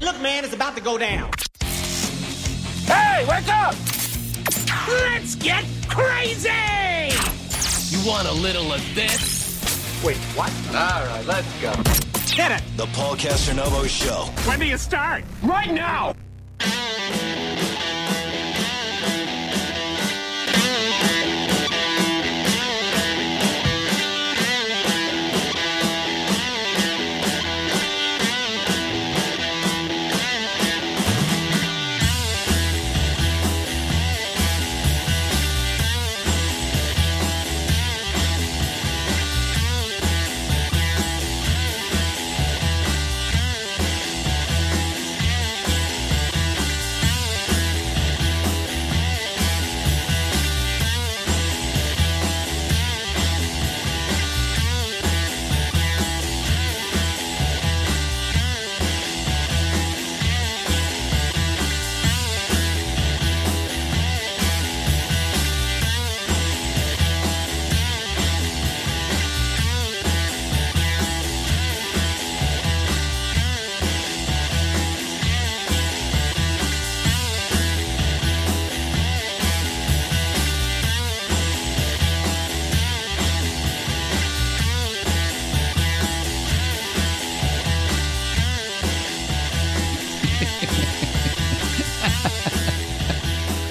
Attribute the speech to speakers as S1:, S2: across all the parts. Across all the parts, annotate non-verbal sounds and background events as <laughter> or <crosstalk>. S1: Look, man, it's about to go down.
S2: Hey, wake up! Let's get crazy!
S3: You want a little of this?
S2: Wait, what?
S4: All right, let's go.
S1: Hit it.
S5: The Paul Casanova Show.
S2: When do you start? Right now!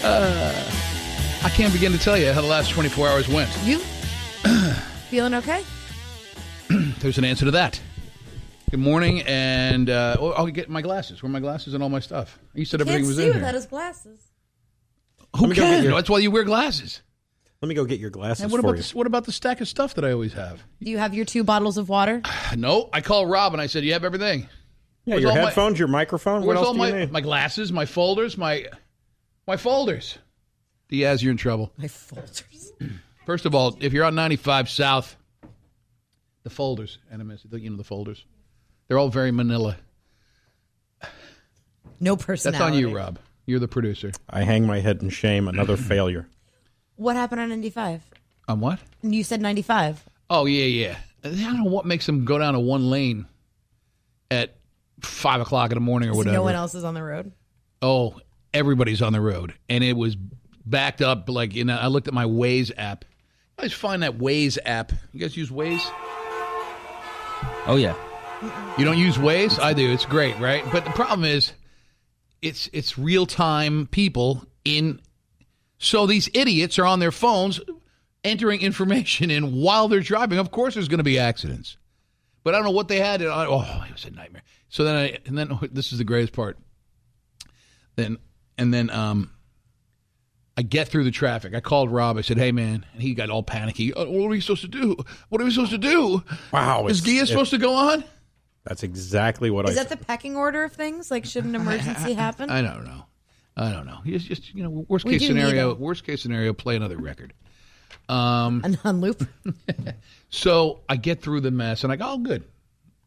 S3: Uh, I can't begin to tell you how the last 24 hours went.
S6: You feeling okay?
S3: There's an answer to that. Good morning, and uh, oh, I'll get my glasses. Where are my glasses and all my stuff? You said everything
S6: Can't
S3: was
S6: see
S3: in
S6: without
S3: here.
S6: his glasses.
S3: Who
S1: me go get
S3: can?
S1: your-
S3: That's why you wear glasses.
S1: Let me go get your glasses
S3: And what
S1: for
S3: about
S1: you.
S3: this, what about the stack of stuff that I always have?
S6: Do you have your two bottles of water?
S3: No, I called Rob and I said, "You have everything.
S1: Yeah,
S3: Where's
S1: your
S3: all my-
S1: headphones, your microphone. What
S3: Where's
S1: else
S3: all
S1: do
S3: my
S1: you need?
S3: my glasses, my folders, my my folders?" Diaz, you're in trouble.
S6: My folders.
S3: First of all, if you're on 95 South, the folders, NMS, the- you know the folders, they're all very Manila.
S6: No
S3: That's
S6: personality.
S3: on you, Rob. You're the producer.
S1: I hang my head in shame.
S3: <clears throat>
S1: Another failure.
S6: What happened on 95?
S3: On what?
S6: You said 95.
S3: Oh yeah, yeah. I don't know what makes them go down to one lane at five o'clock in the morning or
S6: So
S3: whatever.
S6: no one else is on the road.
S3: Oh, everybody's on the road, and it was backed up. Like you know, I looked at my Waze app. I always find that Waze app. You guys use Waze?
S7: Oh yeah.
S3: You don't use Waze? I do. It's great, right? But the problem is, it's it's real time people in. So these idiots are on their phones, entering information in while they're driving. Of course, there's going to be accidents. But I don't know what they had. And I, oh, it was a nightmare. So then I and then <laughs> this is the greatest part. Then and then um. I get through the traffic. I called Rob. I said, "Hey, man," and he got all panicky. "Uh, what are we supposed to do? What are we supposed to do?
S1: Wow,
S3: is
S1: it's-
S3: Gia
S1: it-
S3: supposed to go on?
S1: That's exactly what
S6: Is
S1: I.
S6: that the pecking order of things? Like, should
S3: <laughs>
S6: an emergency happen?
S3: I don't know. I don't know. It's just you know, worst
S6: We
S3: case
S6: do need
S3: scenario.
S6: him.
S3: Worst case scenario, play another record. Um,
S6: <laughs> And on loop.
S3: <laughs> So I get through the mess, and I go, "Oh, good.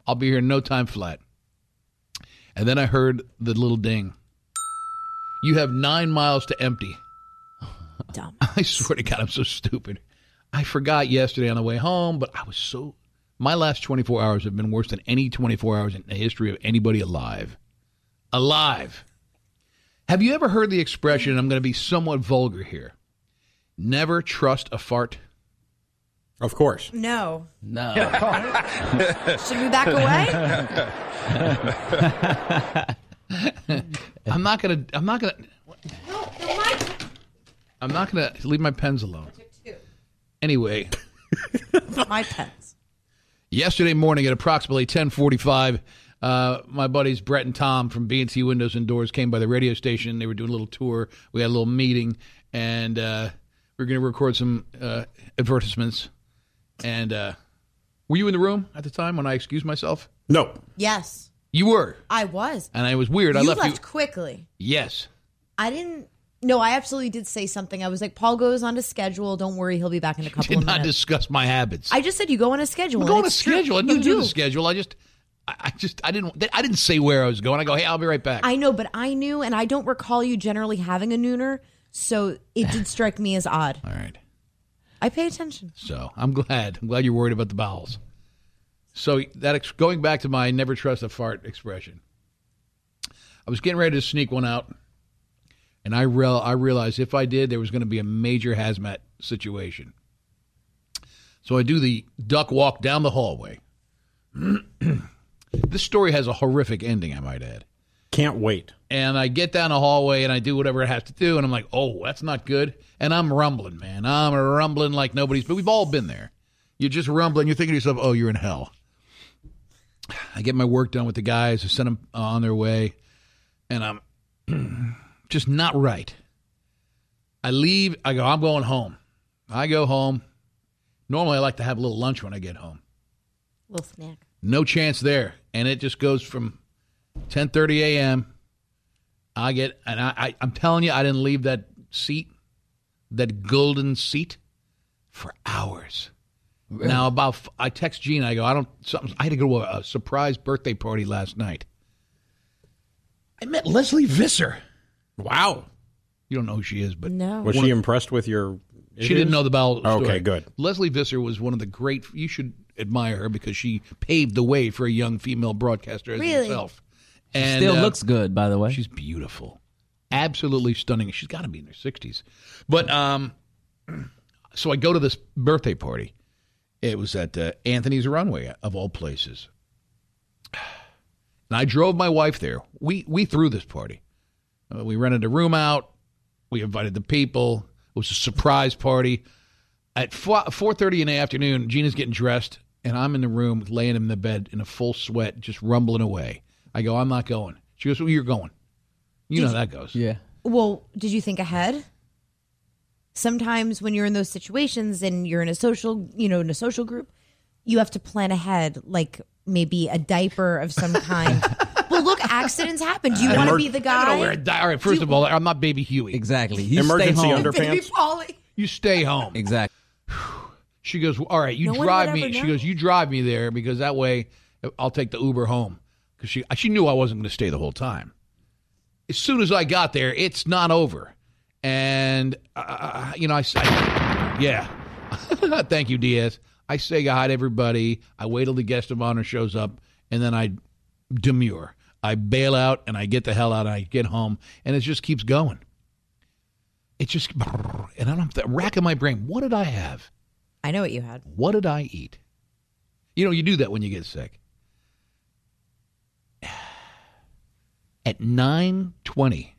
S3: I'll be here in no time flat." And then I heard the little ding. You have nine miles to empty.
S6: <laughs> Dumb.
S3: <laughs> I swear to God, I'm so stupid. I forgot yesterday on the way home, but I was so. My last 24 hours have been worse than any 24 hours in the history of anybody alive. Alive. Have you ever heard the expression, and I'm going to be somewhat vulgar here never trust a fart?
S1: Of course.
S3: <laughs>
S6: No.
S7: No.
S6: Should we back away?
S3: I'm not going to, I'm not going to, I'm not going to leave my pens alone. Anyway.
S6: My pets.
S3: yesterday morning at approximately 1045 uh, my buddies brett and tom from bnc windows and doors came by the radio station they were doing a little tour we had a little meeting and uh, we are going to record some uh, advertisements and uh, were you in the room at the time when i excused myself
S1: No.
S6: Yes,
S3: you were
S6: I was.
S3: and it was weird i
S6: you
S3: left,
S6: left,
S3: you
S6: quickly.
S3: yes
S6: I didn't. No, I absolutely did say something. I was like, Paul goes on to schedule. Don't worry, he'll be back in a couple
S3: did
S6: of
S3: not
S6: minutes.
S3: discuss my habits
S6: I just said you go on a schedule.
S3: I'm going
S6: and
S3: to
S6: it's true.
S3: schedule i
S6: You
S3: didn't
S6: do.
S3: do the schedule i just I I just I didn't I didn't say where I was going. I go, hey, I'll be right back.
S6: I know, but I knew, and I don't recall you generally having a nooner, so it
S3: <laughs>
S6: did strike me as odd.
S3: All right.
S6: I pay attention.
S3: So I'm glad. I'm glad you're worried about the bowels. So that ex- going back to my never trust a fart expression. I was getting ready to sneak one out, and I real I realized if I did, there was going to be a major hazmat situation. So I do the duck walk down the hallway. <clears throat> this story has a horrific ending, I might add.
S1: Can't wait.
S3: And I get down the hallway and I do whatever I have to do, and I'm like, oh, that's not good. And I'm rumbling, man. I'm rumbling like nobody's. But we've all been there. You're just rumbling. You're thinking to yourself, oh, you're in hell. I get my work done with the guys. I send them on their way, and I'm <clears throat> just not right. I leave. I go. I'm going home. I go home. Normally, I like to have a little lunch when I get home.
S6: Little snack.
S3: No chance there, and it just goes from 10:30 a.m. I get, and I, I, I'm telling you, I didn't leave that seat, that golden seat, for hours. Now about, f- I text Gene. I go, I don't. Something. I had to go to a, a surprise birthday party last night. I met Leslie Visser.
S1: Wow.
S3: You don't know who she is, but
S6: No.
S1: Was she impressed with your?
S3: she didn't know the Bell story.
S1: Okay, good.
S3: Leslie Visser was one of the great. You should admire her because she paved the way for a young female broadcaster as
S6: Really?
S3: herself. And
S7: Still
S3: uh,
S7: looks good, by the way.
S3: She's beautiful, absolutely stunning. She's got to be in her sixties. But um, so I go to this birthday party. It was at uh, Anthony's Runway, of all places. And I drove my wife there. We we threw this party. Uh, we rented a room out. We invited the people. It was a surprise party. At four thirty in the afternoon, Gina's getting dressed, and I'm in the room laying in the bed in a full sweat, just rumbling away. I go, I'm not going. She goes, Well, you're going. You know how that goes.
S7: yeah.
S6: Well, did you think ahead? Sometimes when you're in those situations and you're in a social, you know, in a social group, you have to plan ahead, like maybe a diaper of
S3: <laughs>
S6: some kind. well, <laughs> look, accidents happen. Do you
S7: Uh,
S6: want to be the
S3: I
S6: guy?
S3: don't wear a di- All right, first of all, I'm not Baby Huey.
S7: Exactly. You
S1: Emergency
S7: stay home.
S1: under-
S6: Baby <laughs>
S1: underpants?
S6: Polly.
S3: You stay home.
S7: Exactly.
S3: She goes, "All right, you
S6: No one
S3: drive
S6: would
S3: me."
S6: ever
S3: She
S6: know.
S3: goes, "You drive me there because that way I'll take the Uber home." Because she she knew I wasn't going to stay the whole time. As soon as I got there, it's not over, and uh, you know I, s- I- yeah, <laughs> thank you, Diaz. I say hi to everybody. I wait till the guest of honor shows up, and then I demur. I bail out and I get the hell out. And I get home, and it just keeps going. It just and I'm racking my brain. What did I have?
S6: I know what you had.
S3: what did I eat? You know, you do that when you get sick. <sighs> At 9:20,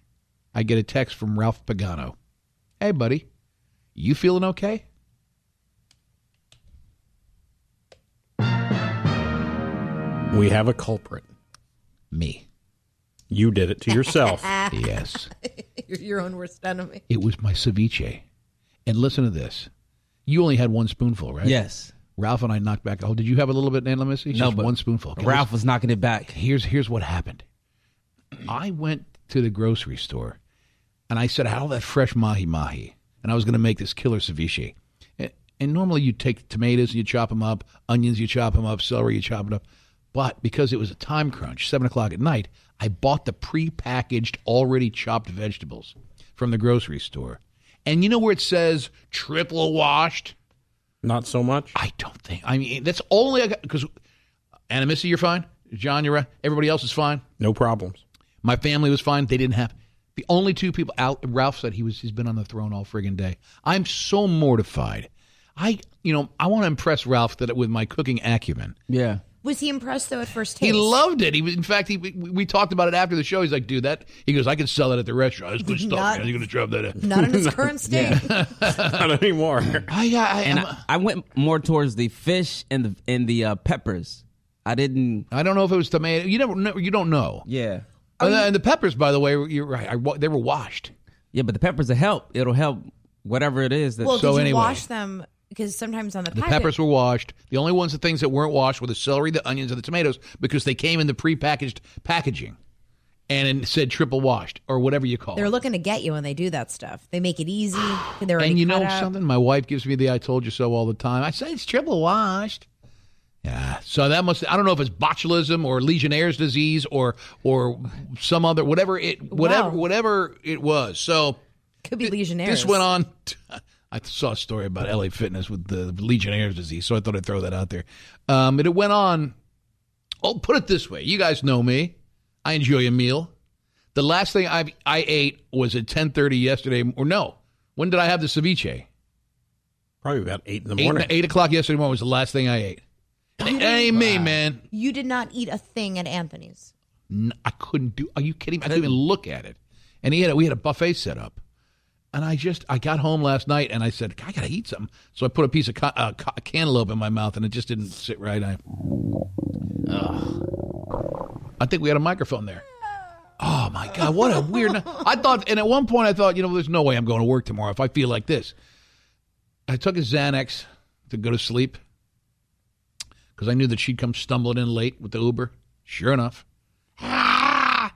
S3: I get a text from Ralph Pagano. Hey buddy, you feeling okay?
S1: We have a culprit.
S3: Me.
S1: You did it to
S6: <laughs>
S1: yourself.
S3: Yes.
S6: You're your own worst enemy.
S3: it was my ceviche. And listen to this. You only had one spoonful, right?
S7: Yes.
S3: Ralph and I knocked back. Oh, did you have a little bit, Nana Missy?
S7: No,
S3: Just
S7: but
S3: one spoonful. Okay,
S7: Ralph was knocking it back.
S3: here's here's what happened. I went to the grocery store and I said, "How that fresh mahi mahi?" And I was going to make this killer ceviche. And, and normally you take tomatoes and you chop them up, onions you chop them up, celery you chop it up. But because it was a time crunch, seven o'clock at night, I bought the pre-packaged, already chopped vegetables from the grocery store. And you know where it says triple washed?
S1: Not so much.
S3: I don't think. I mean, that's only because Anna Missy, you're fine. John, you're right. Everybody else is fine.
S1: No problems.
S3: My family was fine. They didn't have the only two people. Al, Ralph said he was he's been on the throne all friggin' day. I'm so mortified. I you know I want to impress Ralph that with my cooking acumen.
S7: Yeah.
S6: Was he impressed though at first
S3: He
S6: taste?
S3: loved it. He was, in fact, he we, we talked about it after the show. He's like, dude, that he goes, I could sell that at the restaurant. That's good stuff.
S6: Not-
S3: man. You're gonna drop that. In.
S6: Not in
S3: <laughs>
S6: his current state.
S1: <laughs> Not anymore.
S3: I, Oh, I, I,
S7: And
S3: I'm-
S7: I, I went more towards the fish and the and the uh, peppers. I didn't.
S3: I don't know if it was tomato. You never. know- You don't know.
S7: Yeah.
S3: And, the- and the peppers, by the way, you're right. I, wa- they were washed.
S7: Yeah, but the peppers will help. It'll help whatever it is. That,
S6: Well,
S3: So
S6: did you
S3: anyway.
S6: wash them? Because sometimes on the,
S3: The
S6: packet-
S3: peppers were washed. The only ones, the things that weren't washed, were the celery, the onions, and the tomatoes because they came in the prepackaged packaging, and it said triple washed or whatever you call
S6: they're
S3: it.
S6: looking to get you when they do that stuff. They make it easy. They're already
S3: Oh. And you know
S6: cut out.
S3: something? My wife gives me the "I told you so" all the time. I say it's triple washed. Yeah. So that must. I don't know if it's botulism or Legionnaire's disease or or some other whatever it whatever
S6: Wow.
S3: whatever it was. So.
S6: Could be legionnaires.
S3: This went on. <laughs> I saw a story about LA Fitness with the Legionnaires' disease, so I thought I'd throw that out there. Um, and it went on. Oh, put it this way: you guys know me. I enjoy a meal. The last thing I I ate was at ten thirty yesterday. Or no, when did I have the ceviche?
S1: Probably about eight in the
S3: Eight,
S1: morning.
S3: eight o'clock yesterday morning was the last thing I ate. It ain't me, man.
S6: You did not eat a thing at Anthony's.
S3: N- I couldn't do. Are you kidding me? I couldn't even look at it. And he had a, we had a buffet set up, and I just I got home last night and I said I gotta eat something. So I put a piece of ca- uh, ca- cantaloupe in my mouth and it just didn't sit right. I, I think we had a microphone there. Oh my god, what a weird! night. I thought, and at one point I thought, you know, there's no way I'm going to work tomorrow if I feel like this. I took a Xanax to go to sleep because I knew that she'd come stumbling in late with the Uber. Sure enough. Ah,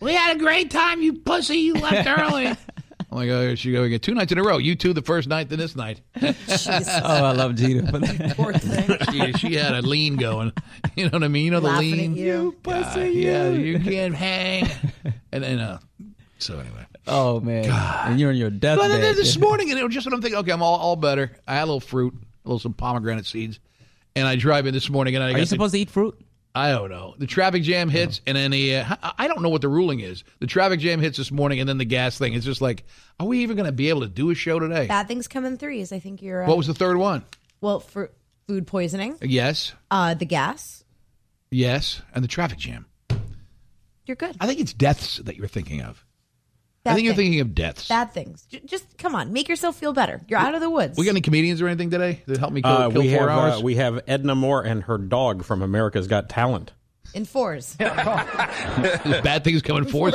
S3: we had a great time, you pussy. You left early. I'm like, oh, here she go again. Two nights in a row. You two the first night, then this <laughs> night.
S7: Oh, I love Gina for that.
S6: <laughs> Poor thing.
S3: <laughs> She, she had a lean going. You know what I mean? You know the
S6: Laughing
S3: lean.
S6: at you.
S3: Uh, yeah, you can't hang. And then, uh, so anyway.
S7: Oh man, and you're on your
S3: But then
S7: deathbed.
S3: <laughs> this morning, and it was just what I'm thinking. Okay, I'm all, all better. I had a little fruit, a little some pomegranate seeds, and I drive in this morning, and I
S7: Are you
S3: got the-
S7: supposed to eat fruit?
S3: I don't know. The traffic jam hits, and then the uh, I I don't know what the ruling is. The traffic jam hits this morning, and then the gas thing. It's just like, are we even going to be able to do a show today?
S6: Bad things come in threes. I think you're. Uh,
S3: what was the third one?
S6: well for food poisoning?
S3: Yes,
S6: Uh, the gas.
S3: yes, and the traffic jam.
S6: You're good.
S3: I think it's deaths that you're thinking of.
S6: Bad
S3: I think you're
S6: thing.
S3: thinking of deaths.
S6: bad things. J- just come on, make yourself feel better. You're out of the woods.
S3: we got any comedians or anything today that help me kill,
S1: Uh,
S3: kill
S1: we
S3: four
S1: have
S3: hours?
S1: uh, we have Edna Moore and her dog from America's Got Talent.
S6: in
S3: <laughs>
S6: fours. <laughs>
S3: Bad things coming forth.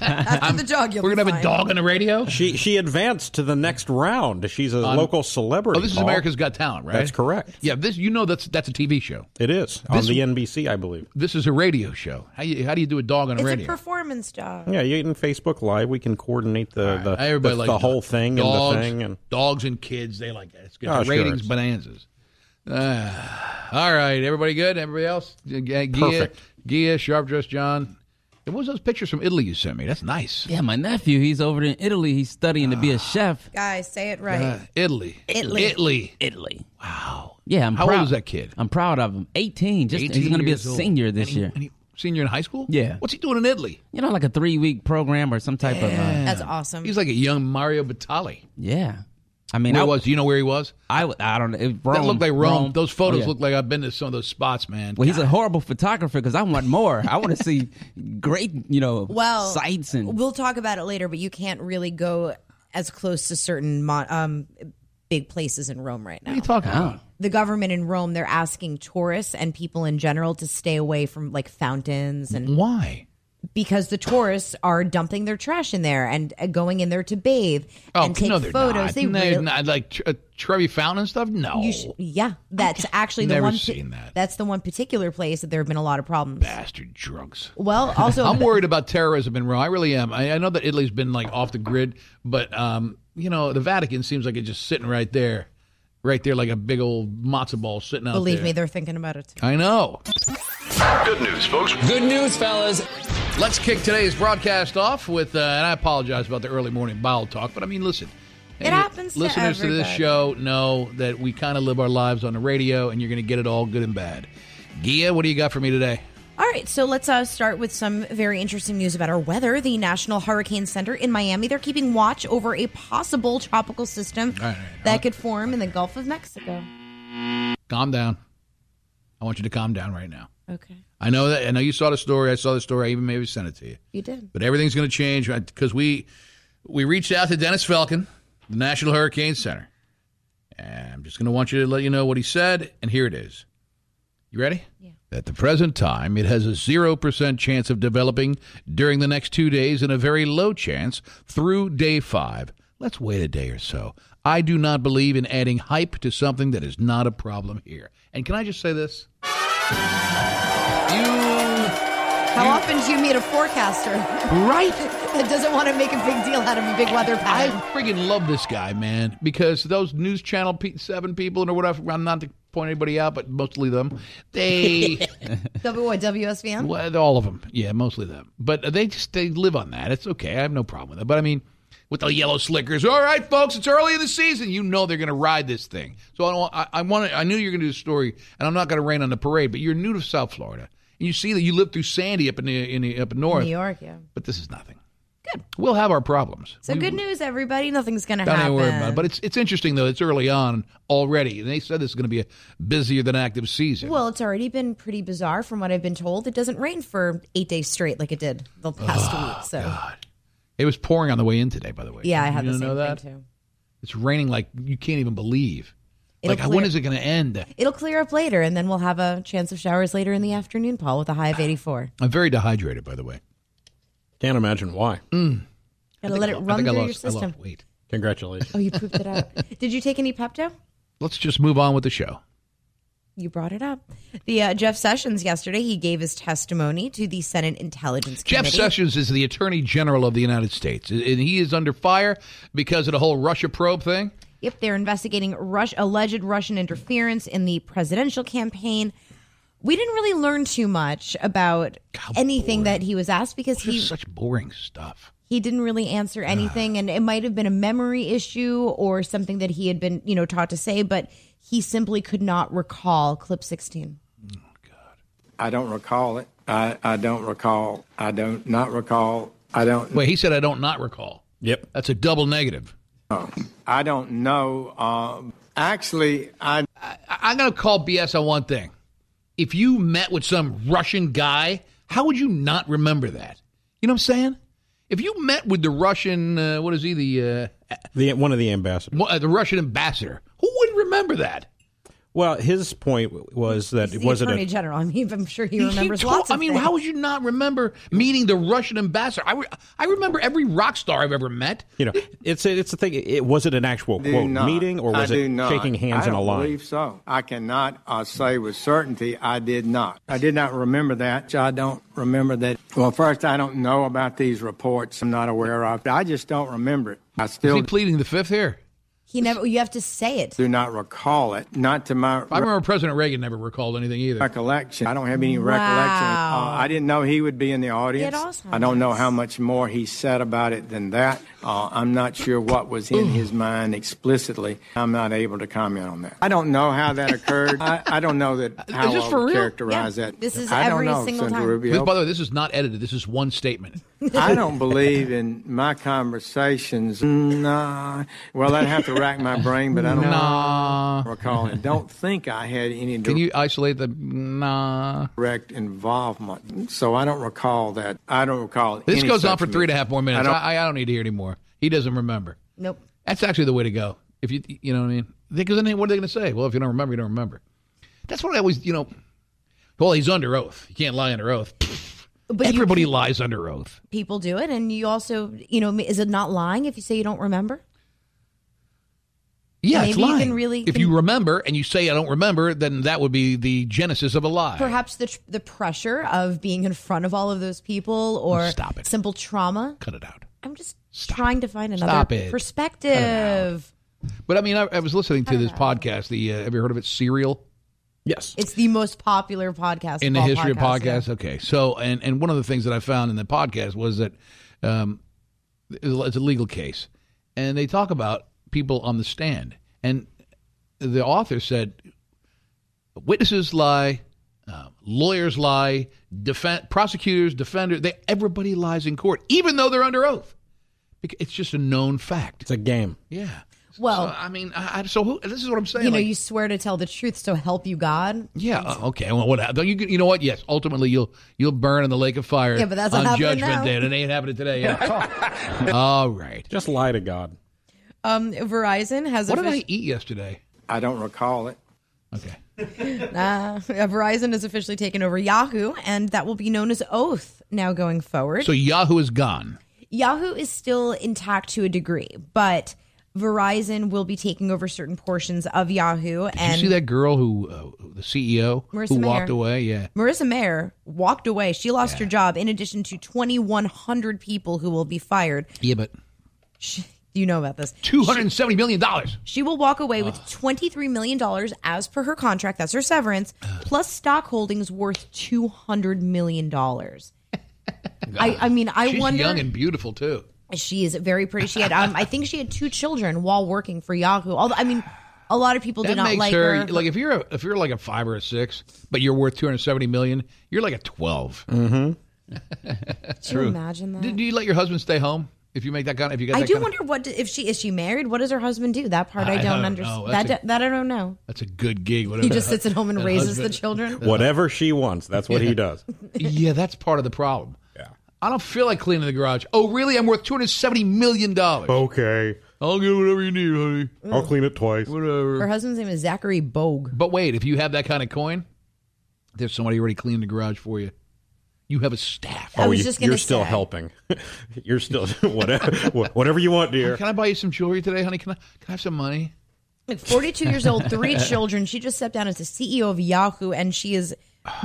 S6: After the jog, you'll
S3: We're
S6: be
S3: gonna have
S6: fine.
S3: a dog on the radio.
S1: She she advanced to the next round. She's a local celebrity.
S3: Oh, this is
S1: Paul.
S3: America's Got Talent, right?
S1: That's correct.
S3: Yeah, this you know that's that's a TV show.
S1: It is on the NBC, I believe.
S3: This is a radio show. How you, how do you do a dog on a
S6: It's
S3: radio?
S6: a performance jog.
S1: Yeah, you in Facebook Live, we can coordinate the the,
S3: Everybody
S1: the,
S3: likes
S1: the
S3: dogs.
S1: whole thing
S3: dogs,
S1: and the thing and
S3: dogs and kids. They like that. It's good.
S1: Oh,
S3: The
S1: sure,
S3: ratings
S1: it's-
S3: bonanzas. Ah, all right, everybody good. Everybody else, G- Gia,
S1: Perfect.
S3: Gia, sharp dressed John. And what was those pictures from Italy you sent me? That's nice.
S7: Yeah, my nephew. He's over in Italy. He's studying to be
S3: Ah.
S7: a chef.
S6: Guys, say it right.
S3: Uh, Italy,
S6: Italy.
S3: Italy.
S7: Italy.
S3: Wow.
S7: Yeah, I'm
S3: How
S7: proud.
S3: old is that kid?
S7: I'm proud of him. 18. Just
S3: 18
S7: he's going to be a
S3: years old.
S7: senior this
S3: And he-
S7: year.
S3: and he- senior in high school.
S7: Yeah.
S3: What's he doing in Italy?
S7: You know, like a three week program or some type of. Uh,
S6: That's awesome.
S3: He's like a young Mario Batali.
S7: yeah. I mean,
S3: Where
S7: I
S3: was? Do you know where he was?
S7: I, w- I don't know. It, Rome,
S3: That looked like Rome. Those photos
S7: Oh, yeah.
S3: look like I've been to some of those spots, man.
S7: Well, he's a horrible photographer because I want more. I want
S6: <laughs>
S7: to see great, you know,
S6: well,
S7: sights and
S6: we'll talk about it later. But you can't really go as close to certain mon- um, big places in Rome right now.
S3: What are you talking
S7: Oh.
S3: about?
S6: the government in Rome they're asking tourists and people in general to stay away from like fountains and
S3: Why?
S6: because the tourists are dumping their trash in there and uh, going in there to bathe and take
S3: Oh, no, they're
S6: photos.
S3: Not.
S6: They
S3: No,
S6: really-
S3: not. like tr- uh, Trevi Fountain and stuff. No,
S6: You sh- yeah, that's actually the
S3: never
S6: one.
S3: seen that.
S6: That's the one particular place that there have been a lot of problems.
S3: bastard drugs.
S6: Well, also,
S3: <laughs> I'm worried about terrorism in Rome. I really am. I, I know that Italy's been like off the grid, but um, you know, the Vatican seems like it's just sitting right there, right there, like a big old matzo ball sitting out
S6: believe
S3: there.
S6: me, they're thinking about it. Too.
S3: I know.
S4: Good news,
S6: <laughs>
S4: folks.
S8: Good news, fellas.
S3: Let's kick today's broadcast off with, uh, and I apologize about the early morning bowel talk, but I mean, listen. It
S6: happens to
S3: Listeners to this
S6: everybody.
S3: show know that we kind of live our lives on the radio, and you're going to get it all good and bad. Gia, what do you got for me today?
S6: All right, so let's uh, start with some very interesting news about our weather. The National Hurricane Center in Miami they're keeping watch over a possible tropical system
S3: right, all right.
S6: that could form in the Gulf of Mexico.
S3: calm down. I want you to calm down right now.
S6: Okay,
S3: I know that. I know you saw the story. I saw the story. I even maybe sent it to you.
S6: you did.
S3: But everything's going to change because we we reached out to Dennis Falcon, the National Hurricane Center, and I'm just going to want you to let you know what he said. And here it is. You ready? Yeah. At the present time, it has a 0% chance of developing during the next two days and a very low chance through day five. Let's wait a day or so. I do not believe in adding hype to something that is not a problem here. And can I just say this? You
S6: How often do you meet a forecaster
S3: right
S6: <laughs> that doesn't want to make a big deal out of a big weather
S3: I
S6: pattern?
S3: friggin' love this guy, man, because those News Channel pe- 7 people and or whatever, I'm not to point anybody out, but mostly them, they,
S6: <laughs> W- what, WSVN?
S3: well, all of them, yeah, mostly them. But they just, they live on that. It's okay. I have no problem with that. But I mean, with the yellow slickers, all right, folks, it's early in the season. You know they're going to ride this thing. So I, don't, want- I, I want to, I knew you were going to do a story, and I'm not going to rain on the parade, but you're new to South Florida. And you see that you lived through Sandy up in the, in the, up north.
S6: New York, yeah.
S3: But this is nothing. Good. We'll have our problems.
S6: So good news, everybody. Nothing's gonna
S3: Don't
S6: happen.
S3: even worry about it. But it's it's interesting though. It's early on already, and they said this is going to be a busier than active season.
S6: well, it's already been pretty bizarre from what I've been told. It doesn't rain for eight days straight like it did the past week. So
S3: it was pouring on the way in today, by the way.
S6: yeah, I
S3: You
S6: have the
S3: didn't
S6: same
S3: know that?
S6: thing too.
S3: It's raining like you can't even believe.
S6: It'll
S3: like when
S6: clear.
S3: is it going to end?
S6: It'll clear up later, and then we'll have a chance of showers later in the afternoon, Paul, with a
S3: <sighs>
S6: high of 84.
S3: I'm very dehydrated, by the way.
S1: Can't imagine why.
S6: Gotta let it
S3: I
S6: run
S3: think I
S6: through
S3: lost,
S6: your
S3: I
S6: system.
S3: lost weight.
S1: Congratulations. <laughs>
S6: Oh, you pooped it out. <laughs> Did you take any Pepto?
S3: Let's just move on with the show.
S6: You brought it up. The uh, Jeff Sessions yesterday, he gave his testimony to the Senate Intelligence
S3: Jeff
S6: Committee.
S3: Sessions is the Attorney General of the United States, and he is under fire because of the whole Russia probe thing.
S6: Yep, they're investigating Rush alleged Russian interference in the presidential campaign. We didn't really learn too much about anything that he was asked because he
S3: Just such boring stuff.
S6: he didn't really answer anything and it might have been a memory issue or something that he had been, you know, taught to say, but he simply could not recall clip 16.
S8: I don't recall it. I, I don't recall. I don't not recall. I don't.
S3: Wait, he said I don't not recall.
S1: Yep.
S3: That's a double negative.
S8: I don't know. Um, actually, I
S3: I'm going to call BS on one thing. If you met with some Russian guy, how would you not remember that? You know what I'm saying? If you met with the Russian, uh, what is he, the uh,
S1: The one of the ambassadors.
S3: mo- uh, the Russian ambassador, who wouldn't remember that?
S1: Well, his point was that
S6: He's
S1: it
S6: the
S1: wasn't
S6: attorney
S1: a
S6: general. I mean, I'm sure he remembers
S3: He
S6: lots of
S3: told- I mean,
S6: things.
S3: how would you not remember meeting the Russian ambassador? I, re- I remember every rock star I've ever met.
S1: you know it's it's the thing. It was it an actual
S8: do
S1: quote
S8: not.
S1: meeting or
S8: I
S1: was
S8: do
S1: it
S8: not.
S1: shaking hands
S8: I
S1: in
S8: don't
S1: a line?
S8: believe so. I cannot uh, say with certainty. I did not. I did not remember that. I don't remember that. Well, first, I don't know about these reports. I'm not aware of. I just don't remember it. I
S3: Is he
S8: still
S3: pleading the fifth here?
S6: he never you have to say it.
S8: do not recall it. Not to my
S3: I remember President Reagan never recalled anything either.
S8: recollection. I don't have any
S6: Wow.
S8: recollection. Uh, I didn't know he would be in the audience.
S6: Alzheimer's.
S8: I don't know how much more he said about it than that. Uh, I'm not sure what was in his mind explicitly. I'm not able to comment on that. I don't know how that occurred. I, I don't know that how
S3: this
S8: I
S3: for
S8: would
S3: real?
S8: characterize
S6: Yeah,
S8: that.
S6: this is
S8: I don't
S6: every
S8: know,
S6: single
S8: Senator
S6: time.
S3: This,
S8: Rubio.
S3: by the way, this is not edited. This is one statement. <laughs>
S8: I don't believe in my conversations. Nah. Well, I'd have to rack my brain,
S3: <laughs>
S8: but I don't recall it. Don't think I had any
S3: Can you isolate the nah?
S8: direct involvement. So I don't recall that. I don't recall.
S3: This
S8: any
S3: goes on
S8: such
S3: for three and a
S8: meeting.
S3: half more minutes.
S8: I don't-
S3: I, I, don't need to hear anymore. He doesn't remember.
S6: Nope.
S3: That's actually the way to go. If you you know what I mean? Because then what are they going to say? Well, if you don't remember, you don't remember. That's what I always you know. Well, he's under oath. You can't lie under oath.
S6: But you-
S3: Everybody lies under oath.
S6: people do it and you also, you know, is it not lying if you say you don't remember?
S3: Yeah, it's
S6: Maybe you
S3: lying.
S6: can really-
S3: if you remember and you say I don't remember, then that would be the genesis of a lie.
S6: Perhaps the tr- the pressure of being in front of all of those people or
S3: Stop it.
S6: simple trauma.
S3: Cut it out.
S6: I'm just trying to find another
S3: Stop it.
S6: perspective.
S3: But I mean, I, I was listening to this podcast. The uh, have you heard of it? Serial.
S1: Yes.
S6: It's the most popular podcast
S3: in
S6: of
S3: the
S6: all
S3: history
S6: podcasts, yeah.
S3: of podcasts. Okay, so and and one of the things that I found in the podcast was that um, it's a legal case, and they talk about people on the stand, and the author said witnesses lie, uh, lawyers lie, defen prosecutors, defenders, they everybody lies in court, even though they're under oath. Bec- It's just a known fact.
S1: It's a game.
S3: Yeah.
S6: Well-
S3: So, I mean, I, I, so who, this is what I'm saying.
S6: You know,
S3: like-
S6: you swear to tell the truth, so help you God.
S3: yeah. uh, Okay. Well, what hap- you you know what? Yes. Ultimately, you'll you'll burn in the lake of fire.
S6: Yeah, but that's
S3: on
S6: not happening
S3: Judgment
S6: now.
S3: Day. It ain't happening today. Yeah. All right.
S1: Just lie to God.
S6: Um, Verizon has
S3: What did I
S6: offici-
S3: eat yesterday?
S8: I don't recall it.
S3: Okay.
S6: <laughs> uh, Verizon has officially taken over Yahoo, and that will be known as Oath now going forward.
S3: So Yahoo is gone.
S6: Yahoo is still intact to a degree, but Verizon will be taking over certain portions of Yahoo.
S3: Did
S6: and
S3: you see that girl who uh, the CEO
S6: Marissa
S3: who
S6: Mayer.
S3: walked away? Yeah.
S6: Marissa Mayer walked away. She lost her job in addition to 2,100 people who will be fired.
S3: Yeah, but
S6: She, you know about this.
S3: two hundred and seventy million dollars. Ah.
S6: She will walk away with $23 million as per her contract. That's her severance,
S3: Ah.
S6: plus stock holdings worth $200 million. I, I mean, I
S3: She's
S6: wonder.
S3: young and beautiful too.
S6: she is very pretty. She had, um, I think she had two children while working for Yahoo. Although, I mean, a lot of people do
S3: That
S6: not
S3: makes
S6: like
S3: her,
S6: her.
S3: like if you're a, if you're like a five or a six, but you're worth two hundred seventy million, you're like a twelve.
S6: Can you imagine that?
S3: Do, do you let your husband stay home if you make that kind? If you got
S6: I
S3: that
S6: do
S3: kind of-
S6: wonder what if she is she married? What does her husband do? That part I,
S3: I
S6: don't,
S3: don't know. Oh,
S6: understand.
S3: That's
S6: That,
S3: a-
S6: that I don't know.
S3: that's a good gig. Whatever
S6: He
S3: the
S6: just
S3: hu-
S6: sits at home and
S3: that
S6: raises the
S3: husband-
S6: children.
S1: Whatever she wants, that's what he does.
S3: yeah, that's part of the problem.
S1: Yeah.
S3: I don't feel like cleaning the garage. Oh, really? I'm worth two hundred seventy million dollars.
S1: Okay.
S3: I'll get whatever you need, honey.
S1: I'll clean it twice.
S3: Whatever.
S6: Her husband's name is Zachary Bogue.
S3: But wait, if you have that kind of coin, there's somebody already cleaning the garage for you. You have a staff.
S6: I was
S1: Oh, you,
S6: just gonna
S1: you're still
S6: say.
S1: helping. <laughs> you're still <laughs> whatever whatever you want,
S3: <laughs>
S1: dear.
S3: Can I buy you some jewelry today, honey? Can I? Can I have some money?
S6: Like 42 years old,
S3: <laughs>
S6: three children. She just stepped down as the CEO of Yahoo, and she is,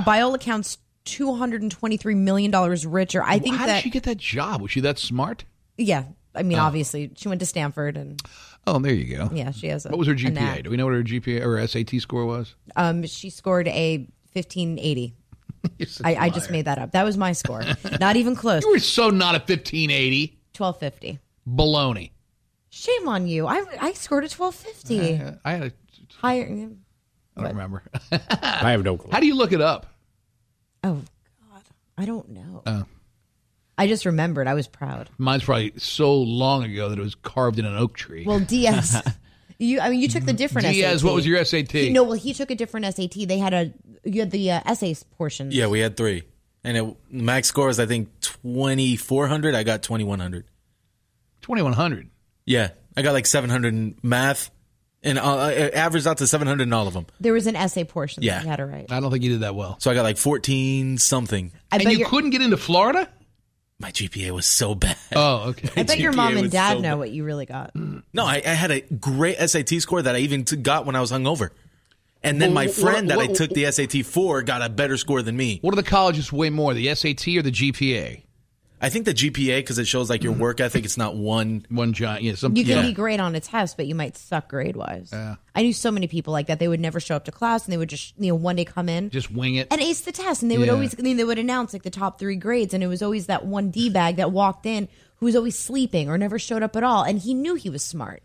S6: by all accounts, 223 million dollars richer. I think
S3: How
S6: that
S3: did she get that job? Was she that smart?
S6: yeah. I mean, obviously, she went to Stanford, and
S3: Oh, there you go.
S6: yeah, she has. A,
S3: What was her
S6: a
S3: GPA?
S6: knack.
S3: Do we know what her GPA or SAT score was?
S6: Um, she scored a
S3: <laughs>
S6: 1580. I, I just made that up. That was my score. Not even close.
S3: You were so not a 1580.
S6: 1250.
S3: Baloney.
S6: Shame on you. I, I scored a 1250.
S3: I had a,
S6: Higher.
S3: I don't remember.
S1: I have no clue.
S3: How do you look it up? Oh.
S6: Oh, God. I don't know. I just remembered. I was proud.
S3: <laughs> Mine's probably so long ago that it was carved in an oak tree.
S6: Well,
S3: <laughs>
S6: Diaz. You, I mean, you took the different
S3: Diaz,
S6: SAT.
S3: what was your SAT?
S6: He- no, well, he took a different SAT. They had a you had the uh, essays portion.
S9: Yeah, we had three, and it, max score is I think twenty four hundred. I got twenty one hundred.
S3: 2100.
S9: Yeah, I got like seven hundred in math, and uh, uh, it averaged out to seven hundred in all of them.
S6: There was an essay portion.
S9: Yeah.
S6: that you had to write.
S3: I don't think you did that well.
S9: So I got like fourteen something.
S6: I
S3: and
S6: bet
S3: you
S6: your,
S3: couldn't get into Florida?
S9: My GPA was so bad.
S3: Oh, okay.
S6: <laughs> I bet your
S9: GPA
S6: mom and
S9: was
S6: dad
S9: so
S6: know
S9: bad.
S6: what you really got.
S3: Mm-hmm.
S9: No, I, I had a great SAT score that I even t- got when I was hungover. And then my
S3: Well, wh-
S9: friend that
S3: wh-
S9: I took the SAT for got a better score than me.
S3: What are the colleges weigh more, the SAT or the GPA?
S9: I think the GPA because it shows like your work ethic. It's not one.
S3: Mm-hmm. One giant, yeah, some,
S6: You can
S9: Yeah.
S6: be great on a test, but you might suck grade wise. I knew so many people like that. They would never show up to class, and they would just you know one day come in
S3: just wing it.
S6: and ace the test, and they would
S3: Yeah.
S6: always I mean, they would announce like the top three grades, and it was always that one d bag that walked in who was always sleeping or never showed up at all, and he knew he was smart,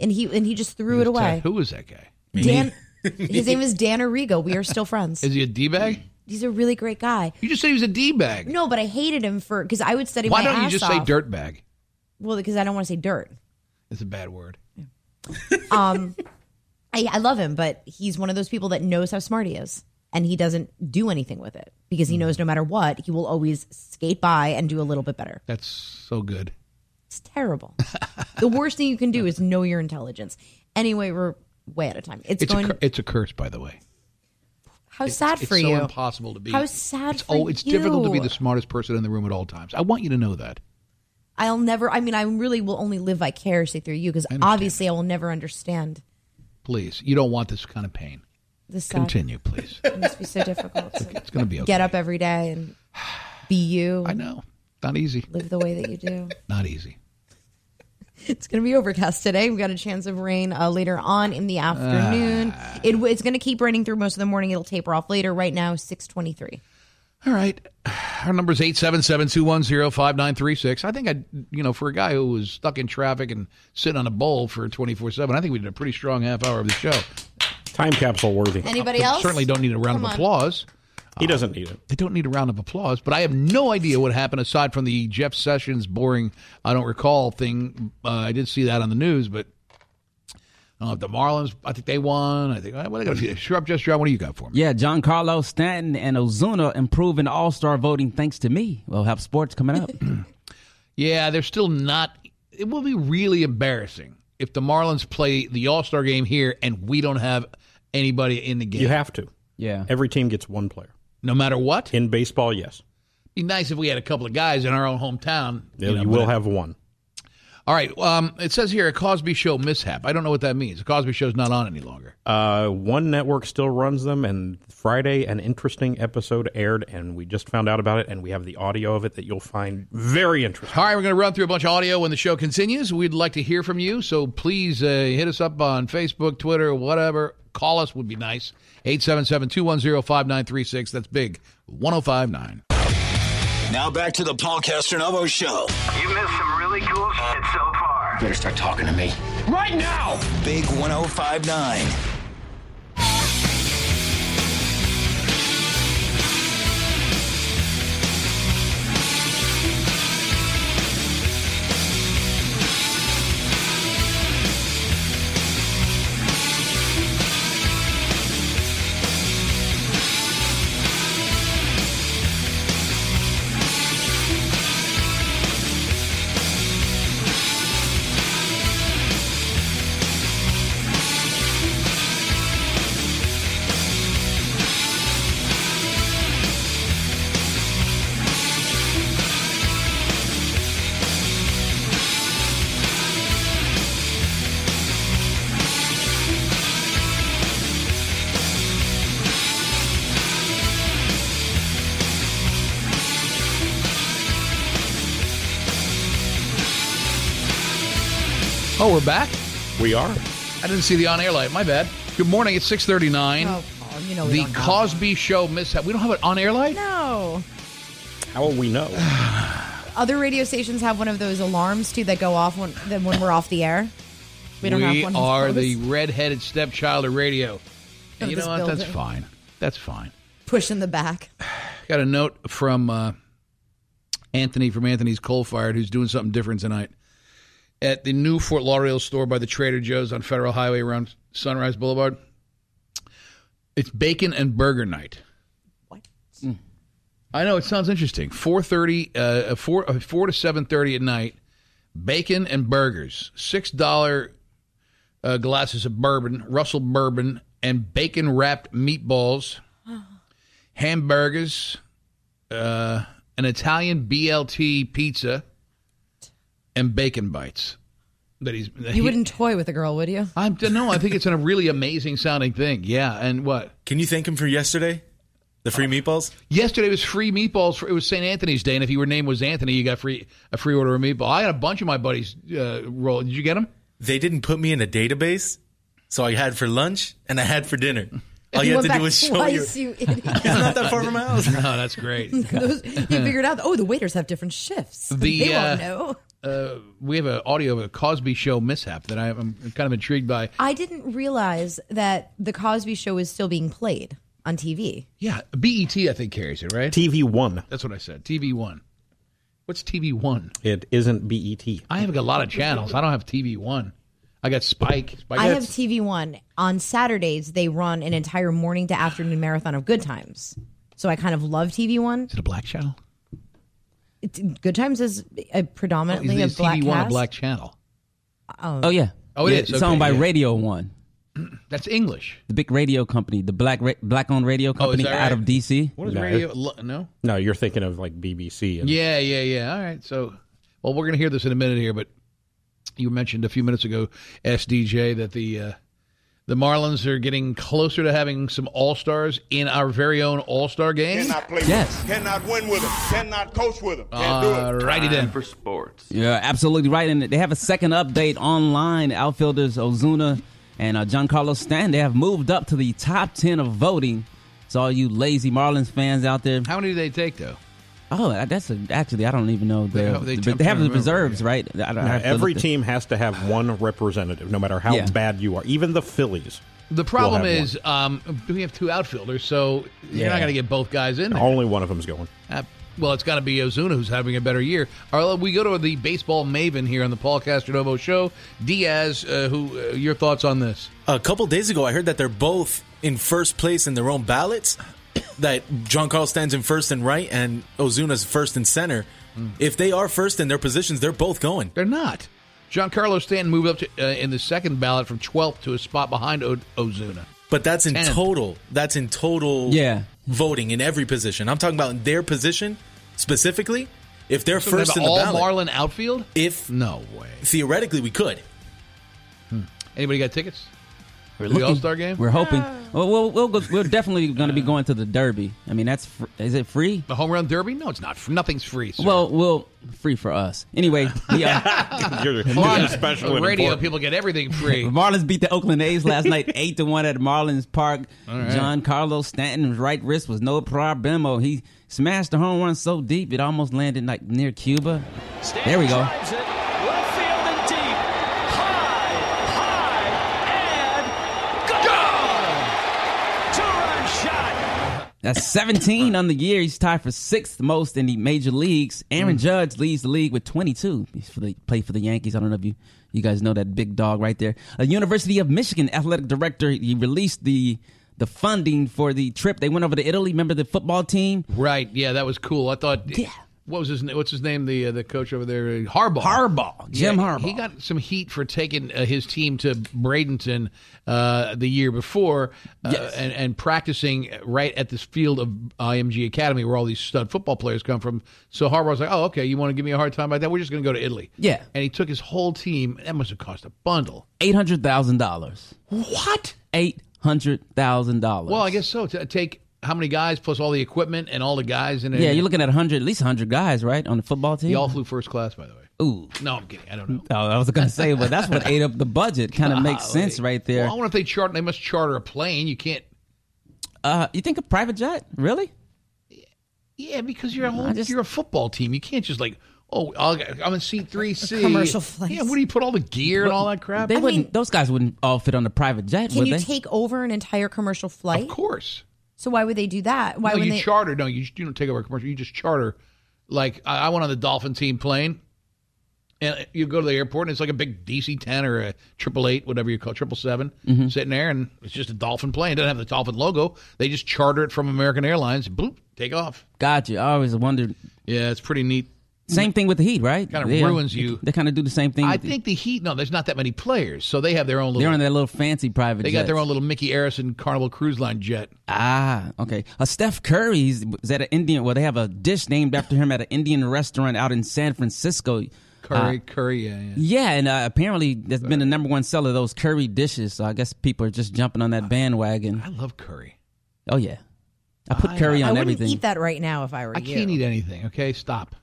S6: and he and he just threw it away.
S3: Who was that guy?
S9: <laughs>
S6: Dan, his
S3: <laughs>
S6: name is Dan Arrigo. We are still friends.
S3: Is he a D bag?
S6: He's a really great guy.
S3: You just said he was a D bag.
S6: No, but I hated him for because I would study
S3: Why
S6: my
S3: don't you
S6: ass
S3: just
S6: off.
S3: say dirt bag?
S6: Well, because I don't want to say dirt. Um,
S3: It's a bad word.
S6: <laughs> I, I love him, but he's one of those people that knows how smart he is and he doesn't do anything with it because he
S3: Hmm.
S6: knows no matter what, he will always skate by and do a little bit better.
S3: That's so good.
S6: It's
S3: <laughs>
S6: terrible. the worst thing you can do is know your intelligence. Anyway, we're way out of time. It's,
S3: It's
S6: going.
S3: a cur- it's a curse, by the way.
S6: how sad
S3: it's
S6: for
S3: so
S6: you.
S3: impossible to be.
S6: How sad
S3: it's,
S6: for
S3: oh, it's difficult to be
S6: you.
S3: the smartest person in the room at all times. I want you to know that.
S6: I'll never. I mean, I really will only live vicariously through you because obviously I will never understand
S3: Please, you don't want this kind of pain.
S6: this. sad-
S3: Continue, please.
S6: It must be so difficult. to
S3: It's going to be okay.
S6: Get up every day and be you.
S3: <sighs> I know. Not easy.
S6: Live the way that you do. <laughs>
S3: Not easy.
S6: It's going to be overcast today. We've got a chance of rain uh, later on in
S3: Ah.
S6: the afternoon. It w it's going to keep raining through most of the morning. It'll taper off later. Right now, 623.
S3: All right. Our number is 877-210-5936. I think I, you know, for a guy who was stuck in traffic and sitting on a bowl for 24-7, I think we did a pretty strong half hour of the show.
S1: Time capsule worthy.
S6: Anybody
S3: We
S6: else?
S3: certainly don't need a round
S6: Come
S3: of
S6: on.
S3: applause.
S1: He doesn't need it.
S3: They don't need a round of applause, but I have no idea what happened aside from the Jeff Sessions boring, I don't recall thing. Uh, I did see that on the news, but I don't know if the Marlins, I think they won. I think, what I got a few. Shrub, just John, what do you got for me?
S7: Yeah, John Carlos Stanton and Ozuna improve in All Star voting thanks to me. We'll have sports coming
S3: <clears throat>
S7: up.
S3: Yeah, they're still not. It will be really embarrassing if the Marlins play the All Star game here and we don't have anybody in the game.
S1: You have to.
S7: yeah,
S1: Every team gets one player.
S3: no matter what. It'd
S1: In baseball, yes.
S3: be nice if we had a couple of guys in our own hometown.
S1: You,
S3: know,
S1: will
S3: but-
S1: have one.
S3: All right. Um, it says here a Cosby Show mishap. I don't know what that means. The Cosby Show's not on any longer.
S1: Uh, one network still runs them, and Friday, an interesting episode aired, and we just found out about it, and we have the audio of it that you'll find very interesting.
S3: All right, we're going to run through a bunch of audio when the show continues. We'd like to hear from you, so please uh, hit us up on Facebook, Twitter, whatever. Call us would be nice. 877-210-5936. That's big. 1059.
S5: Now back to the Paul Casternovo Show.
S2: You missed some really cool shit so far. better start talking to me. Right now!
S5: Big 1059.
S3: Oh, we're back?
S1: We are.
S3: I didn't see the on-air light. My bad. Good morning. It's 639.
S6: Oh, Paul, you know we
S3: the
S6: don't know.
S3: Cosby Show mishap. We don't have an on-air light?
S6: No.
S1: How will we know?
S6: Other radio stations have one of those alarms too that go off when then when we're off the air. We don't have one. of
S3: are
S6: those.
S3: the redheaded stepchild of radio. And you
S6: this
S3: know what? That's
S6: building.
S3: fine. That's fine.
S6: push in the
S3: <laughs>
S6: back.
S3: Got a note from uh, Anthony from Anthony's Coal Fired, who's doing something different tonight at the new Fort Lauderdale store by the Trader Joe's on Federal Highway around Sunrise Boulevard. It's bacon and burger night. Mm.
S6: What?
S3: I know it sounds interesting. Four thirty, uh, four uh, four to seven thirty at night. Bacon and burgers, six dollar uh, glasses of bourbon, Russell bourbon, and bacon
S6: <gasps>
S3: wrapped meatballs, hamburgers, uh, an Italian BLT pizza, and bacon bites. That he's that he-
S6: You wouldn't toy with a girl, would you?
S3: I'm no. I think it's a really amazing sounding thing. Yeah, and what?
S9: Can you thank him for yesterday? The free meatballs?
S3: Yesterday was free meatballs. For, it was St. Anthony's Day, and if your name was Anthony, you got free a free order of meatball. I had a bunch of my buddies uh, roll. Did you get them?
S9: They didn't put me in a database, so I had for lunch and I had
S6: <laughs>
S9: for dinner. All you,
S6: went
S9: had to
S6: back
S9: do was show you.
S6: twice, you idiot.
S9: It's <laughs> not that far from my
S3: <laughs>
S9: house.
S3: Oh, that's
S6: <laughs>
S3: great.
S6: Those- you figured out. Oh, the waiters have different shifts.
S3: The,
S6: they
S3: uh,
S6: won't know.
S3: we have an audio of a Cosby Show mishap that I, I'm kind of intrigued by.
S6: I didn't realize that the Cosby Show was still being played on TV.
S3: Yeah, BET I think carries it right.
S1: TV one.
S3: that's what I said. TV One. What's TV One?
S1: It isn't E BET.
S3: I have a lot of channels. I don't have TV One. I got Spike. Spike
S6: I have TV One on Saturdays. They run an entire morning to afternoon marathon of Good Times. So I kind of love TV One.
S3: Is it a black channel?
S6: It- Good Times is a
S3: Is,
S6: predominantly
S3: is
S6: a black Um,
S3: TV One a
S6: cast.
S3: black channel?
S7: Oh yeah.
S3: Oh, it
S7: yeah,
S3: is.
S7: It's owned by
S3: Okay, yeah.
S7: Radio One,
S3: That's English.
S7: the big radio company, the black ra- black owned radio company
S3: Oh, that
S7: out
S3: right?
S7: of DC.
S3: What is
S1: No.
S3: radio? Lo- No.
S1: No, uh, you're thinking of like BBC. And
S3: Yeah, yeah, yeah. All right. So, well, we're going to hear this in a minute here, but you mentioned a few minutes ago, SDJ, that the uh, the Marlins are getting closer to having some All Stars in our very own All Star game.
S10: Cannot play
S7: Yes.
S10: with him. Cannot win with him. Cannot coach with him.
S3: Uh,
S10: Can't
S3: All
S10: do it.
S3: righty then.
S7: Yeah, absolutely right. And they have a second update online. Outfielders Ozuna and uh, Giancarlo Stanton, they have moved up to the top 10 of voting. So all you lazy Marlins fans out there.
S3: How many do they take though?
S7: Oh, that's a, actually, I don't even know.
S3: They-
S7: The,
S3: they-
S7: but
S3: I'm
S7: they have the
S3: trying to remember,
S7: reserves, right? I don't, I have to
S1: Every
S7: look at-
S1: team has to have one representative, no matter how
S7: Yeah.
S1: bad you are. Even the Phillies.
S3: The problem
S1: have
S3: is um, we have two outfielders, so you're not
S7: Yeah.
S3: going to get both guys in there.
S1: Only one of them's going.
S3: Uh, well, it's got to be Ozuna who's having a better year. Arlo, we go to the baseball maven here on the Paul Castronovo show. Diaz, uh, who uh, your thoughts on this?
S9: A couple days ago, I heard that they're both in first place in their own ballots. <coughs> That John Carl stands in first and right, and Ozuna's first and center. If they are first in their positions, they're both going.
S3: Hmm. They're not. Giancarlo Stanton moved up to, uh, in the second ballot from 12th to a spot behind o- Ozuna.
S9: But that's in
S3: Tenth.
S9: total. That's in total.
S7: Yeah.
S9: voting in every position. I'm talking about in their position specifically. If they're
S3: So
S9: first
S3: they
S9: in
S3: have
S9: the
S3: all
S9: ballot,
S3: Marlin outfield?
S9: if
S3: No way. Hmm.
S9: theoretically we could,
S3: Anybody got tickets?
S7: We're
S3: The All-Star game?
S7: We're hoping. Well, we'll, we'll go, we're definitely going to be going to the Derby. I mean, that's fr- is it free?
S3: The home run derby? No, it's not. F- Nothing's free. sir.
S7: Well, we'll free for us. Anyway,
S3: <laughs>
S7: the, uh,
S1: <laughs> You're
S3: Marlin-
S1: special
S3: on
S1: and
S3: radio
S1: important.
S3: people get everything
S7: <laughs>
S3: free.
S7: The Marlins beat the Oakland A's last night, <laughs> eight to one at Marlins Park. John Carlos Stanton's right wrist was no problemo. He smashed the home run so deep it almost landed like near Cuba. there we go.
S2: Drives it. Left field and deep.
S7: That's 17 on the year. He's tied for sixth most in the major leagues. Aaron
S3: Hmm.
S7: Judge leads the league with 22. He's for the play for the Yankees. I don't know if you you guys know that big dog right there. A University of Michigan athletic director he released the the funding for the trip. They went over to Italy. Remember the football team?
S3: Right. Yeah, that was cool. I thought.
S7: Yeah.
S3: What was his name? What's his name? The uh, the coach over there, uh, Harbaugh.
S7: Harbaugh. Jim
S3: Yeah,
S7: Harbaugh.
S3: He got some heat for taking uh, his team to Bradenton uh, the year before uh, and, and practicing right at this field of IMG Academy where all these stud football players come from. So Harbaugh's like, oh, okay, you want to give me a hard time about that? We're just going to go to Italy.
S7: Yeah.
S3: And he took his whole team. That must have cost a bundle.
S7: $800,000.
S3: What?
S7: $800,000.
S3: Well, I guess so. T- take how many guys plus all the equipment and all the guys in it.
S7: Yeah, you're looking at 100, at least 100 guys, right, on the football team?
S3: They all flew first class, by the way.
S7: Ooh.
S3: No, I'm kidding. I don't know.
S7: Oh, I was gonna say, but that's what ate up the budget. Kind of makes sense right there.
S3: Well, I wonder if they charter. They must charter a plane. You can't.
S7: Uh, you think a private jet? Really?
S3: Yeah, because you're a whole,
S7: I just-
S3: you're a football team. You can't just like, oh, I'll, I'm in seat three C.
S6: Commercial flights.
S3: Yeah, where do you put all the gear and all that crap?
S7: They
S6: I
S7: wouldn't.
S6: mean-
S7: those guys wouldn't all fit on the private jet,
S6: Can
S7: would
S6: you
S7: they?
S6: take over an entire commercial flight?
S3: of course.
S6: So why would they do that? Why
S3: No,
S6: would
S3: you
S6: they?
S3: charter. No, you, you don't take over a commercial. You just charter. Like I, I went on the Dolphin team plane, and you go to the airport, and it's like a big DC ten or a triple eight, whatever you call triple sitting there, and it's just a Dolphin plane. It doesn't have the Dolphin logo. They just charter it from American Airlines. Boop, take off.
S7: Got you. I always wondered.
S3: Yeah, it's pretty neat.
S7: Same thing with the Heat, right?
S3: Kinda ruins you.
S7: They, kind of do the same thing.
S3: I
S7: with the-
S3: think the Heat. No, there's not that many players, so they have their own
S7: they're
S3: little.
S7: on their little fancy private.
S3: They got their
S7: jets.
S3: own little Mickey Arison Carnival Cruise Line jet.
S7: Ah, okay. Uh, Steph Curry he's, is at an Indian. Well, they have a dish named after him at an Indian restaurant out in San Francisco. Uh,
S3: Curry, Curry, yeah, yeah.
S7: Yeah, and uh, apparently that's been the number one seller. Those curry dishes. So I guess people are just jumping on that bandwagon.
S3: I love curry.
S7: Oh yeah, I put curry
S6: I
S7: on
S6: wouldn't
S7: everything.
S6: eat that right now if I were
S3: I
S6: you.
S3: can't eat anything. Okay, stop,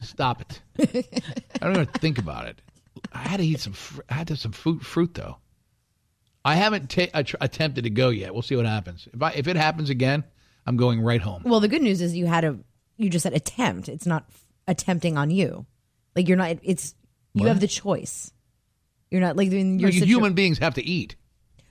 S3: stop it.
S6: <laughs>
S3: I don't even think about it. I had to eat some. Fr- I had to have some fruit. Fruit though. I haven't ta- I tr- attempted to go yet. We'll see what happens. If I if it happens again, I'm going right home.
S6: Well, the good news is you had a you just said attempt. It's not f- attempting on you. Like you're not. It's you have the choice. You're not like in your
S3: You
S6: situ-
S3: human beings have to eat.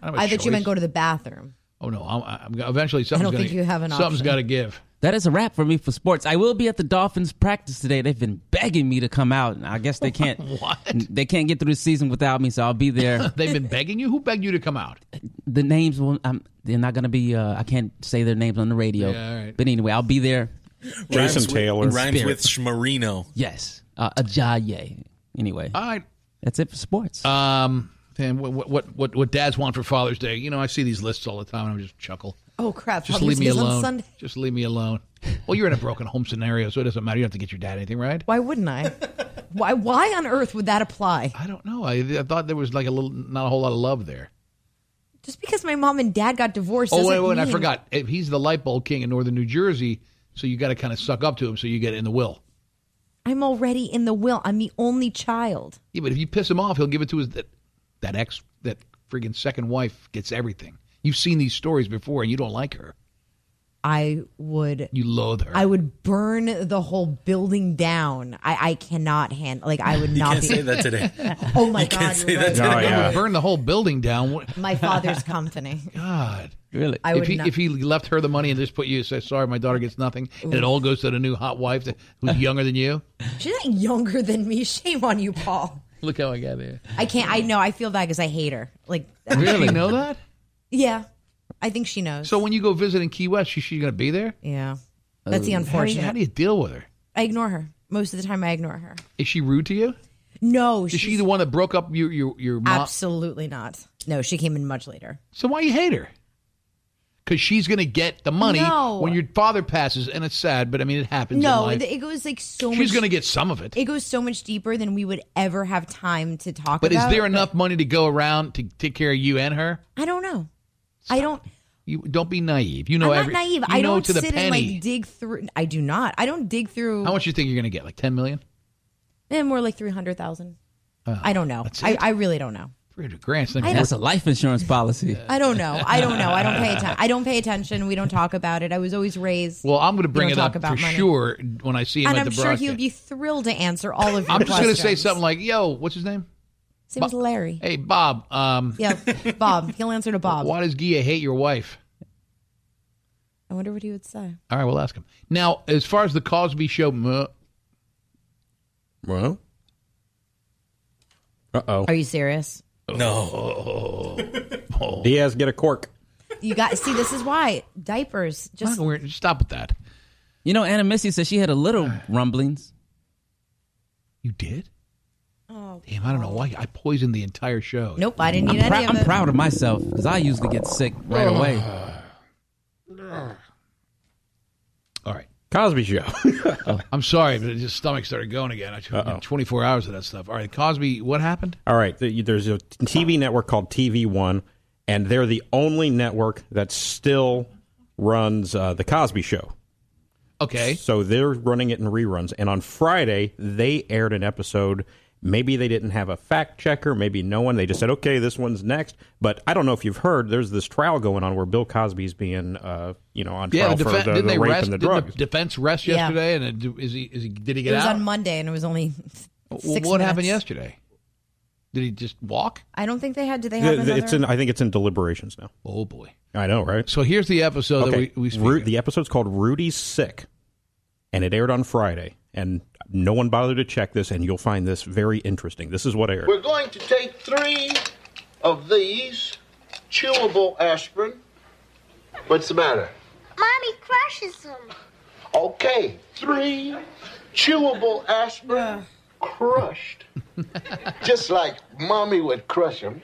S3: I, don't have
S6: I
S3: a
S6: thought you meant
S3: choice.
S6: go to the bathroom.
S3: Oh no! I'm, I'm gonna- eventually something's
S6: think
S3: gonna-
S6: you have an
S3: something's
S6: option.
S3: got to give.
S7: That is a wrap for me for sports. I will be at the Dolphins practice today. They've been begging me to come out, and I guess they can't.
S3: <laughs> What?
S7: They can't get through the season without me, so I'll be
S3: <laughs>
S7: there.
S3: They've
S6: <laughs>
S3: been begging you. Who begged you to come out?
S7: the names will. I'm, they're not gonna be. Uh, I can't say their names on the radio.
S3: Yeah, all right.
S7: But anyway, I'll be there.
S1: Jason
S9: Rhymes with-
S1: Taylor.
S9: rhymes
S7: Spirit.
S9: with Schmarino.
S7: Yes, uh, Ajayi. Anyway,
S3: All right.
S7: that's it for sports.
S3: Um, and what what what what dads want for Father's Day? You know, I see these lists all the time, and I just chuckle.
S6: Oh crap!
S3: Just
S6: Father's
S3: leave me
S6: Day's on
S3: alone.
S6: Sunday. <laughs>
S3: Just leave me alone. Well, you're in a broken home scenario, so it doesn't matter. You don't have to get your dad anything, right?
S6: Why wouldn't
S3: <laughs>
S6: I? why? Why on earth would that apply?
S3: I don't know. I, I thought there was like a little, not a whole lot of love there.
S6: Just because my mom and dad got divorced.
S3: Oh wait,
S6: doesn't
S3: wait, I
S6: mean-
S3: forgot. If he's the light bulb king in northern New Jersey, so you got to kind of suck up to him, so you get in the will.
S6: I'm already in the will. I'm the only child.
S3: Yeah, but if you piss him off, he'll give it to his that, that ex, that friggin' second wife gets everything. You've seen these stories before, and you don't like her.
S6: I oh would.
S3: You loathe her.
S6: I would burn the whole building down. I, I cannot handle. Like I would
S9: You
S6: not
S9: can't
S6: be.
S9: say that today.
S6: <laughs> Oh my god!
S9: say
S6: you're
S9: that
S6: right.
S1: Oh,
S3: I
S1: yeah.
S3: would burn the whole building down. What-
S6: My father's <laughs> company.
S3: God.
S7: really?
S6: I
S3: if
S6: would
S3: he
S6: not-
S3: if he left her the money and just put you say sorry my daughter gets nothing and it all goes to the new hot wife that,
S6: <laughs>
S3: who's younger than you
S6: She's not younger than me. <laughs> Shame on you, Paul.
S3: look how I got there
S6: I can't. I know. I feel bad because I hate her. Like,
S3: really know that
S6: yeah, I think she knows.
S3: so when you go visit in Key West she she's gonna be there Uh,
S6: yeah, that's the
S3: how do, you,
S6: unfortunate.
S3: how do you deal with her
S6: I ignore her most of the time. I ignore her.
S3: is she rude to you
S6: No,
S3: is
S6: she's
S3: she the one that broke up your your your mom
S6: absolutely not. No, she came in much later.
S3: so why you hate her because she's gonna get the money
S6: No.
S3: when your father passes and it's sad but I mean it happens in
S6: No,
S3: life.
S6: th- it goes like so.
S3: she's
S6: much,
S3: gonna get some of it
S6: It goes so much deeper than we would ever have time to talk.
S3: but is
S6: about.
S3: there enough money to go around to take care of you and her
S6: I don't know. I don't.
S3: you don't be naive you know
S6: I'm
S3: every
S6: not naive.
S3: you
S6: I
S3: know
S6: don't
S3: to the
S6: sit
S3: penny
S6: and like dig through. I do not. I don't dig through.
S3: How much do you think you're going to get? Like 10 million?
S6: Eh, more like three hundred thousand. I don't know. I, I really don't know.
S3: 300 grand. It's not even
S7: That's
S3: worth
S7: a life insurance policy.
S6: I don't know. I don't know. I don't pay attention. I don't pay attention. We don't talk about it. I was always raised.
S3: Well, I'm going to bring
S6: We
S3: it
S6: don't
S3: up
S6: talk about
S3: for
S6: money.
S3: sure when I see him
S6: and
S3: at
S6: I'm
S3: the
S6: sure
S3: broadcast.
S6: he'll be thrilled to answer all of your
S3: I'm just going
S6: going
S3: to say something like, yo, what's his name?
S6: Same as Larry.
S3: Hey, Bob, um, <laughs>
S6: Yeah, Bob. He'll answer to Bob.
S3: why does Gia hate your wife?
S6: I wonder what he would say.
S3: All right, we'll ask him. Now, as far as the Cosby Show, muh,
S1: Well. Uh oh.
S6: Are you serious?
S9: No.
S1: Diaz, get a cork.
S6: You got see. This is why diapers.
S3: I'm
S6: Just
S3: not wearing- stop with that.
S7: You know, Anna Missy said she had a little rumblings.
S3: You did?
S6: Oh,
S3: Damn, I don't know why I poisoned the entire show.
S6: nope. I didn't need
S7: Prou-
S6: any of
S7: I'm
S6: it.
S7: proud of myself because I usually get sick right away.
S3: All right. Oh,
S1: Cosby <laughs> Show.
S3: I'm sorry, but his stomach started going again. I took 24 hours of that stuff. All right, Cosby, what happened?
S1: All right. th- There's a TV network called TV One, and they're the only network that still runs uh, The Cosby Show.
S3: Okay.
S1: So they're running it in reruns. And on Friday, they aired an episode. Maybe they didn't have a fact checker. Maybe no one. They just said, okay, this one's next. But I don't know if you've heard, there's this trial going on where Bill Cosby's being, uh, you know, on
S3: Yeah,
S1: trial
S3: the,
S1: for
S3: defen-
S1: the,
S3: didn't
S1: the
S3: they
S1: rape
S3: rest?
S1: and the
S3: didn't
S1: drugs.
S3: the defense rest
S6: Yeah.
S3: yesterday? And uh, do- is he, is he? Did he
S6: It
S3: get
S6: was
S3: out?
S6: on Monday, and it was only. Six
S3: Well, what
S6: minutes.
S3: happened yesterday? Did he just walk?
S6: I don't think they had. Did they have
S1: The- the-
S6: another?
S1: it's in, I think it's in deliberations now.
S3: Oh boy!
S1: I know, right?
S3: So here's the episode
S1: Okay.
S3: that we, we speak
S1: Ru-
S3: of.
S1: the episode's called Rudy's Sick, and it aired on Friday. And no one bothered to check this, and you'll find this very interesting. This is what aired.
S11: We're going to take three of these chewable aspirin. What's the matter?
S12: Mommy crushes them.
S11: Okay, three chewable aspirin crushed. Just like mommy would crush them.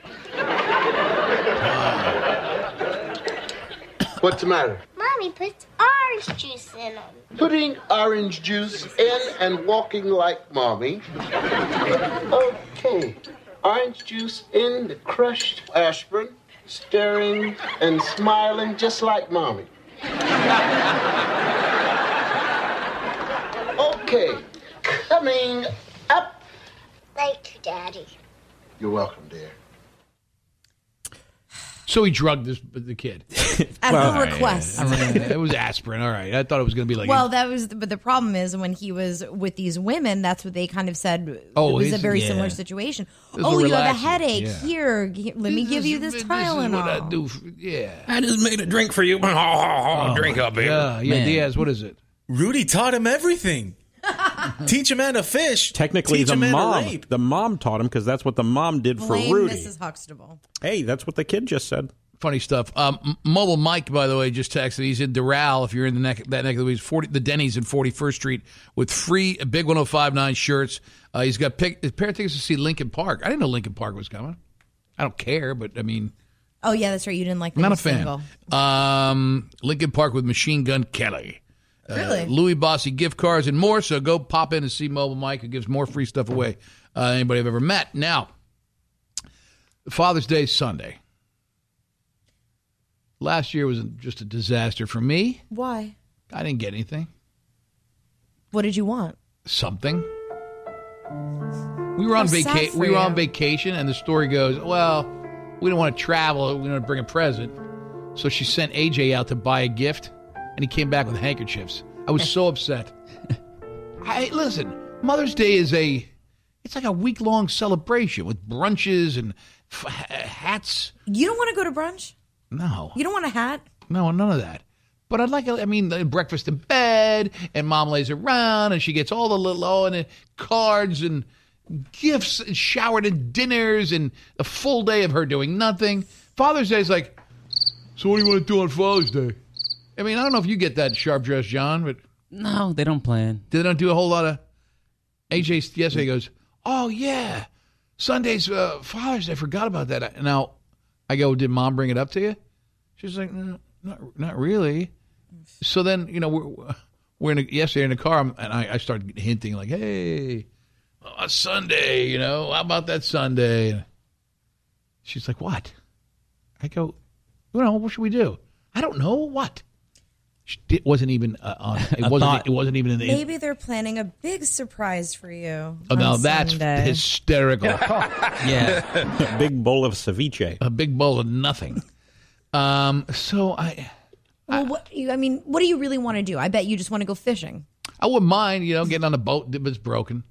S11: What's the matter?
S12: Mommy puts orange juice in them.
S11: Putting orange juice in and walking like mommy. Okay. Orange juice in the crushed aspirin, staring and smiling just like mommy. Okay. Coming up.
S12: Thank you, Daddy.
S11: You're welcome, dear.
S3: so he drugged this the kid.
S6: at her request.
S3: it was aspirin. All right, I thought it was going to be like
S6: Well, that was, but the problem is when he was with these women, that's what they kind of said.
S3: Oh,
S6: it was a
S3: he's-
S6: very
S3: yeah.
S6: similar situation.
S3: was
S6: oh,
S3: a
S6: you have a
S3: relaxant,
S6: headache.
S3: yeah.
S6: Here, g- let me
S3: This
S6: give
S3: is-
S6: you this
S3: this is what I
S6: Tylenol.
S3: do. For, yeah,
S1: I just made a drink
S9: <laughs>
S1: for you.
S3: Oh,
S1: drink up here.
S3: yeah, yeah.
S7: Man.
S3: Diaz, what is it?
S9: Rudy taught him everything. Teach a man to fish.
S1: Technically,
S9: Teach
S1: the
S9: a man to
S1: mom,
S9: rape.
S1: the mom taught him because that's what the mom did
S6: Blame
S1: for Rudy.
S6: Mrs. Huxtable.
S1: Hey, that's what the kid just said.
S3: Funny stuff. Um, M- Mobile Mike, by the way, just texted. He's in Doral. If you're in the neck, that neck of the woods, 40, the Denny's in 41st Street with free Big 1059 shirts. Uh, he's got pick, a pair of tickets to see Lincoln Park. I didn't know Lincoln Park was coming. I don't care, but I mean,
S6: Oh yeah, that's right. You didn't like.
S3: I'm
S6: the
S3: not a
S6: new
S3: fan.
S6: single.
S3: Um, Lincoln Park with Machine Gun Kelly. Uh,
S6: Really?
S3: Louis Bossy gift cards and more. So go pop in and see Mobile Mike, who gives more free stuff away uh, than anybody I've ever met. Now, Father's Day is Sunday. Last year was just a disaster for me.
S6: Why?
S3: I didn't get anything.
S6: What did you want?
S3: Something. We were on
S6: That's sad
S3: vacation.
S6: for
S3: We were on
S6: you.
S3: vacation, and the story goes, "Well, we don't want to travel. We don't want to bring a present." So she sent AJ out to buy a gift, and he came back with handkerchiefs. I was
S6: <laughs>
S3: so upset. I listen. Mother's Day is a, it's like a week long celebration with brunches and f- hats.
S6: You don't want to go to brunch.
S3: No,
S6: You don't want a hat.
S3: no, none of that. But I'd like, a- I mean, the breakfast in bed, and mom lays around, and she gets all the little, oh, and the cards and gifts, and showered and dinners, and a full day of her doing nothing. Father's Day is like, so what do you want to do on Father's Day? I mean, I don't know if you get that sharp dress, John, but
S7: No, they don't plan.
S3: they don't do a whole lot of. AJ yesterday goes, oh, yeah, Sunday's uh, Father's Day. I forgot about that. Now, I go, did mom bring it up to you? She's like, "Mm, not, not really. So then, you know, we're, we're in a, yesterday in the car, I'm- and I, I started hinting like, hey, uh, Sunday, you know, how about that Sunday? She's like, what? I go, you know, what should we do? I don't know what. She- It wasn't even uh, on.
S1: <laughs>
S3: It wasn't.
S7: thought.
S3: It wasn't even in the.
S6: Maybe they're planning a big surprise for you.
S3: Oh,
S6: on
S3: now that's
S6: Sunday.
S1: <laughs>
S3: hysterical. <laughs>
S7: Yeah.
S1: A big bowl of ceviche.
S3: a big bowl of nothing. Um, so I,
S6: Well, what, you, I mean, what do you really want to do? I bet you just want to go fishing.
S3: I wouldn't mind, you know, getting on a boat that was broken.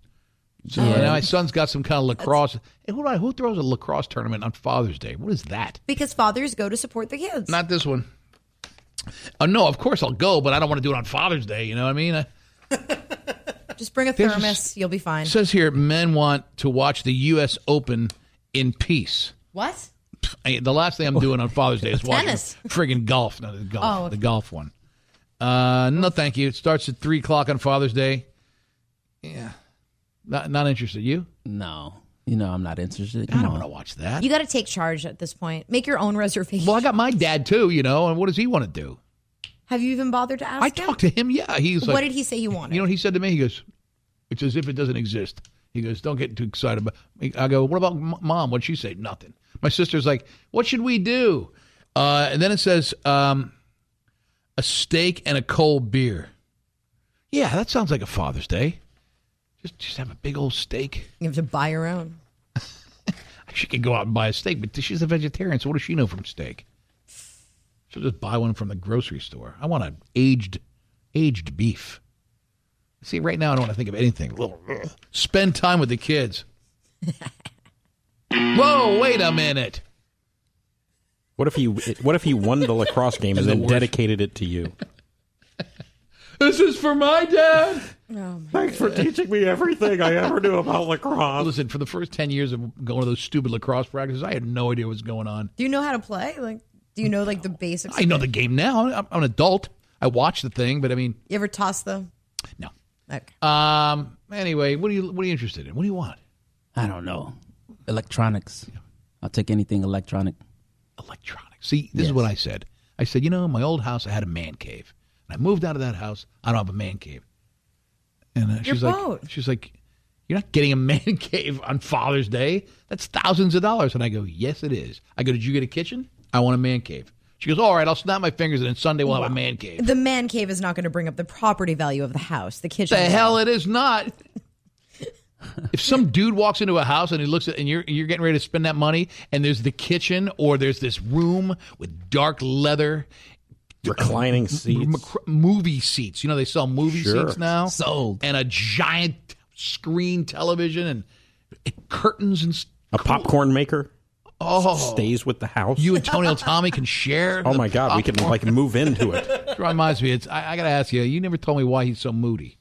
S3: So you know, my son's got some kind of lacrosse. Hey, who, do I- who throws a lacrosse tournament on Father's Day? What is that?
S6: Because fathers go to support the kids.
S3: Not this one. Oh no, of course I'll go, but I don't want to do it on Father's Day. You know what I mean? I,
S6: Just bring a
S3: There's a
S6: thermos. You'll be fine.
S3: it says here men want to watch the U.S. Open in peace.
S6: what?
S3: I- the last thing I'm doing on
S6: <laughs>
S3: Father's Day is watching
S6: Tennis.
S3: friggin' golf. No, the golf,
S6: Oh, okay.
S3: the golf one. Uh, no, thank you. It starts at three o'clock on Father's Day. Yeah, not not interested. You?
S7: No, you know I'm not interested.
S3: I don't want to watch that.
S6: You got to take charge at this point. Make your own reservation.
S3: well, I got my dad too. You know, and what does he want to do?
S6: Have you even bothered to ask?
S3: I
S6: him?
S3: talked to him. Yeah, he's like,
S6: what did he say you wanted?
S3: You know what he said to me? He goes, "It's as if it doesn't exist." He goes, "Don't get too excited." About I go, "What about m- mom? What'd she say?" Nothing. My sister's like, "What should we do?" Uh, and then it says, um, "A steak and a cold beer." Yeah, that sounds like a Father's Day. Just just have a big old steak.
S6: you have to buy your own.
S3: <laughs> She could go out and buy a steak, but she's a vegetarian, so what does she know from steak? She'll just buy one from the grocery store. I want an aged, aged beef. See, right now I don't want to think of anything. Little- ugh. Spend time with
S6: <laughs>
S3: the kids. Whoa! Wait a minute.
S1: What if he What if he won the lacrosse game and then dedicated it to you?
S3: This is for my dad.
S6: Oh,
S1: Thanks for teaching me everything I ever knew about lacrosse.
S3: Listen, for the first ten years of going to those stupid lacrosse practices, I had no idea what was going on.
S6: Do you know how to play? Like, do you know like the basics?
S3: I know the game now. I'm, I'm an adult. I watch the thing, but I mean,
S6: You ever toss the?
S3: no.
S6: Okay.
S3: Um. Anyway, what are you what are you interested in? What do you want?
S7: I don't know. Electronics. I'll take anything electronic.
S3: electronics. See, this is what I said. I said, you know, in my old house, I had a man cave. And I moved out of that house. I don't have a man cave. And uh,
S6: Your
S3: she's
S6: boat.
S3: like, she's like, you're not getting a <laughs> man cave on Father's Day. That's thousands of dollars. And I go, yes, it is. I go, did you get a kitchen? I want a man cave. She goes, all right, I'll snap my fingers, and then Sunday we'll have a man cave.
S6: The man cave is not going to bring up the property value of the house. The kitchen.
S3: The hell it is not. if some dude walks into a house and he looks at and you're you're getting ready to spend that money and there's the kitchen or there's this room with dark leather uh,
S1: Reclining seats.
S3: Mac- movie seats. You know they sell movie
S1: Sure.
S3: seats now.
S7: Sold.
S3: And a giant screen television and, and curtains and s-
S1: A popcorn maker
S3: oh.
S1: stays with the house.
S3: You and Tony and Tommy can share.
S1: oh
S3: the
S1: my god, we can
S3: popcorn.
S1: like move into
S3: <laughs>
S1: it.
S3: It reminds me. It's I, I got to ask you. You never told me why he's so moody.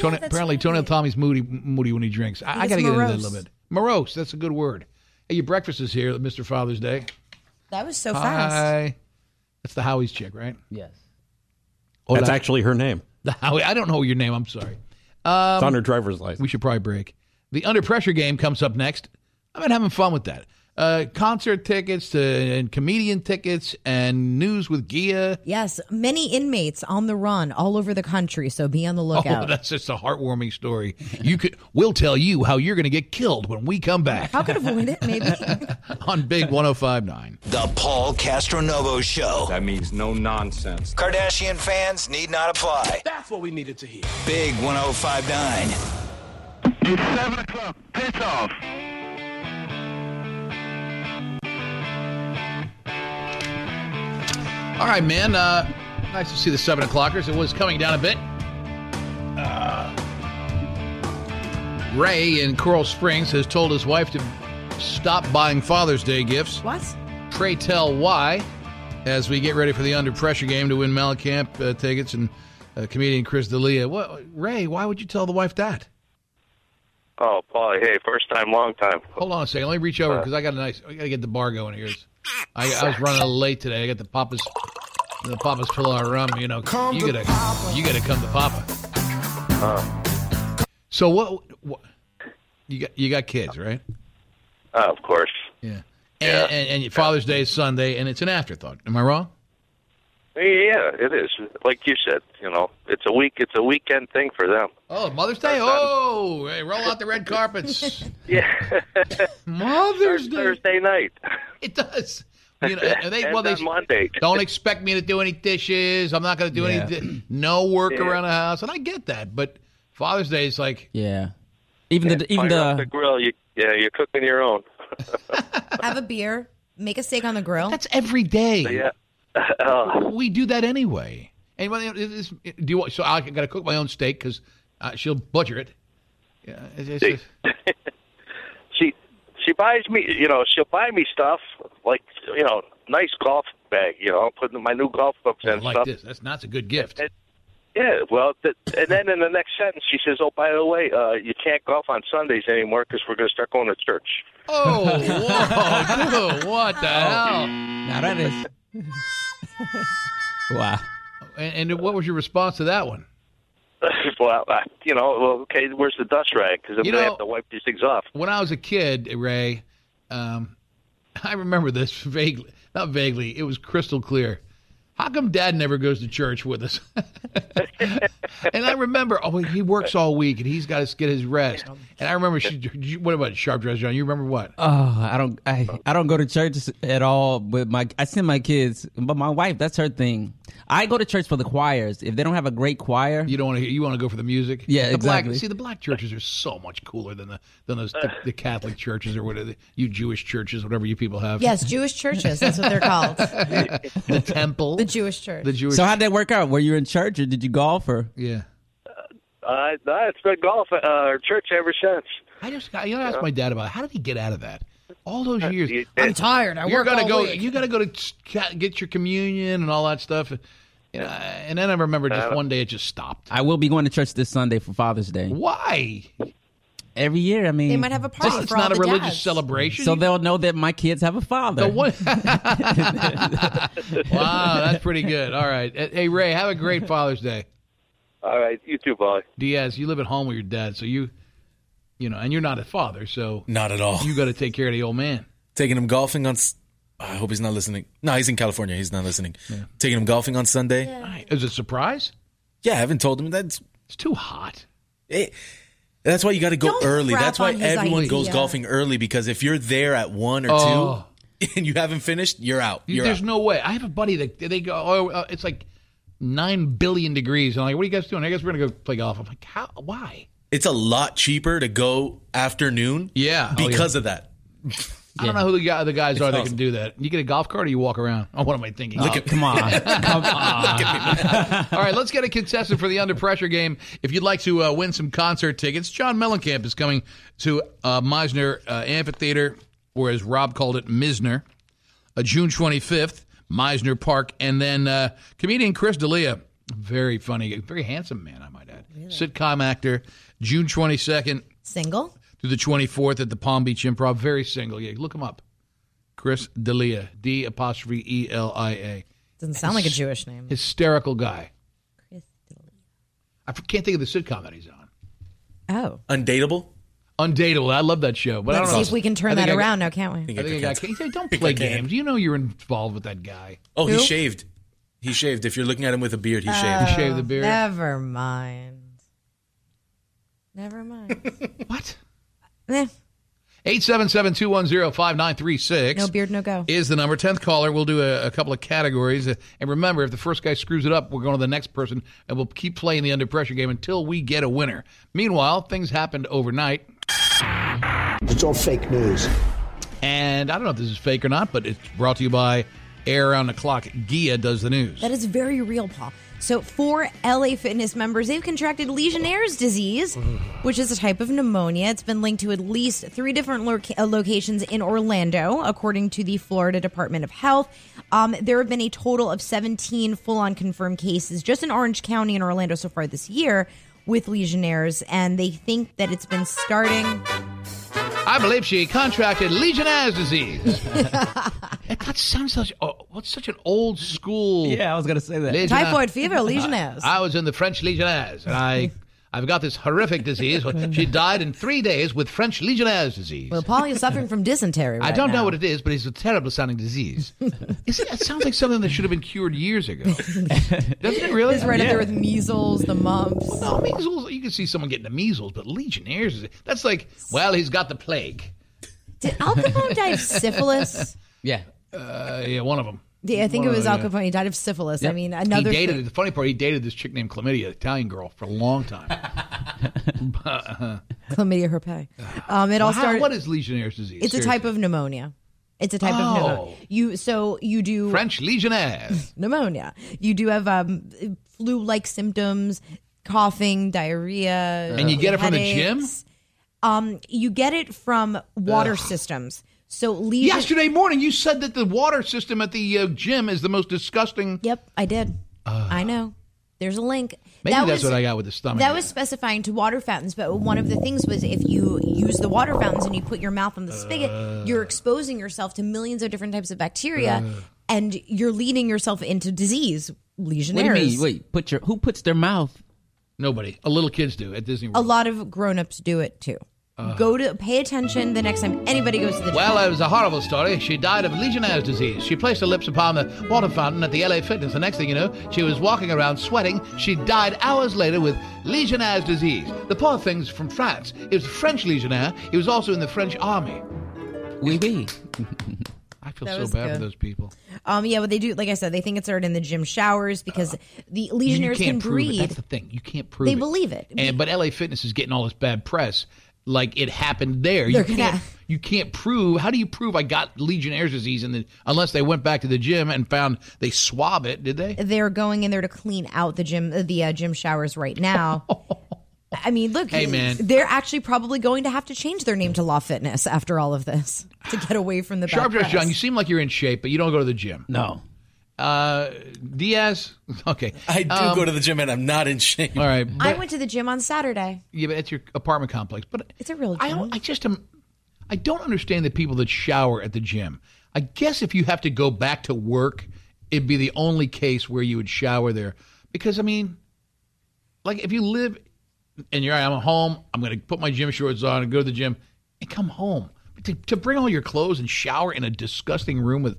S3: Tony,
S6: that's
S3: apparently,
S6: right.
S3: Tony and Tommy's moody moody when he drinks. I, I
S6: gets
S3: got to get into that a
S6: morose.
S3: little bit. Morose. That's a good word. Hey, your breakfast is here, Mr. Father's Day.
S6: That was so fast.
S3: Hi. That's the Howie's chick, right?
S7: Yes.
S1: That's
S3: Hola.
S1: actually her name.
S3: The um, Howie. I don't know your name. I'm sorry.
S6: Um,
S1: It's on her driver's license.
S3: We should probably break. The under pressure game comes up next. I've been having fun with that. Uh, concert tickets to, and comedian tickets and news with Gia.
S6: Yes, many inmates on the run all over the country. So be on the
S3: Oh,
S6: lookout.
S3: that's just a heartwarming story. You could we'll tell you how you're going to get killed when we come back
S6: How could avoid it? Maybe.
S3: <laughs> on Big 1059.
S5: The Paul Castronovo Show.
S4: That means no nonsense.
S5: Kardashian fans need not apply.
S2: That's what we needed to hear.
S5: Big 1059.
S4: It's 7 o'clock. Piss off.
S3: All right, man. Uh, nice to see the seven o'clockers. It was coming down a bit. Uh, Ray in Coral Springs has told his wife to stop buying Father's Day gifts.
S6: what?
S3: Pray tell why. As we get ready for the under pressure game to win Mellencamp uh, tickets and uh, comedian Chris D'Elia. What, Ray? Why would you tell the wife that?
S13: Oh, Paulie, hey, first time, long time.
S3: Hold on a second. Let me reach over because I got a nice. I got to get the bar going here. I, I was running a little late today. I got the Papa's, the Papa's Pillar rum. You know, you gotta, you gotta come to Papa. So what, what? You got you got kids, right?
S13: Oh, of course.
S3: Yeah. And,
S13: Yeah.
S3: and, and your Father's Day is Sunday, and it's an afterthought. Am I wrong?
S13: Yeah, it is. Like you said, you know, it's a week, it's a weekend thing for them.
S3: Oh, Mother's Day. Oh, hey, roll out the red <laughs> carpets.
S13: Yeah,
S3: Mother's Day.
S13: Thursday night.
S3: It does. You know,
S13: <laughs>
S3: and they,
S13: Ends
S3: well, they
S13: on Monday.
S3: don't expect me to do any dishes. I'm not going to do any
S7: Yeah.
S3: di- no work
S13: Yeah.
S3: around the house, and I get that. But Father's Day is like,
S7: Yeah. Even the even
S13: Fire up the
S7: the
S13: grill. You, yeah, you're cooking your own.
S6: Have a beer. Make a steak on the grill.
S3: that's every day.
S13: Yeah. <laughs>
S3: We do that anyway. And when it- it- it's- it- do you want? So I got to cook my own steak because uh, she'll butcher it. Yeah, it's, it's
S13: See.
S3: just-
S13: she she buys me, you know, she'll buy me stuff like you know, nice golf bag. You know, putting my new golf books
S3: I
S13: and
S3: like
S13: stuff.
S3: this. That's not a good gift.
S13: Yeah, well, th- and then in the next sentence, she says, "Oh, by the way, uh, you can't golf on Sundays anymore because we're going to start going to church."
S6: <laughs>
S3: Oh, whoa, dude, what the
S6: Oh.
S3: hell?
S7: Now that is. wow.
S3: And, and what was your response to that one?
S13: <laughs> well, I, you know, well, okay, where's the dust rag? Because I'm
S3: You
S13: going to
S3: know-
S13: have to wipe these things off.
S3: When I was a kid, Ray, um, <laughs> I remember this vaguely. Not vaguely. It was crystal clear. How come Dad never goes to church with us? <laughs> and I remember, oh, he works all week and he's got to get his rest. And I remember, she, what about sharp dress, John? You remember what?
S7: Oh, I don't, I,
S3: Uh,
S7: I don't go to church at all. But my, I send my kids, but my wife, that's her thing. I go to church for the choirs. If they don't have a great choir,
S3: you don't want to. You want to go for the music.
S7: Yeah,
S3: the
S7: exactly.
S3: Black, see, the black churches are so much cooler than the than those, the, the Catholic churches or whatever you Jewish churches, whatever you people have.
S6: Yes, Jewish churches. That's what they're called.
S3: <laughs> the temple,
S6: the Jewish church.
S3: the Jewish.
S7: so how'd that work out? Were you in church or did you golf or?
S3: Yeah.
S13: Uh, no, it's been golf uh, or church ever since.
S3: I just got- you know, I asked my dad about it. how did he get out of that? All
S13: Uh,
S3: those years,
S13: I'm
S6: tired. I
S3: you're
S6: work
S3: gonna
S6: all
S3: go.
S6: week.
S3: You got to go to ch- ca- get your communion and all that stuff. You know, and then I remember
S13: Uh,
S3: just
S13: <laughs>
S3: one day it just stopped.
S7: I will be going to church this Sunday for Father's Day.
S3: Why?
S7: Every year, I mean,
S6: They might have a party
S3: it's
S6: for all
S3: not a
S6: the
S3: religious
S6: dads.
S3: celebration.
S7: so they'll know that my kids have a father.
S3: <laughs> wow, that's pretty good. All right, Uh, hey Ray, have
S13: <laughs>
S3: a great Father's Day.
S13: All right, you too, Polly.
S3: Diaz, you live at home with your dad, so you, you know, and you're not a father, so
S9: Not at all.
S3: you got to take care of the old man.
S9: Taking him golfing on. s- I hope he's not listening. No, he's in California. He's not listening. Taking him golfing on Sunday.
S3: Is it a surprise?
S9: Yeah, I haven't told him. That's
S3: It's too hot.
S9: it, that's why you got to go
S6: Don't
S9: early.
S6: crap
S9: That's why
S6: on his
S9: everyone
S6: idea.
S9: goes golfing early because if you're there at one or
S3: Oh.
S9: two <laughs> and you haven't finished, you're out.
S3: You-
S9: You're
S3: there's
S9: out.
S3: no way. I have a buddy that they go. Oh, uh, it's like nine billion degrees. I'm like, what are you guys doing? I guess we're gonna go play golf. I'm like, how? Why?
S9: It's a lot cheaper to go afternoon.
S3: Yeah, oh, yeah.
S9: because of that.
S3: <laughs> I don't know who the, guy, the guys
S9: It's
S3: are that
S9: awesome.
S3: can do that. You get a golf cart or you walk around. Oh, what am I thinking?
S7: Oh, come
S3: <laughs>
S7: on, come on.
S3: All right, let's get a contestant for the Under Pressure game. If you'd like to uh, win some concert tickets, John Mellencamp is coming to uh, Meisner uh, Amphitheater, or as Rob called it, Misner, uh, June 25th, Meisner Park. And then uh, comedian Chris D'Elia, very funny, very handsome man, I might add, sitcom actor, June 22nd
S6: Single.
S3: through the 24th at the Palm Beach Improv. Very single. Yeah, look him up. Chris D'Elia, D apostrophe E L I A.
S6: Doesn't sound like a Jewish name.
S3: Hysterical guy. I f- can't think of the sitcom that he's on.
S6: Oh.
S9: Undateable.
S3: Undateable. I love that show. But I
S6: Let's
S3: don't
S6: see
S3: know.
S6: if we can turn
S3: I think
S6: that
S3: I got-
S6: around now, can't we?
S9: think
S3: I think I got,
S9: can-
S3: he said, don't
S9: think I
S3: play
S9: can.
S3: games. You know you're involved with that guy.
S9: Oh, he
S6: Who?
S9: shaved. He shaved. If you're looking at him with a beard, he
S3: You
S9: shaved.
S3: shave the
S6: Oh,
S3: beard.
S6: Uh, Never mind. Never mind.
S3: what?
S6: Eh,
S3: 877 210 5936.
S6: no beard, no go.
S3: is the number. Tenth caller. We'll do a, a couple of categories. Uh, And remember, if the first guy screws it up, we're going to the next person, and we'll keep playing the under pressure game until we get a winner. Meanwhile, things happened overnight,
S14: It's all fake news.
S3: and I don't know if this is fake or not, but it's brought to you by Air on the Clock. Gia does the news.
S6: That is very real, Paul. So, four LA Fitness members, they've contracted Legionnaires' disease, which is a type of pneumonia. It's been linked to at least three different loca- uh, locations in Orlando, according to the Florida Department of Health. Um, there have been a total of 17 full on confirmed cases just in Orange County and Orlando so far this year with Legionnaires, and they think that it's been starting.
S3: I believe she contracted Legionnaire's disease. that, that sounds such. Oh, what's such an old school?
S7: Yeah, I was gonna say that.
S3: Legionnaire-
S6: Typhoid fever, Legionnaires.
S3: <laughs> I was in the French Legionnaires,
S6: <laughs>
S3: and I, I've got this horrific disease. She died in three days with French Legionnaires disease.
S6: Well, Paul, you're suffering from dysentery.
S3: I
S6: right
S3: don't
S6: now.
S3: know what it is, but it's a terrible
S6: <laughs>
S3: sounding disease. Is it, it sounds like something that should have been cured years ago. Doesn't it really?
S6: It's right up there with measles, the mumps.
S3: No, measles. You can see someone getting the measles, but Legionnaires, is- that's like, well, he's got the plague.
S6: Did Al Capone die of syphilis?
S7: Yeah.
S3: Uh, yeah, one of them.
S6: Yeah, I think it
S3: One of uh,
S6: was
S3: them,
S6: Al
S3: yeah.
S6: Capone. He died of syphilis. I
S7: Yep.
S6: mean,
S3: He
S6: another.
S3: dated
S6: thing-
S3: the funny part. He dated this chick named Chlamydia, Italian girl, for a long time. <laughs> But, uh,
S6: chlamydia
S3: <sighs>
S6: herpes. Um, it all
S3: how-
S6: started.
S3: what is Legionnaire's disease?
S6: it's a type of pneumonia. It's a type of pneumonia.
S3: Oh.
S6: You so you do
S3: French Legionnaires.
S6: <laughs> pneumonia. You do have um, flu-like symptoms, coughing, diarrhea,
S3: And you get it from the
S6: headaches. Um, you get it from water systems. So leave.
S3: Yesterday morning, you said that the water system at the uh, gym is the most disgusting.
S6: Yep, I did. I know. There's a link.
S3: Maybe
S6: That
S3: that's
S6: was-
S3: what I got with the stomach.
S6: That was specifying to water fountains, but one of the things was if you use the water fountains and you put your mouth on the
S3: Uh.
S6: spigot, you're exposing yourself to millions of different types of bacteria,
S7: Uh.
S6: and you're leading yourself into disease, legionnaires.
S7: What do you mean? Wait, put your who puts their mouth?
S3: Nobody. A little kids do at Disney
S6: A lot of grown-ups do it too.
S3: Uh.
S6: Go to pay attention the next time anybody goes to the.
S3: Well, it was a horrible story. She died of Legionnaire's disease. She placed her lips upon the water fountain at the LA Fitness. The next thing you know, she was walking around sweating. She died hours later with Legionnaire's disease. The poor thing's from France. It was a French Legionnaire. He was also in the French army.
S7: We be.
S3: <laughs> I feel
S6: That
S3: so
S6: was
S3: bad for
S6: good.
S3: those people.
S6: Um, yeah, what they do, like I said, they think it's started in the gym showers because the
S3: You
S6: legionnaires
S3: can't
S6: can
S3: prove It.
S6: breathe.
S3: That's the thing. You can't prove
S6: They
S3: it.
S6: believe it.
S3: And but LA Fitness is getting all this bad press. Like it happened there. You
S6: They're
S3: can't.
S6: gonna-
S3: You can't prove. How do you prove I got Legionnaire's disease? In the, unless they went back to the gym and found they swab it. Did they?
S6: They're going in there to clean out the gym, uh, the uh, gym showers right
S3: <laughs>
S6: now. I mean, look,
S3: Hey, man.
S6: they're actually probably going to have to change their name to Law Fitness after all of this <laughs> to get away from the bad
S3: Sharp dress,
S6: press.
S3: John. You seem like you're in shape, but you don't go to the gym. No. Uh, Diaz. <laughs> Okay. Um,
S9: I do go to the gym and I'm not in shape.
S3: All right.
S6: I
S3: But,
S6: went to the gym on Saturday.
S3: yeah, but it's your apartment complex. But
S6: It's a real
S3: I
S6: gym.
S3: don't. I just am. I don't understand the people that shower at the gym. I guess if you have to go back to work, it'd be the only case where you would shower there. Because I mean, like if you live and you're I'm at home, I'm gonna put my gym shorts on and go to the gym and come home. But to, to bring all your clothes and shower in a disgusting room with,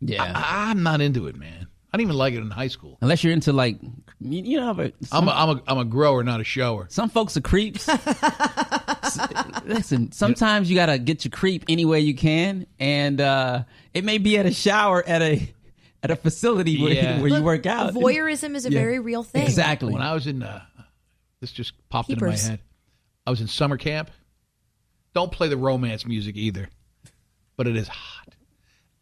S3: yeah, I, I'm not into it, man. I didn't even like it in high school.
S7: Unless you're into like, you, you know, but
S3: I'm a, I'm a I'm a grower, not a shower.
S7: some folks
S6: <laughs>
S7: are creeps. S- Listen, sometimes you gotta get your creep any way you can, and uh, it may be at a shower at a at a facility where,
S3: Yeah.
S7: where you work
S3: Uh,
S7: out.
S6: Voyeurism is a
S7: Yeah.
S6: very real thing.
S7: Exactly.
S3: When I was in, uh, this just popped
S6: Peepers.
S3: into my head. I was in summer camp. Don't play the romance music either, but it is hot.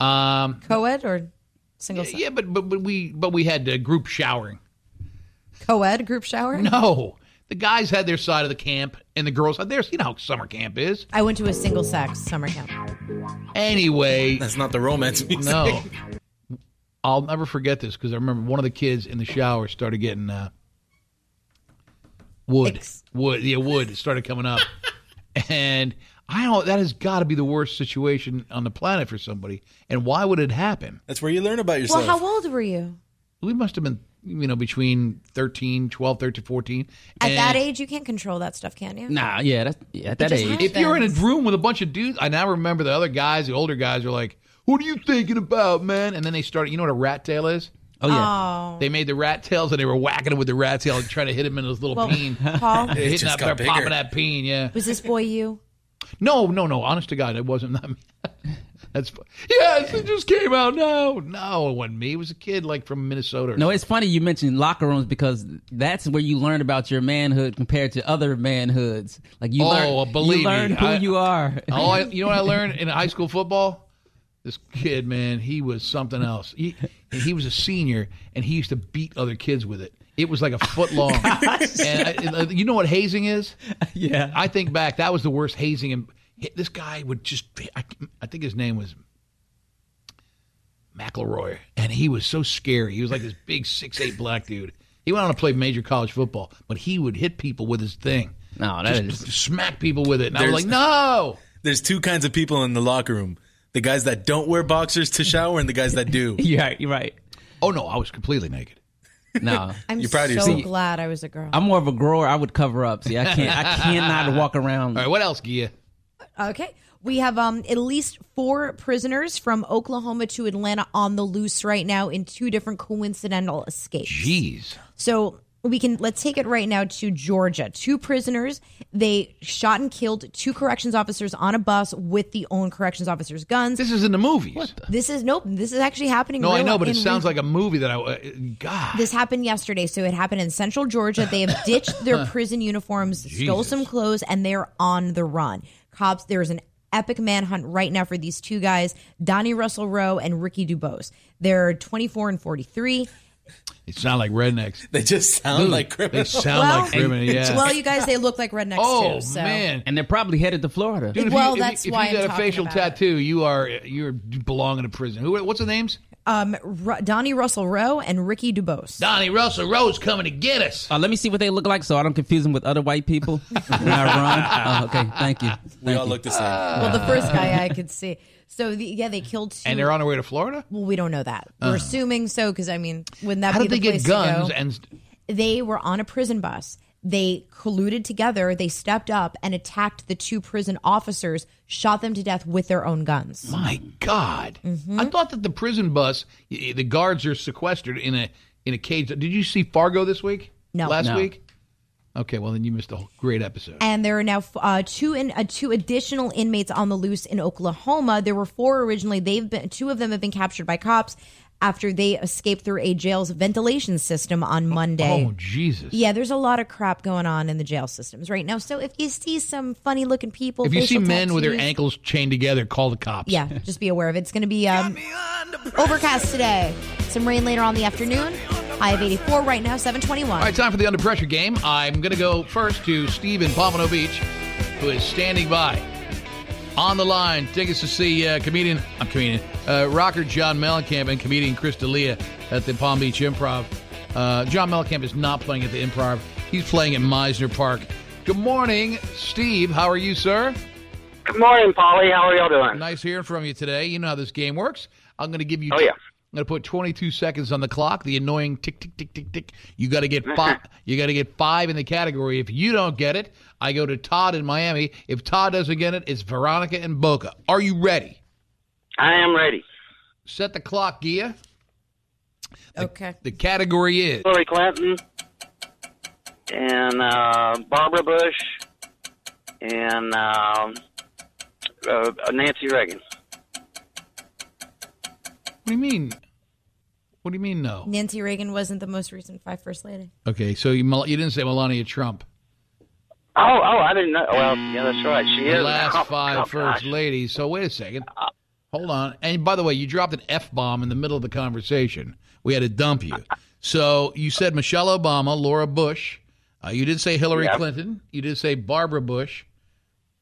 S3: Um,
S6: Co-ed or single
S3: yeah, but, but but we but we had uh, group showering. <laughs>
S6: co-ed group shower?
S3: No, the guys had their side of the camp, and the girls had theirs. You know how summer camp is.
S6: I went to a single sex summer camp.
S3: Anyway,
S9: that's not the romance music.
S3: No. I'll never forget this because I remember one of the kids in the shower started getting uh, wood, wood, yeah, wood. It started
S6: <laughs>
S3: coming up, and I don't. That has got to be the worst situation on the planet for somebody. And why would it happen?
S9: That's where you learn about
S6: Well, how old were you?
S3: we must have been, you know, between 13, 12, 13, 14.
S6: At
S3: and-
S6: that age, you can't control that stuff, can you?
S7: Nah, yeah, that's yeah, at
S6: It
S7: that
S6: just
S7: age.
S3: If you're in a room with a bunch of dudes, I now remember the other guys, the older guys, are like, "What are you thinking about, man?" And then they started. You know what a rat tail is?
S7: Oh
S6: yeah.
S3: They made the rat tails and they were whacking him with the rat tail and trying to hit him in his little
S6: Well, <laughs>
S3: peen.
S6: Paul? It
S3: hitting
S9: just
S3: up
S9: got
S3: there,
S9: bigger.
S3: popping that peen. Yeah.
S6: Was this boy you?
S3: No, no, no. Honest to God, it wasn't that. <laughs> That's fu- yes. It just came out. No, no, it wasn't me. It was a kid like from Minnesota. or
S7: No, it's funny you mentioned locker rooms because that's where you learn about your manhood compared to other manhoods. Like you
S3: Oh,
S7: learn,
S3: believe
S7: you learn
S3: me,
S7: who
S3: I-
S7: you
S3: <laughs>
S7: are.
S3: Oh, I, you know what I learned in high school football? This kid, man, he was something else. He, and he was a senior, and he used to beat other kids with it. It was like a
S7: <laughs>
S3: foot long. and I, and, uh, you know what hazing is?
S7: Yeah.
S3: I think back, that was the worst hazing. And this guy would just, I, I think his name was McElroy, and he was so scary. He was like this big six eight black dude. He went on to play major college football, but he would hit people with his thing.
S7: No,
S3: Just
S7: that is
S3: smack people with it. And I was
S9: There's-
S3: like, no.
S9: There's two kinds of people in the locker room: the guys that don't wear boxers to shower, and the guys that
S3: <laughs>
S9: do.
S7: you're right. You're right.
S3: Oh no, I was
S9: <laughs>
S3: completely naked.
S7: No,
S6: I'm
S9: You're proud of
S6: so
S9: yourself.
S6: glad I was a girl.
S7: I'm more of a grower. I would cover up. See, I can't.
S3: <laughs>
S7: I cannot walk around.
S3: All right, what else, Gia?
S6: Okay. We have um, at least four prisoners from Oklahoma to Atlanta on the loose right now in two different coincidental escapes.
S3: Jeez.
S6: So we can let's take it right now to Georgia. Two prisoners, they shot and killed two corrections officers on a bus with the own corrections officers' guns.
S3: This is in the movies.
S6: This is nope. This is actually happening.
S3: no, I
S6: real-
S3: know, but it
S6: in
S3: sounds
S6: real-
S3: like a movie that I. Uh, God.
S6: This happened yesterday, so it happened in Central Georgia. They have ditched their prison uniforms, stole
S3: Jesus.
S6: some clothes, and they're on the run. Cops, there's an epic manhunt right now for these two guys, Donnie Russell Rowe and Ricky Dubose. They're 24 and 43.
S3: They sound like rednecks.
S9: <laughs> They just sound like
S3: They
S9: criminals.
S3: sound like criminals. Yeah.
S6: Well, you guys, they look like rednecks
S3: Oh
S6: too. So.
S3: man!
S7: And they're probably headed to Florida.
S3: Dude, if
S6: Well,
S3: you, if you-
S6: that's
S3: if
S6: why
S3: you
S6: I'm
S3: got a
S6: talking
S3: facial
S6: about it.
S3: tattoo, you are you're you belong in a prison. Who? What's the names?
S6: Um, Ru- Donnie Russell Rowe and Ricky Dubose.
S3: Donnie Russell Rose coming to get us.
S7: Uh, let me see what they look like so I don't confuse them with other white
S9: <laughs>
S7: people. when I run. Oh, okay, thank you.
S9: we all look the same.
S6: Well, the first guy I could see. So the, yeah, they killed two.
S3: And they're on their way to Florida.
S6: well, we don't know that.
S3: Uh.
S6: We're assuming so because I mean, wouldn't that
S3: How
S6: be
S3: did they
S6: the
S3: get
S6: place
S3: guns?
S6: to go?
S3: And
S6: they were on a prison bus. They colluded together. They stepped up and attacked the two prison officers, shot them to death with their own guns.
S3: my God, I thought that the prison bus, y- y- the guards are sequestered in a in a cage. Did you see Fargo this week?
S6: No.
S3: Last
S6: No.
S3: week. Okay, well then you missed a whole great episode.
S6: And there are now uh, two in, uh, two additional inmates on the loose in Oklahoma. There were four originally. They've been two of them have been captured by cops after they escaped through a jail's ventilation system on Monday.
S3: Oh Jesus!
S6: Yeah, there's a lot of crap going on in the jail systems right now. So if you see some funny looking people,
S3: If you see
S6: facial
S3: men with their
S6: tattoos-
S3: ankles chained together, call the cops.
S6: yeah, just be aware of it. It's going to be um, overcast today. Some rain later on in the afternoon. High of 84 right now, 721.
S3: All right, time for the under pressure game. I'm going to go first to Steve in Pompano Beach, who is standing by on the line. Tickets to see uh, comedian, I'm comedian, uh, rocker John Mellencamp and comedian Chris D'Elia at the Palm Beach Improv. Uh, John Mellencamp is not playing at the Improv; he's playing at Meisner Park. Good morning, Steve. How are you, sir?
S15: Good morning, Polly. How are y'all doing?
S3: Nice hearing from you today. You know how this game works. I'm going to give you.
S15: Oh, yeah.
S3: I'm going to put 22 seconds on the clock. The annoying tick tick tick tick tick. You got
S15: <laughs>
S3: to get five. you got to get five in the category. If you don't get it, I go to Todd in Miami. If Todd doesn't get it, it's Veronica and Boca. Are you ready?
S15: I am ready.
S3: Set the clock, Gia.
S6: Okay.
S3: The category is
S15: Hillary Clinton and uh, Barbara Bush and um uh, Nancy Reagan.
S3: What do you mean? What do you mean no?
S6: Nancy Reagan wasn't the most recent five first lady.
S3: Okay, so you Mel- you didn't say Melania Trump.
S15: Oh, oh, I didn't know. Well, yeah, that's right. She
S3: the
S15: is
S3: last
S15: oh,
S3: five
S15: gosh.
S3: first ladies. So wait a second.
S15: Uh,
S3: Hold on. And by the way, you dropped an F bomb in the middle of the conversation. We had to dump you. So you said Michelle Obama, Laura Bush. Uh, you did say Hillary
S1: Yeah.
S3: Clinton. You did say Barbara Bush.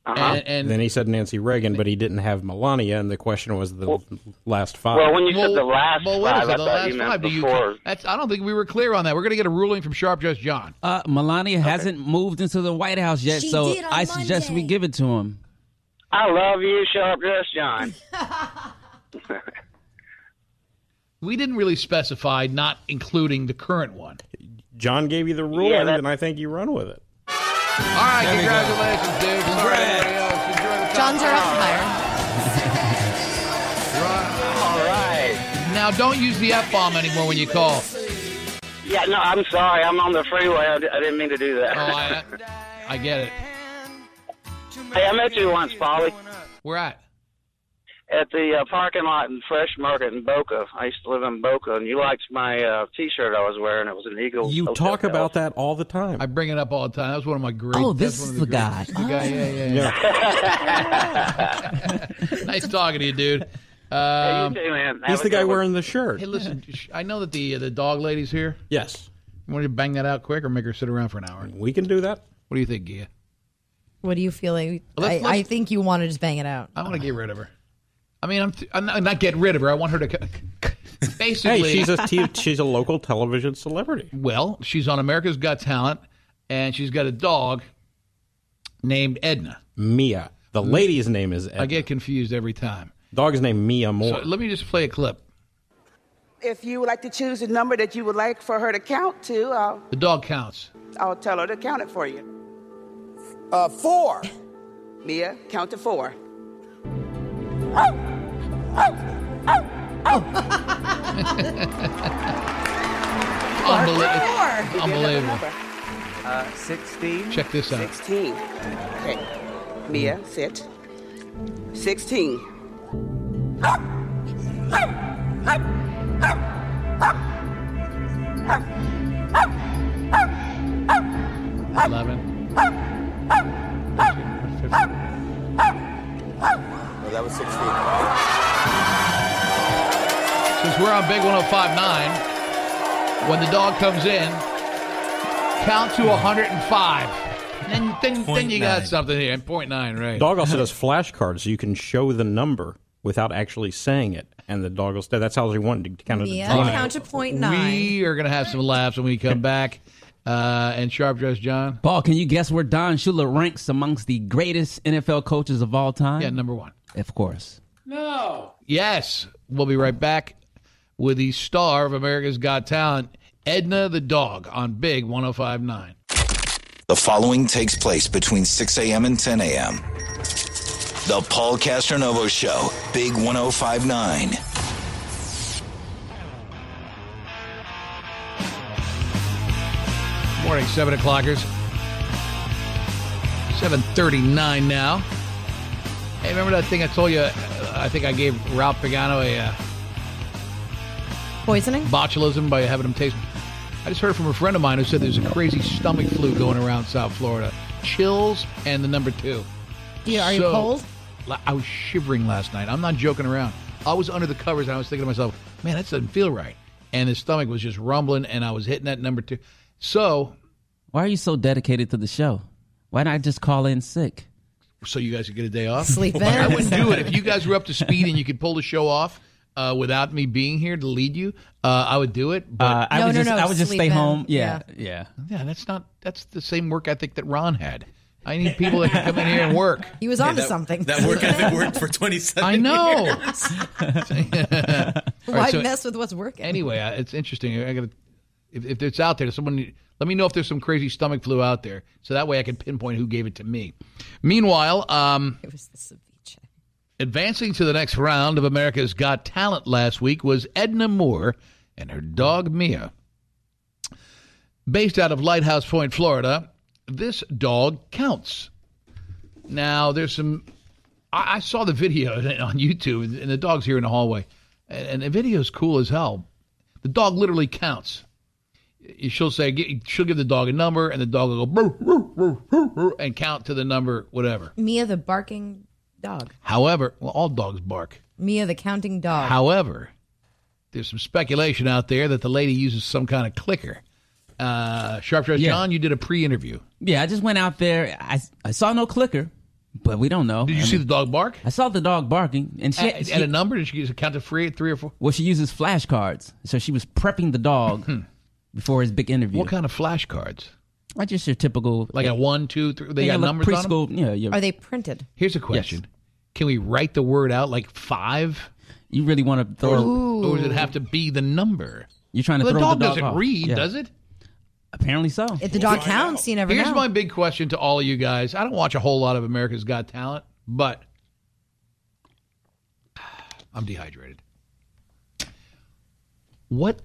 S15: Uh-huh.
S3: And, and
S1: Ah. then he said Nancy Reagan, but he didn't have Melania, and the question was the last five.
S15: Well, when you said the last
S3: well, what is
S15: five,
S3: it?
S15: I
S3: The
S15: thought
S3: last
S15: you meant
S3: five? Do you?
S15: before.
S3: That's, I don't think we were clear on that. We're going to get a ruling from Sharp Judge John.
S7: Uh, Melania hasn't moved into the White House yet,
S15: She
S7: so
S15: did on
S7: I suggest we give it to him.
S15: I love you, Sharp Dress John. <laughs>
S3: We didn't really specify not including the current one.
S1: John gave you the rule,
S3: Yeah, that-
S1: and I think you run with it.
S3: All right, congratulations, dude. Sorry, everybody else. Enjoy the
S6: John's our
S3: top.
S6: umpire.
S15: All right.
S3: Now, don't use the F bomb anymore when you call.
S15: Yeah, no, I'm sorry. I'm on the freeway. I, d- I didn't mean to do that.
S3: Oh, I, I get it.
S15: hey, I met you once, Polly.
S3: Where at?
S15: at the uh, parking lot in Fresh Market in Boca. I used to live in Boca, and you liked my uh, T-shirt I was wearing. It was an eagle.
S1: You
S15: hotel
S1: talk
S15: towel.
S1: about that all the time.
S3: I bring it up all the time. That was one of my great.
S7: Oh,
S3: that's
S7: this is
S3: one of
S7: the
S3: great-
S7: guy. Oh.
S3: The guy, yeah, yeah. yeah. nice talking to
S15: <laughs>
S3: you, dude. Um,
S15: Hey, you too, man.
S1: He's the guy wearing the shirt.
S15: <laughs>
S3: Hey, listen, sh- I know that the uh, the dog lady's here.
S1: Yes.
S3: You want to bang that out quick or make her sit around for an hour?
S1: We can do that.
S3: What do you think, Gia?
S6: What do you feel like?
S3: Let's-
S6: I,
S3: let's-
S6: I think you want to just bang it out.
S3: I want to
S1: Uh.
S3: get rid of her. I mean, I'm, th- I'm not, not getting rid of her. I want her to c- c-
S1: Hey,
S3: basically.
S1: she's a
S3: <laughs>
S1: t- she's a local television celebrity.
S3: Well, she's on America's Got Talent, and she's got a dog named Edna. Mm.
S1: Mia. The lady's name is Edna.
S3: I get confused every time.
S1: Dog's name Mia
S3: So
S1: Moore.
S3: let me just play a clip.
S16: If you would like to choose a number that you would like for her to count to, I'll,
S3: The dog counts.
S16: I'll tell her to count it for you. Uh, four. Mia, count to four.
S3: Unbelievable. Unbelievable.
S16: Uh, 16.
S3: Check this out.
S16: 16. Okay. Mia, sit. 16.
S3: Eleven.
S17: that was 16.
S3: oh Since we're on Big 1059, when the dog comes in, count to 105. Then, then, then you got
S1: Hmm. nine.
S3: something here. Point nine, right?
S1: Dog also does flashcards, so you can show the number without actually saying it, and the dog will stay. That's how they wanted to kind of
S6: Yeah,
S1: draw it.
S6: count to point nine.
S3: We are going to have some laughs when we come back. Uh, and sharp dress John.
S7: Paul, can you guess where Don Shula ranks amongst the greatest NFL coaches of all time? Yeah,
S3: number one.
S7: Of course.
S3: No. Yes. We'll be right back with the star of America's Got Talent, Edna the dog, on Big 1059.
S5: The following takes place between 6 a.m. and 10 a.m. The Paul Castronovo Show, Big 1059.
S3: Morning, seven o'clockers. Seven thirty-nine now. Hey, remember that thing I told you? uh, I think I gave Ralph Pagano a uh,
S6: poisoning
S3: botulism by having him taste. I just heard from a friend of mine who said there's a crazy stomach flu going around South Florida. Chills and the number two.
S6: Yeah, are you cold?
S3: la- I was shivering last night. I'm not joking around. I was under the covers and I was thinking to myself, man, that doesn't feel right. And his stomach was just rumbling and I was hitting that number two. So
S7: Why are you so dedicated to the show? Why not just call in sick?
S3: so you guys could get a day off.
S7: Sleep in.
S3: I wouldn't do it
S7: <laughs>
S3: if you guys were up to speed and you could pull the show off uh, without me being here to lead you. Uh, I would do it. But
S7: Uh, I No, would no, just- no, I would just sleep stay in. home. Yeah, yeah.
S3: yeah, That's not. That's the same work ethic that Ron had. I need people that can come in here and work.
S6: He was onto something.
S9: That work
S6: <laughs>
S9: ethic worked for <laughs> 27
S3: <laughs> I know.
S9: years.
S3: <laughs> All
S6: Why
S3: right, so
S6: mess with what's working?
S3: anyway, I- it's interesting. I gotta, if, if it's out there, someone let me know if there's some crazy stomach flu out there, so that way I can pinpoint who gave it to me. Meanwhile, um,
S6: it was the ceviche.
S3: Advancing to the next round of America's Got Talent last week was Edna Moore and her dog Mia. Based out of Lighthouse Point, Florida, this dog counts. Now, there's some. I, I saw the video <laughs> on YouTube, and the dog's here in the hallway. And, and the video's cool as hell. The dog literally counts. She'll say, gi- she'll give the dog a number, and the dog will go, "Brr, brr, brr, brr, brr," and count to the number, whatever.
S6: <laughs> Mia the barking dog.
S3: However, well, all dogs bark.
S6: Mia the counting dog.
S3: However, there's some speculation out there that the lady uses some kind of clicker. Uh, Sharp Dress John, you did a pre-interview.
S7: Yeah, I just went out there. I, I saw no clicker, but we don't know. Did
S3: you see the dog bark?
S7: I saw the dog barking, and she
S3: At- at a number. Did she use a count of three, three or four?
S7: Well, she uses flashcards, so she was prepping the dog before his big interview. What
S3: Hmm. kind of flashcards?
S7: Like just your typical,
S3: Like a one, two, three. They
S7: Yeah,
S3: got
S7: like
S3: numbers on 'em?
S7: preschool, Yeah, yeah.
S6: Are they printed?
S3: Here's a question: Can we write the word out like five?
S7: You really want to
S3: or,
S7: throw?
S3: or does it have to be the number?
S7: You're trying to
S3: Well,
S7: throw
S3: the dog
S7: the dog
S3: doesn't
S7: off.
S3: read,
S7: Yeah.
S3: does it?
S7: Apparently so.
S6: If the dog counts, you never
S3: Here's
S6: know.
S3: my big question to all of you guys. I don't watch a whole lot of America's Got Talent, but <sighs> I'm dehydrated. What,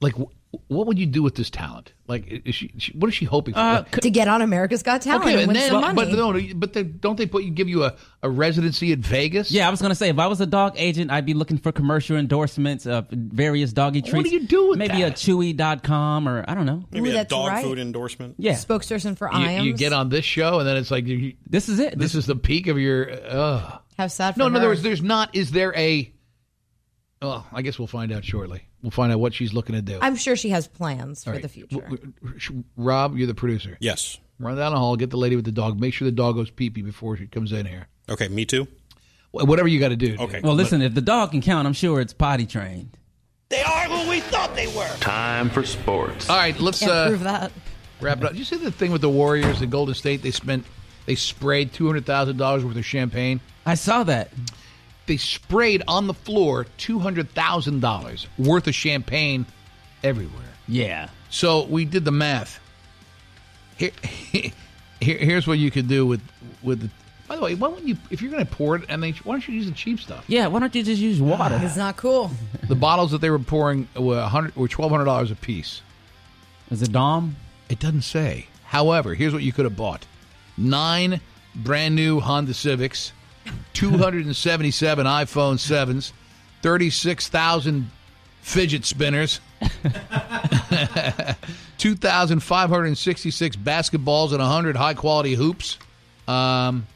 S3: like, wh- what would you do with this talent? Like, is she, she what is she hoping for?
S7: Uh,
S3: Like,
S6: to get on America's Got Uh, Talent and win some money.
S3: but no, but they, don't they put you give you a, a residency in Vegas?
S7: Yeah, I was gonna say if I was a dog agent, I'd be looking for commercial endorsements of various doggy treats. What do you
S3: do with
S7: maybe a Chewy.com or I don't know.
S1: Maybe
S6: Ooh,
S1: a
S6: that's
S1: dog
S6: right.
S1: food endorsement.
S7: Yeah.
S6: Spokesperson for
S3: You,
S6: IAMS.
S3: you get on this show, and then it's like you,
S7: this is it.
S3: This, is the peak of your. Uh,
S6: How sad for
S3: no, in other
S6: her.
S3: words, there's not. Is there a? Well, I guess we'll find out shortly. We'll find out what she's looking to do.
S6: I'm sure she has plans for
S3: right.
S6: the future.
S3: Rob, you're the producer.
S1: Yes.
S3: Run down the hall, get the lady with the dog. Make sure the dog goes pee pee before she comes in here.
S1: Okay, me too.
S3: Wh- Whatever you got to do.
S1: Okay.
S7: Well, listen, if the dog can count, I'm sure it's potty trained.
S2: They are who we thought they were.
S7: Time for sports.
S3: All right, let's
S7: Can't
S3: uh,
S7: prove
S6: that.
S3: wrap it up. Did you see the thing with the Warriors and Golden State? They spent, they sprayed two hundred thousand dollars worth of champagne.
S7: I saw that.
S3: They sprayed on the floor two hundred thousand dollars worth of champagne everywhere.
S7: Yeah.
S3: So we did the math. Here, <laughs> here here's what you could do with with the. By the way, why wouldn't you if you're going to pour it? And they, why don't you use the cheap stuff?
S7: Yeah, why don't you just use water?
S6: It's not cool.
S3: <laughs> The bottles that they were pouring were a hundred were twelve hundred dollars a piece.
S7: Is it Dom?
S3: It doesn't say. However, here's what you could have bought: nine brand new Honda Civics, two hundred and seventy-seven iPhone sevens, thirty-six thousand fidget spinners, two thousand five hundred and sixty-six basketballs, and hundred high-quality hoops. Um,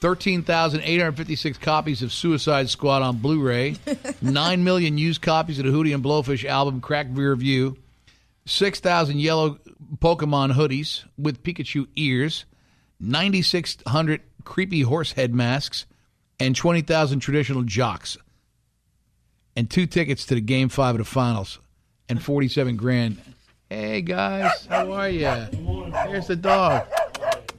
S3: 13,856 copies of Suicide Squad on Blu ray, 9 million used copies of the Hootie and Blowfish album, Crack Rear View, 6,000 yellow Pokemon hoodies with Pikachu ears, 9,600 creepy horse head masks, and 20,000 traditional jocks, and two tickets to the Game 5 of the finals, and 47 grand. Hey, guys, how are you? Here's the dog.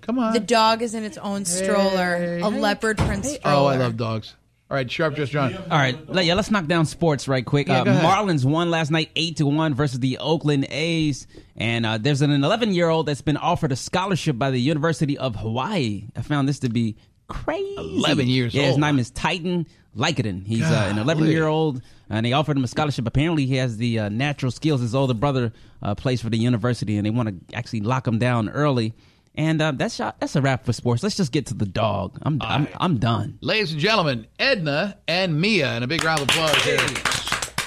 S3: Come on.
S18: The dog is in its own stroller, a leopard print stroller.
S3: Oh, I love dogs. All right, Sharp Just John.
S7: All right, let, yeah, let's knock down sports right quick.
S3: Yeah,
S7: uh,
S3: go ahead.
S7: Marlins won last night, eight to one versus the Oakland A's, and uh, there's an 11 year old that's been offered a scholarship by the University of Hawaii. I found this to be crazy.
S3: 11 years
S7: yeah, His
S3: old.
S7: name is Titan Lycodon. He's uh, an 11 year old, and they offered him a scholarship. Apparently, he has the uh, natural skills. His older brother uh, plays for the university, and they want to actually lock him down early. And uh, that's that's a wrap for sports. Let's just get to the dog. I'm I'm, I'm done.
S3: Ladies and gentlemen, Edna and Mia, and a big round of applause here.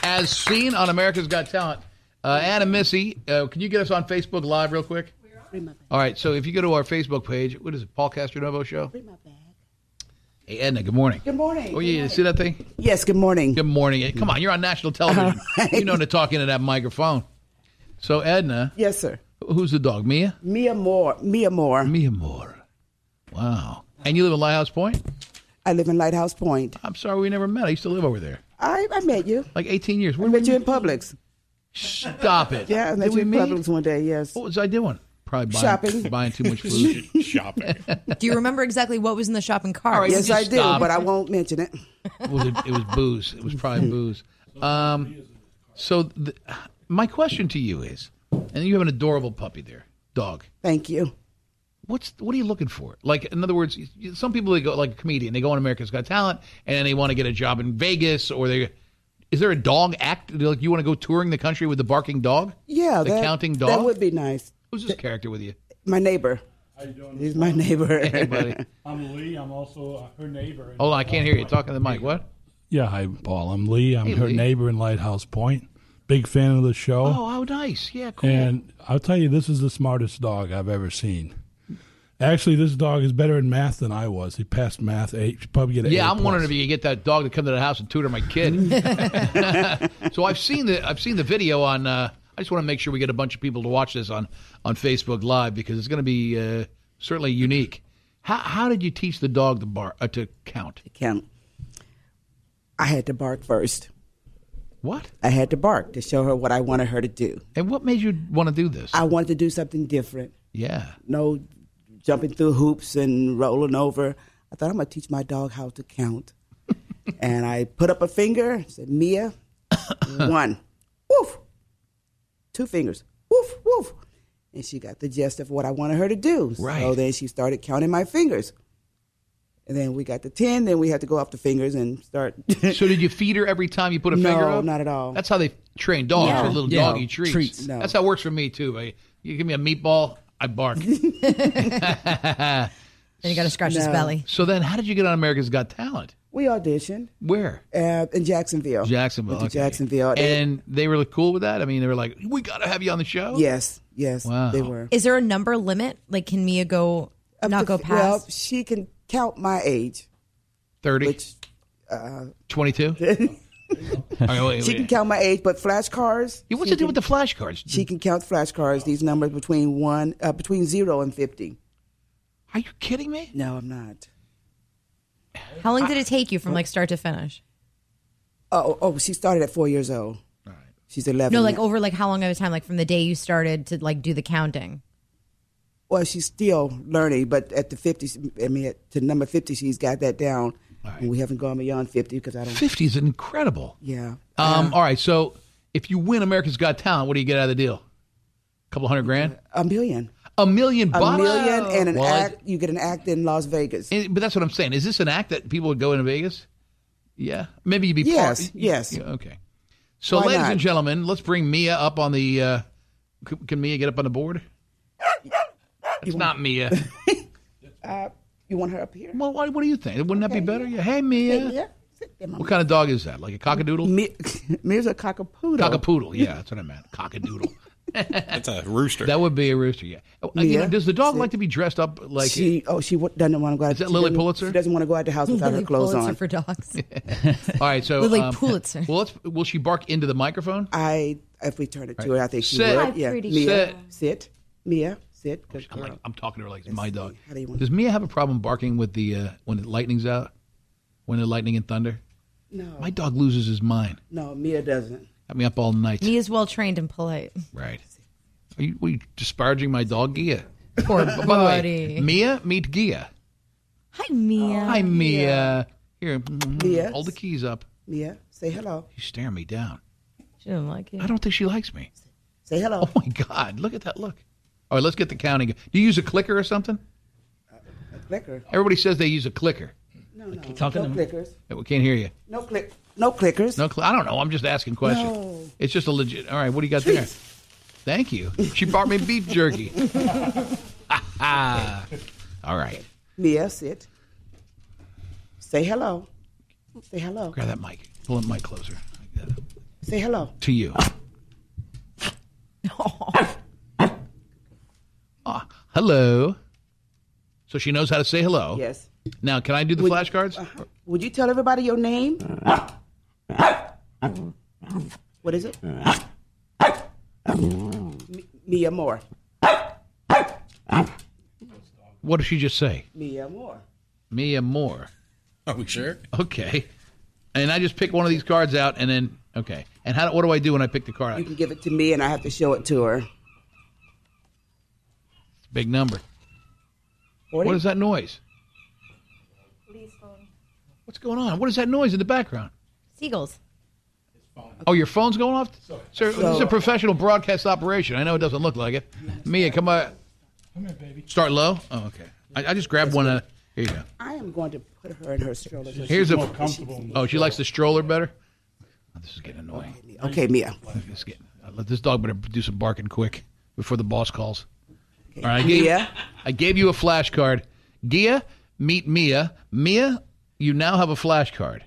S3: As seen on America's Got Talent, uh, Anna Missy, uh, can you get us on Facebook Live real quick? All right, so if you go to our Facebook page, what is it, Paul Castronovo Show? Hey, Edna, good morning.
S19: Good morning.
S3: Oh, yeah, you see that thing?
S19: Yes, good morning.
S3: Good morning. Hey, Come on, you're on
S19: <laughs>
S3: national television. You know to talk into that microphone. So, Edna,
S19: Yes, sir.
S3: who's the dog? Mia?
S19: Mia Moore. Mia Moore.
S3: Mia Moore. Wow. And you live in Lighthouse Point?
S19: I live in Lighthouse Point.
S3: I'm sorry we never met. I used to live over there.
S19: I, I met you.
S3: Like 18 years.
S19: I met you in Publix.
S3: Stop it.
S19: Yeah, I met
S3: Did
S19: you
S3: we
S19: in
S3: meet?
S19: Publix one day, yes.
S3: What was I doing? Probably buying,
S19: Shopping.
S3: <laughs> buying too much food.
S1: Shopping.
S18: Do you remember exactly what was in the shopping cart?
S3: All right,
S19: yes,
S3: just
S19: I do,
S3: oh. stop.
S19: but I won't mention it.
S3: It was, it was booze. It was probably booze. Um, so the, my question to you is, and you have an adorable puppy there, dog.
S19: Thank you.
S3: What's what are you looking for? Like in other words, you- some people they go like a comedian, they go on America's Got Talent, and they want to get a job in Vegas or they. Is there a dog act? Like you want to go touring the country with the barking dog?
S19: Yeah,
S3: the
S19: that,
S3: counting dog.
S19: That would be nice.
S3: Who's this character with you?
S19: My neighbor. How you doing? He's my neighbor.
S3: <laughs> Hey, buddy.
S20: I'm Lee. I'm also uh, her neighbor.
S3: Hold on, I can't hear you talking to the mic. What?
S20: Yeah, hi, Paul. I'm Lee. I'm
S3: Hey,
S20: her
S3: Lee.
S20: neighbor in Lighthouse Point. Big fan of the show.
S3: Oh, how nice. Yeah, cool.
S20: And I'll tell you, this is the smartest dog I've ever seen. Actually, this dog is better in math than I was. He passed math eight. Should probably get an
S3: Yeah,
S20: i
S3: I'm wondering if you could get that dog to come to the house and tutor my kid. <laughs> so I've seen the I've seen the video on. Uh, I just want to make sure we get a bunch of people to watch this on on Facebook Live because it's going to be uh, certainly unique. How how did you teach the dog to bar uh, to count?
S19: Count. I had to bark first.
S3: What?
S19: I had to bark to show her what I wanted her to do.
S3: And what made you want to do this?
S19: I wanted to do something different.
S3: Yeah.
S19: No jumping through hoops
S3: <laughs>
S19: and rolling over. I thought I'm going to teach my dog how to count. and I put up a finger, said,
S3: <coughs>
S19: Mia, one, woof, two fingers, woof, woof. And she got the gist of what I wanted her to do. So
S3: Right.
S19: then she started counting my fingers. And then we got to 10, then we had to go off the fingers and start.
S3: <laughs> So did you feed her every time you put a
S19: No,
S3: finger up?
S19: not at all.
S3: That's how they train dogs
S19: No.
S3: with little
S19: Yeah.
S3: doggy treats.
S19: Treats. No.
S3: That's how it works for me too. I, you give me a meatball,
S19: <laughs>
S3: I bark. <laughs>
S18: Then you got to scratch his
S19: No.
S18: belly.
S3: so then, how did you get on America's Got Talent?
S19: we auditioned
S3: Where?
S19: uh, in Jacksonville.
S3: Jacksonville.
S19: Went to
S3: okay.
S19: Jacksonville.
S3: And they were cool with that? I mean, they were like, we got to have you on the show?
S19: yes, yes,
S3: Wow.
S19: they were.
S18: Is there a number limit? Like, can Mia go
S19: Up
S18: not
S19: to-
S18: go past?
S19: Well, she can count my age.
S3: 30?
S19: Which, uh,
S3: 22? All right, wait,
S19: she
S3: wait.
S19: can count my age, <laughs> but flashcards.
S3: Yeah, what's
S19: she
S3: it do
S19: can-
S3: with the flashcards?
S19: She can count flashcards. These numbers between one, uh, between zero and fifty.
S3: Are you kidding me?
S19: No, I'm not.
S18: How long did it take you from like start to finish?
S19: Oh, oh, she started at four years old. She's eleven.
S18: No, like oh.
S19: now.
S18: over like how long of a time? Like from the day you started to like do the counting.
S19: well, she's still learning, but at the fifty, I mean, at, to number fifty, she's got that down. And we haven't gone beyond fifty because I don't.
S3: 50 is incredible.
S19: Yeah.
S3: Um, All right, so if you win America's Got Talent, what do you get out of the deal? A couple hundred grand?
S19: A million.
S3: A million
S19: A
S3: bucks?
S19: million and an
S3: Well, I-
S19: act. You get an act in Las Vegas.
S3: And- but that's what I'm saying. Is this an act that people would go into Vegas? Yeah. Maybe you'd be part-
S19: Yes, yes.
S3: Yeah, okay. So,
S19: Why
S3: ladies
S19: not?
S3: and gentlemen, let's bring Mia up on the. Uh, c- can Mia get up on the board? It's
S19: <laughs>
S3: not Mia.
S19: Uh, you want her up here?
S3: well, why, what do you think? Wouldn't that be better? Yeah. Hey, Mia.
S19: Yeah. Sit there, Mama.
S3: What kind of dog is that? Like a
S19: <laughs>
S3: cockadoodle?
S19: Mi- Mir's a cockapoodle.
S3: Cockapoodle. Yeah, that's what I meant.
S19: <laughs>
S3: Cockadoodle.
S1: That's a rooster.
S3: that would be a rooster. Yeah. Uh, You know,
S19: Mia,
S3: does the dog like to be dressed up like?
S19: she oh she wa- doesn't want to go out.
S3: Is that
S19: she
S3: Lily
S19: doesn't-
S3: Pulitzer?
S19: She doesn't want to go out the house without
S18: Lily
S19: her clothes
S18: Pulitzer
S19: on.
S18: for dogs.
S3: <laughs> All right. So
S18: Lily
S3: um,
S18: Pulitzer.
S3: Well, let's, will she bark into the microphone?
S19: I If we turn it to her, I think she
S3: Sit.
S19: would.
S3: I'm
S19: Yeah,
S3: pretty
S19: Mia,
S3: sure.
S19: sit, Mia, sit. Good
S3: I'm, like,
S19: girl.
S3: I'm talking to her like it's my dog.
S19: How do you want?
S3: Does Mia have a problem barking with the uh, when the lightning's out, when the lightning and thunder?
S19: No,
S3: My dog loses his mind.
S19: no, Mia doesn't.
S3: Got me up all night.
S6: Mia's well trained and polite.
S3: Right. Are you, were you disparaging my dog Gia?
S6: Poor
S3: <laughs> By the way,
S6: buddy.
S3: Mia, meet Gia.
S6: Hi, Mia.
S3: Oh, Hi, Mia. Here,
S19: Mia.
S3: hold the keys up.
S19: Mia, say hello.
S3: She's staring me down.
S6: She doesn't like it.
S3: I don't think she likes me.
S19: Say hello.
S3: Oh my God! Look at that look. All right, let's get the counting. Do you use a clicker or something?
S19: Clicker.
S3: Everybody says they use a clicker.
S19: No, no.
S7: talking
S19: no
S7: to me.
S19: clickers.
S3: Yeah, We can't hear you.
S19: No click. No clickers.
S3: No, cl- I don't know. I'm just asking questions.
S19: No.
S3: It's just a legit. All right, what do you got there?
S19: Treats.
S3: Thank you. She brought me beef
S19: <laughs>
S3: jerky. ah. All right.
S19: Mia, sit. Say hello. Say hello.
S3: Grab that mic. Pull the mic closer. Like that.
S19: Say hello.
S3: To you. <laughs> Ah, hello. So she knows how to say hello.
S19: Yes.
S3: Now, can I do the flashcards?
S19: Would you tell everybody your name? What is it? M- Mia Moore.
S3: What did she just say?
S19: Mia Moore.
S3: Mia Moore.
S9: Are we sure?
S3: Okay. And I just pick one of these cards out, and then okay. And how? What do I do when I pick the card?
S19: You
S3: out?
S19: can give it to me, and I have to show it to her.
S3: Big number. What is that noise? What's going on? What is that noise in the background?
S6: Seagulls.
S3: Oh, your phone's going off? Sir, this is a professional broadcast operation. I know it doesn't look like it. Mia, come on.
S20: Come here, baby.
S3: Start low? Oh, okay. I, I just grabbed one. Uh, here you go.
S19: I am going to put her in her stroller. so
S3: Here's
S19: she's
S3: a.
S19: more comfortable in the
S3: Oh, she likes the stroller better? Oh, this is getting annoying.
S19: stroller. Okay, Mia.
S3: This, is getting, uh, let this dog better do some barking quick before the boss calls. All right, I gave,
S19: Mia.
S3: I gave you a flashcard. Gia, meet Mia. Mia, you now have a flashcard.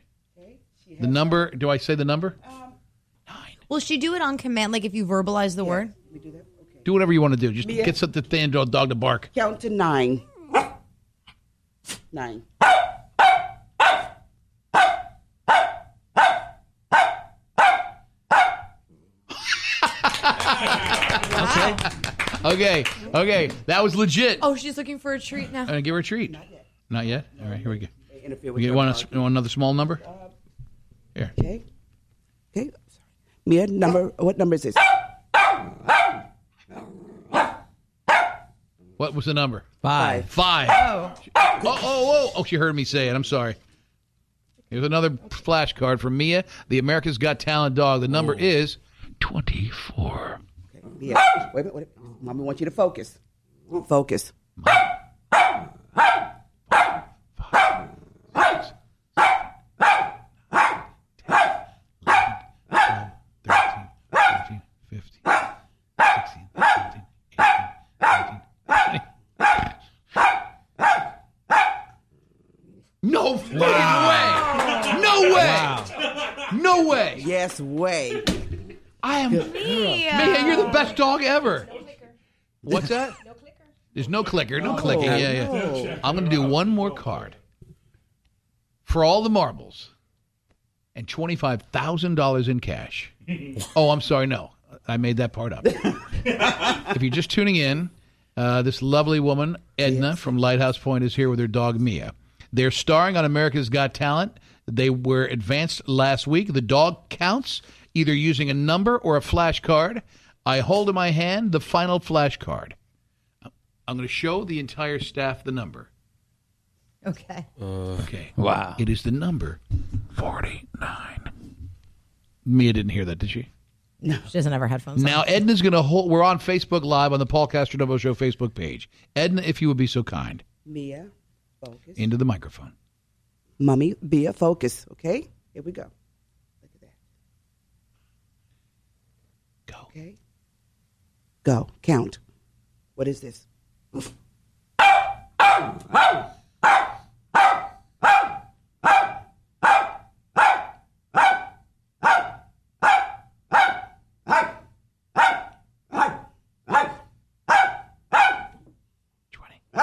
S3: The number, do I say the number?
S6: Will she do it on command? Like if you verbalize the word?
S3: <laughs> Do whatever you want to do. Just
S19: Mia.
S3: get something thin dog dog to bark.
S19: Count to nine. Nine. <laughs>
S3: Okay, okay, that was legit.
S6: Oh, she's looking for a treat now.
S3: All right, give her a treat. Not yet. All right, here we go.
S19: Interfere with
S3: We get
S19: her
S3: one,
S19: barking.
S3: you want another small number. Here,
S19: Okay. Okay. Mia, number. What number is this?
S3: what was the number?
S7: Five.
S3: Five. Oh, oh, oh! Oh, she heard me say it. I'm sorry. Here's another flashcard from Mia, the America's Got Talent dog. The number is twenty-four.
S19: Mia, wait a minute. Wait a minute. Mommy wants you to focus. Focus.
S3: No fucking way! No way! No way!
S19: Yes, way.
S3: I am. Mia, you're the best dog ever. What's that? No clicker. There's no clicker. No clicking. Yeah, yeah.
S19: no.
S3: I'm going to do one more card for all the marbles and twenty-five thousand dollars in cash. Oh, I'm sorry. No, I made that part up. if you're just tuning in, uh, this lovely woman Edna from Lighthouse Point is here with her dog Mia. They're starring on America's Got Talent. They were advanced last week. The dog counts either using a number or a flashcard. I hold in my hand the final flashcard. I'm going to show the entire staff the number.
S6: Okay.
S3: Okay. Wow. It is the number 49. Mia didn't hear that, did she?
S6: She doesn't have her headphones
S3: Now, Edna's going to hold. We're on Facebook Live on the Paul Castronovo Show Facebook page. Edna, if you would be so kind,
S19: Mia, focus.
S3: into the microphone.
S19: Mommy, Mia, focus. Okay. Here we go. Look at that.
S3: Go.
S19: Okay. Go. Count. What is this?
S3: Twenty.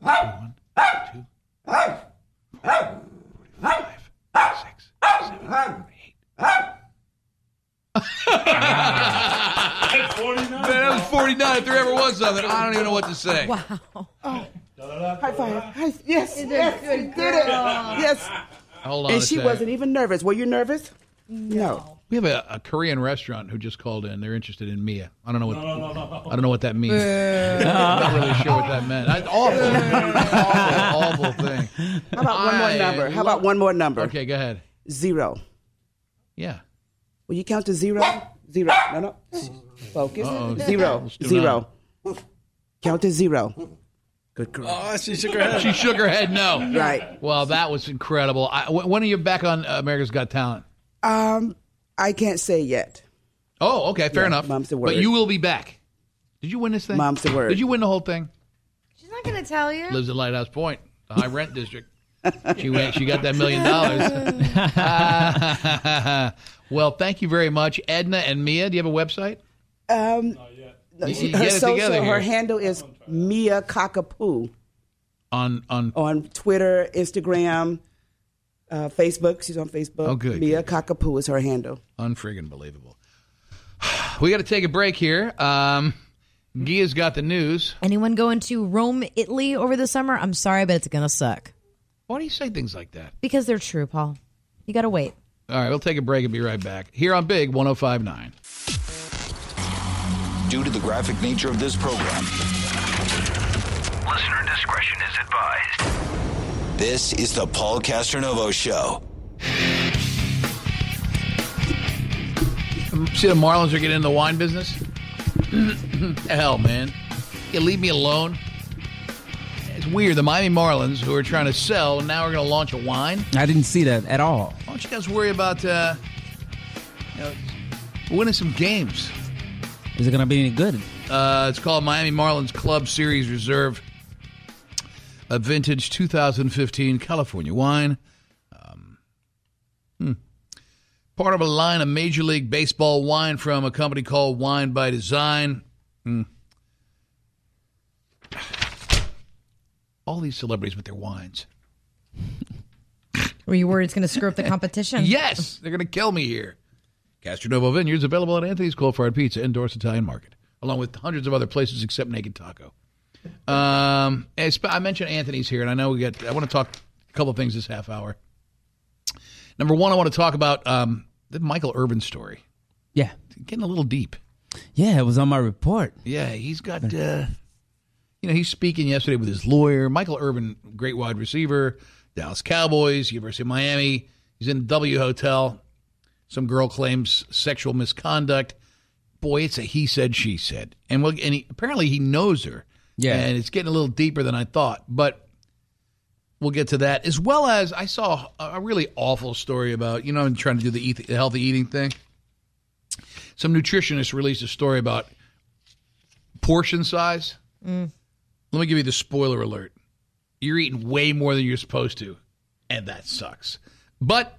S3: One, two, three, four, five, six, seven, eight. Man, that was 49 if there ever was something. I don't even know what to say.
S6: Wow.
S19: High five. Hi- yes, yes, you did it. Yes.
S3: Hold on.
S19: And
S3: a
S19: she
S3: sec.
S19: wasn't even nervous. Were you nervous? No.
S3: We have a, a Korean restaurant who just called in. They're interested in Mia. I don't know what
S20: No, no, no, no.
S3: I don't know what that means. <laughs> I'm not really sure what that meant. That's awful, awful, awful thing.
S19: How about one more
S3: I
S19: number? How about one more number?
S3: Okay, go ahead.
S19: Zero.
S3: Yeah.
S19: Will you count to zero? Zero. No, no. Focus.
S3: Uh-oh.
S19: Zero.
S3: Let's do
S19: Zero. Count to zero. Good girl.
S9: Oh, she shook her head.
S3: She shook her head no.
S19: Right.
S3: Well, that was incredible. I, wh- when are you back on uh, America's Got Talent?
S19: Um, I can't say yet.
S3: Oh, okay, fair
S19: Yeah,
S3: enough.
S19: mom's the
S3: But
S19: word.
S3: you will be back. Did you win this thing?
S19: Mom's the word.
S3: Did you win the whole thing?
S18: She's not going to tell you.
S3: Lives at Lighthouse Point, the high rent district. She went. She got that million
S19: <laughs>
S3: dollars. well, thank you very much, Edna and Mia. Do you have a website?
S19: Um, no,
S3: You-
S19: she-
S3: you
S19: her
S3: get it
S19: social,
S3: together here.
S19: her handle is Mia Cockapoo
S3: On on
S19: on Twitter, Instagram, uh, Facebook. She's on Facebook.
S3: Oh, good,
S19: Mia Cockapoo is her handle.
S3: unfriggin' believable. <sighs> We got to take a break here. Um, Gia's got the news.
S6: Anyone going to Rome, Italy over the summer? I'm sorry, but it's going to suck.
S3: Why do you say things like that?
S6: Because they're true, Paul. You got to wait.
S3: All right, we'll take a break and be right back here on Big 1059.
S5: Due to the graphic nature of this program,
S21: Listener discretion is advised.
S5: this is the Paul Castronovo Show.
S3: See the Marlins are getting in the wine business? <clears throat> Hell, man. You leave me alone. It's weird. The Miami Marlins, who are trying to sell, now are going to launch a wine.
S7: I didn't see that at all.
S3: Why don't you guys worry about uh, you know, winning some games?
S7: Is it going to be any good?
S3: Uh, it's called Miami Marlins Club Series Reserve, a vintage 2015 California wine. Um, hmm. Part of a line of Major League Baseball wine from a company called Wine by Design. Hmm. All these celebrities with their wines.
S6: Were you worried it's going to screw up the competition?
S3: Yes, they're going to kill me here. Castronovo Vineyards available at Anthony's Coal Fired Pizza and Dorse Italian Market, along with hundreds of other places except Naked Taco. Um, and sp- I mentioned Anthony's here, and I know we got. I want to talk a couple things this half hour. Number one, I want to talk about um, the Michael Irvin story.
S7: Yeah.
S3: Getting a little deep.
S7: Yeah, it was on my report.
S3: Yeah, he's got. Uh, you know, he's speaking yesterday with his lawyer, Michael Irvin, great wide receiver, Dallas Cowboys, University of Miami. He's in a W hotel. Some girl claims sexual misconduct. Boy, it's a he said, she said, and well, and he, apparently he knows her.
S7: Yeah.
S3: and it's getting a little deeper than I thought, but we'll get to that as well as I saw a a really awful story about you know I'm trying to do the, eat, the healthy eating thing. Some nutritionist released a story about portion size. Let me give you the spoiler alert. You're eating way more than you're supposed to, and that sucks. But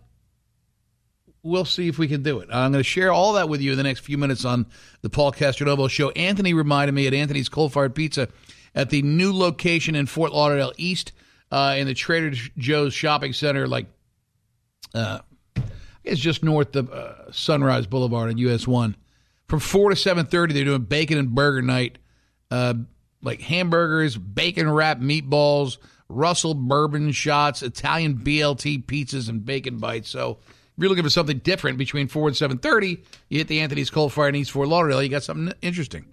S3: we'll see if we can do it. I'm going to share all that with you in the next few minutes on the Paul Castronovo show. Anthony reminded me at Anthony's Coal Fired Pizza at the new location in Fort Lauderdale East uh, in the Trader Joe's Shopping Center, like uh, it's just north of uh, Sunrise Boulevard and US One. From four to seven thirty, they're doing bacon and burger night, uh, like hamburgers, bacon wrap meatballs, Russell bourbon shots, Italian BLT pizzas, and bacon bites. So if you're looking for something different between four and seven thirty, you hit the Anthony's Coal Fire in East Fort Lauderdale. You got something interesting.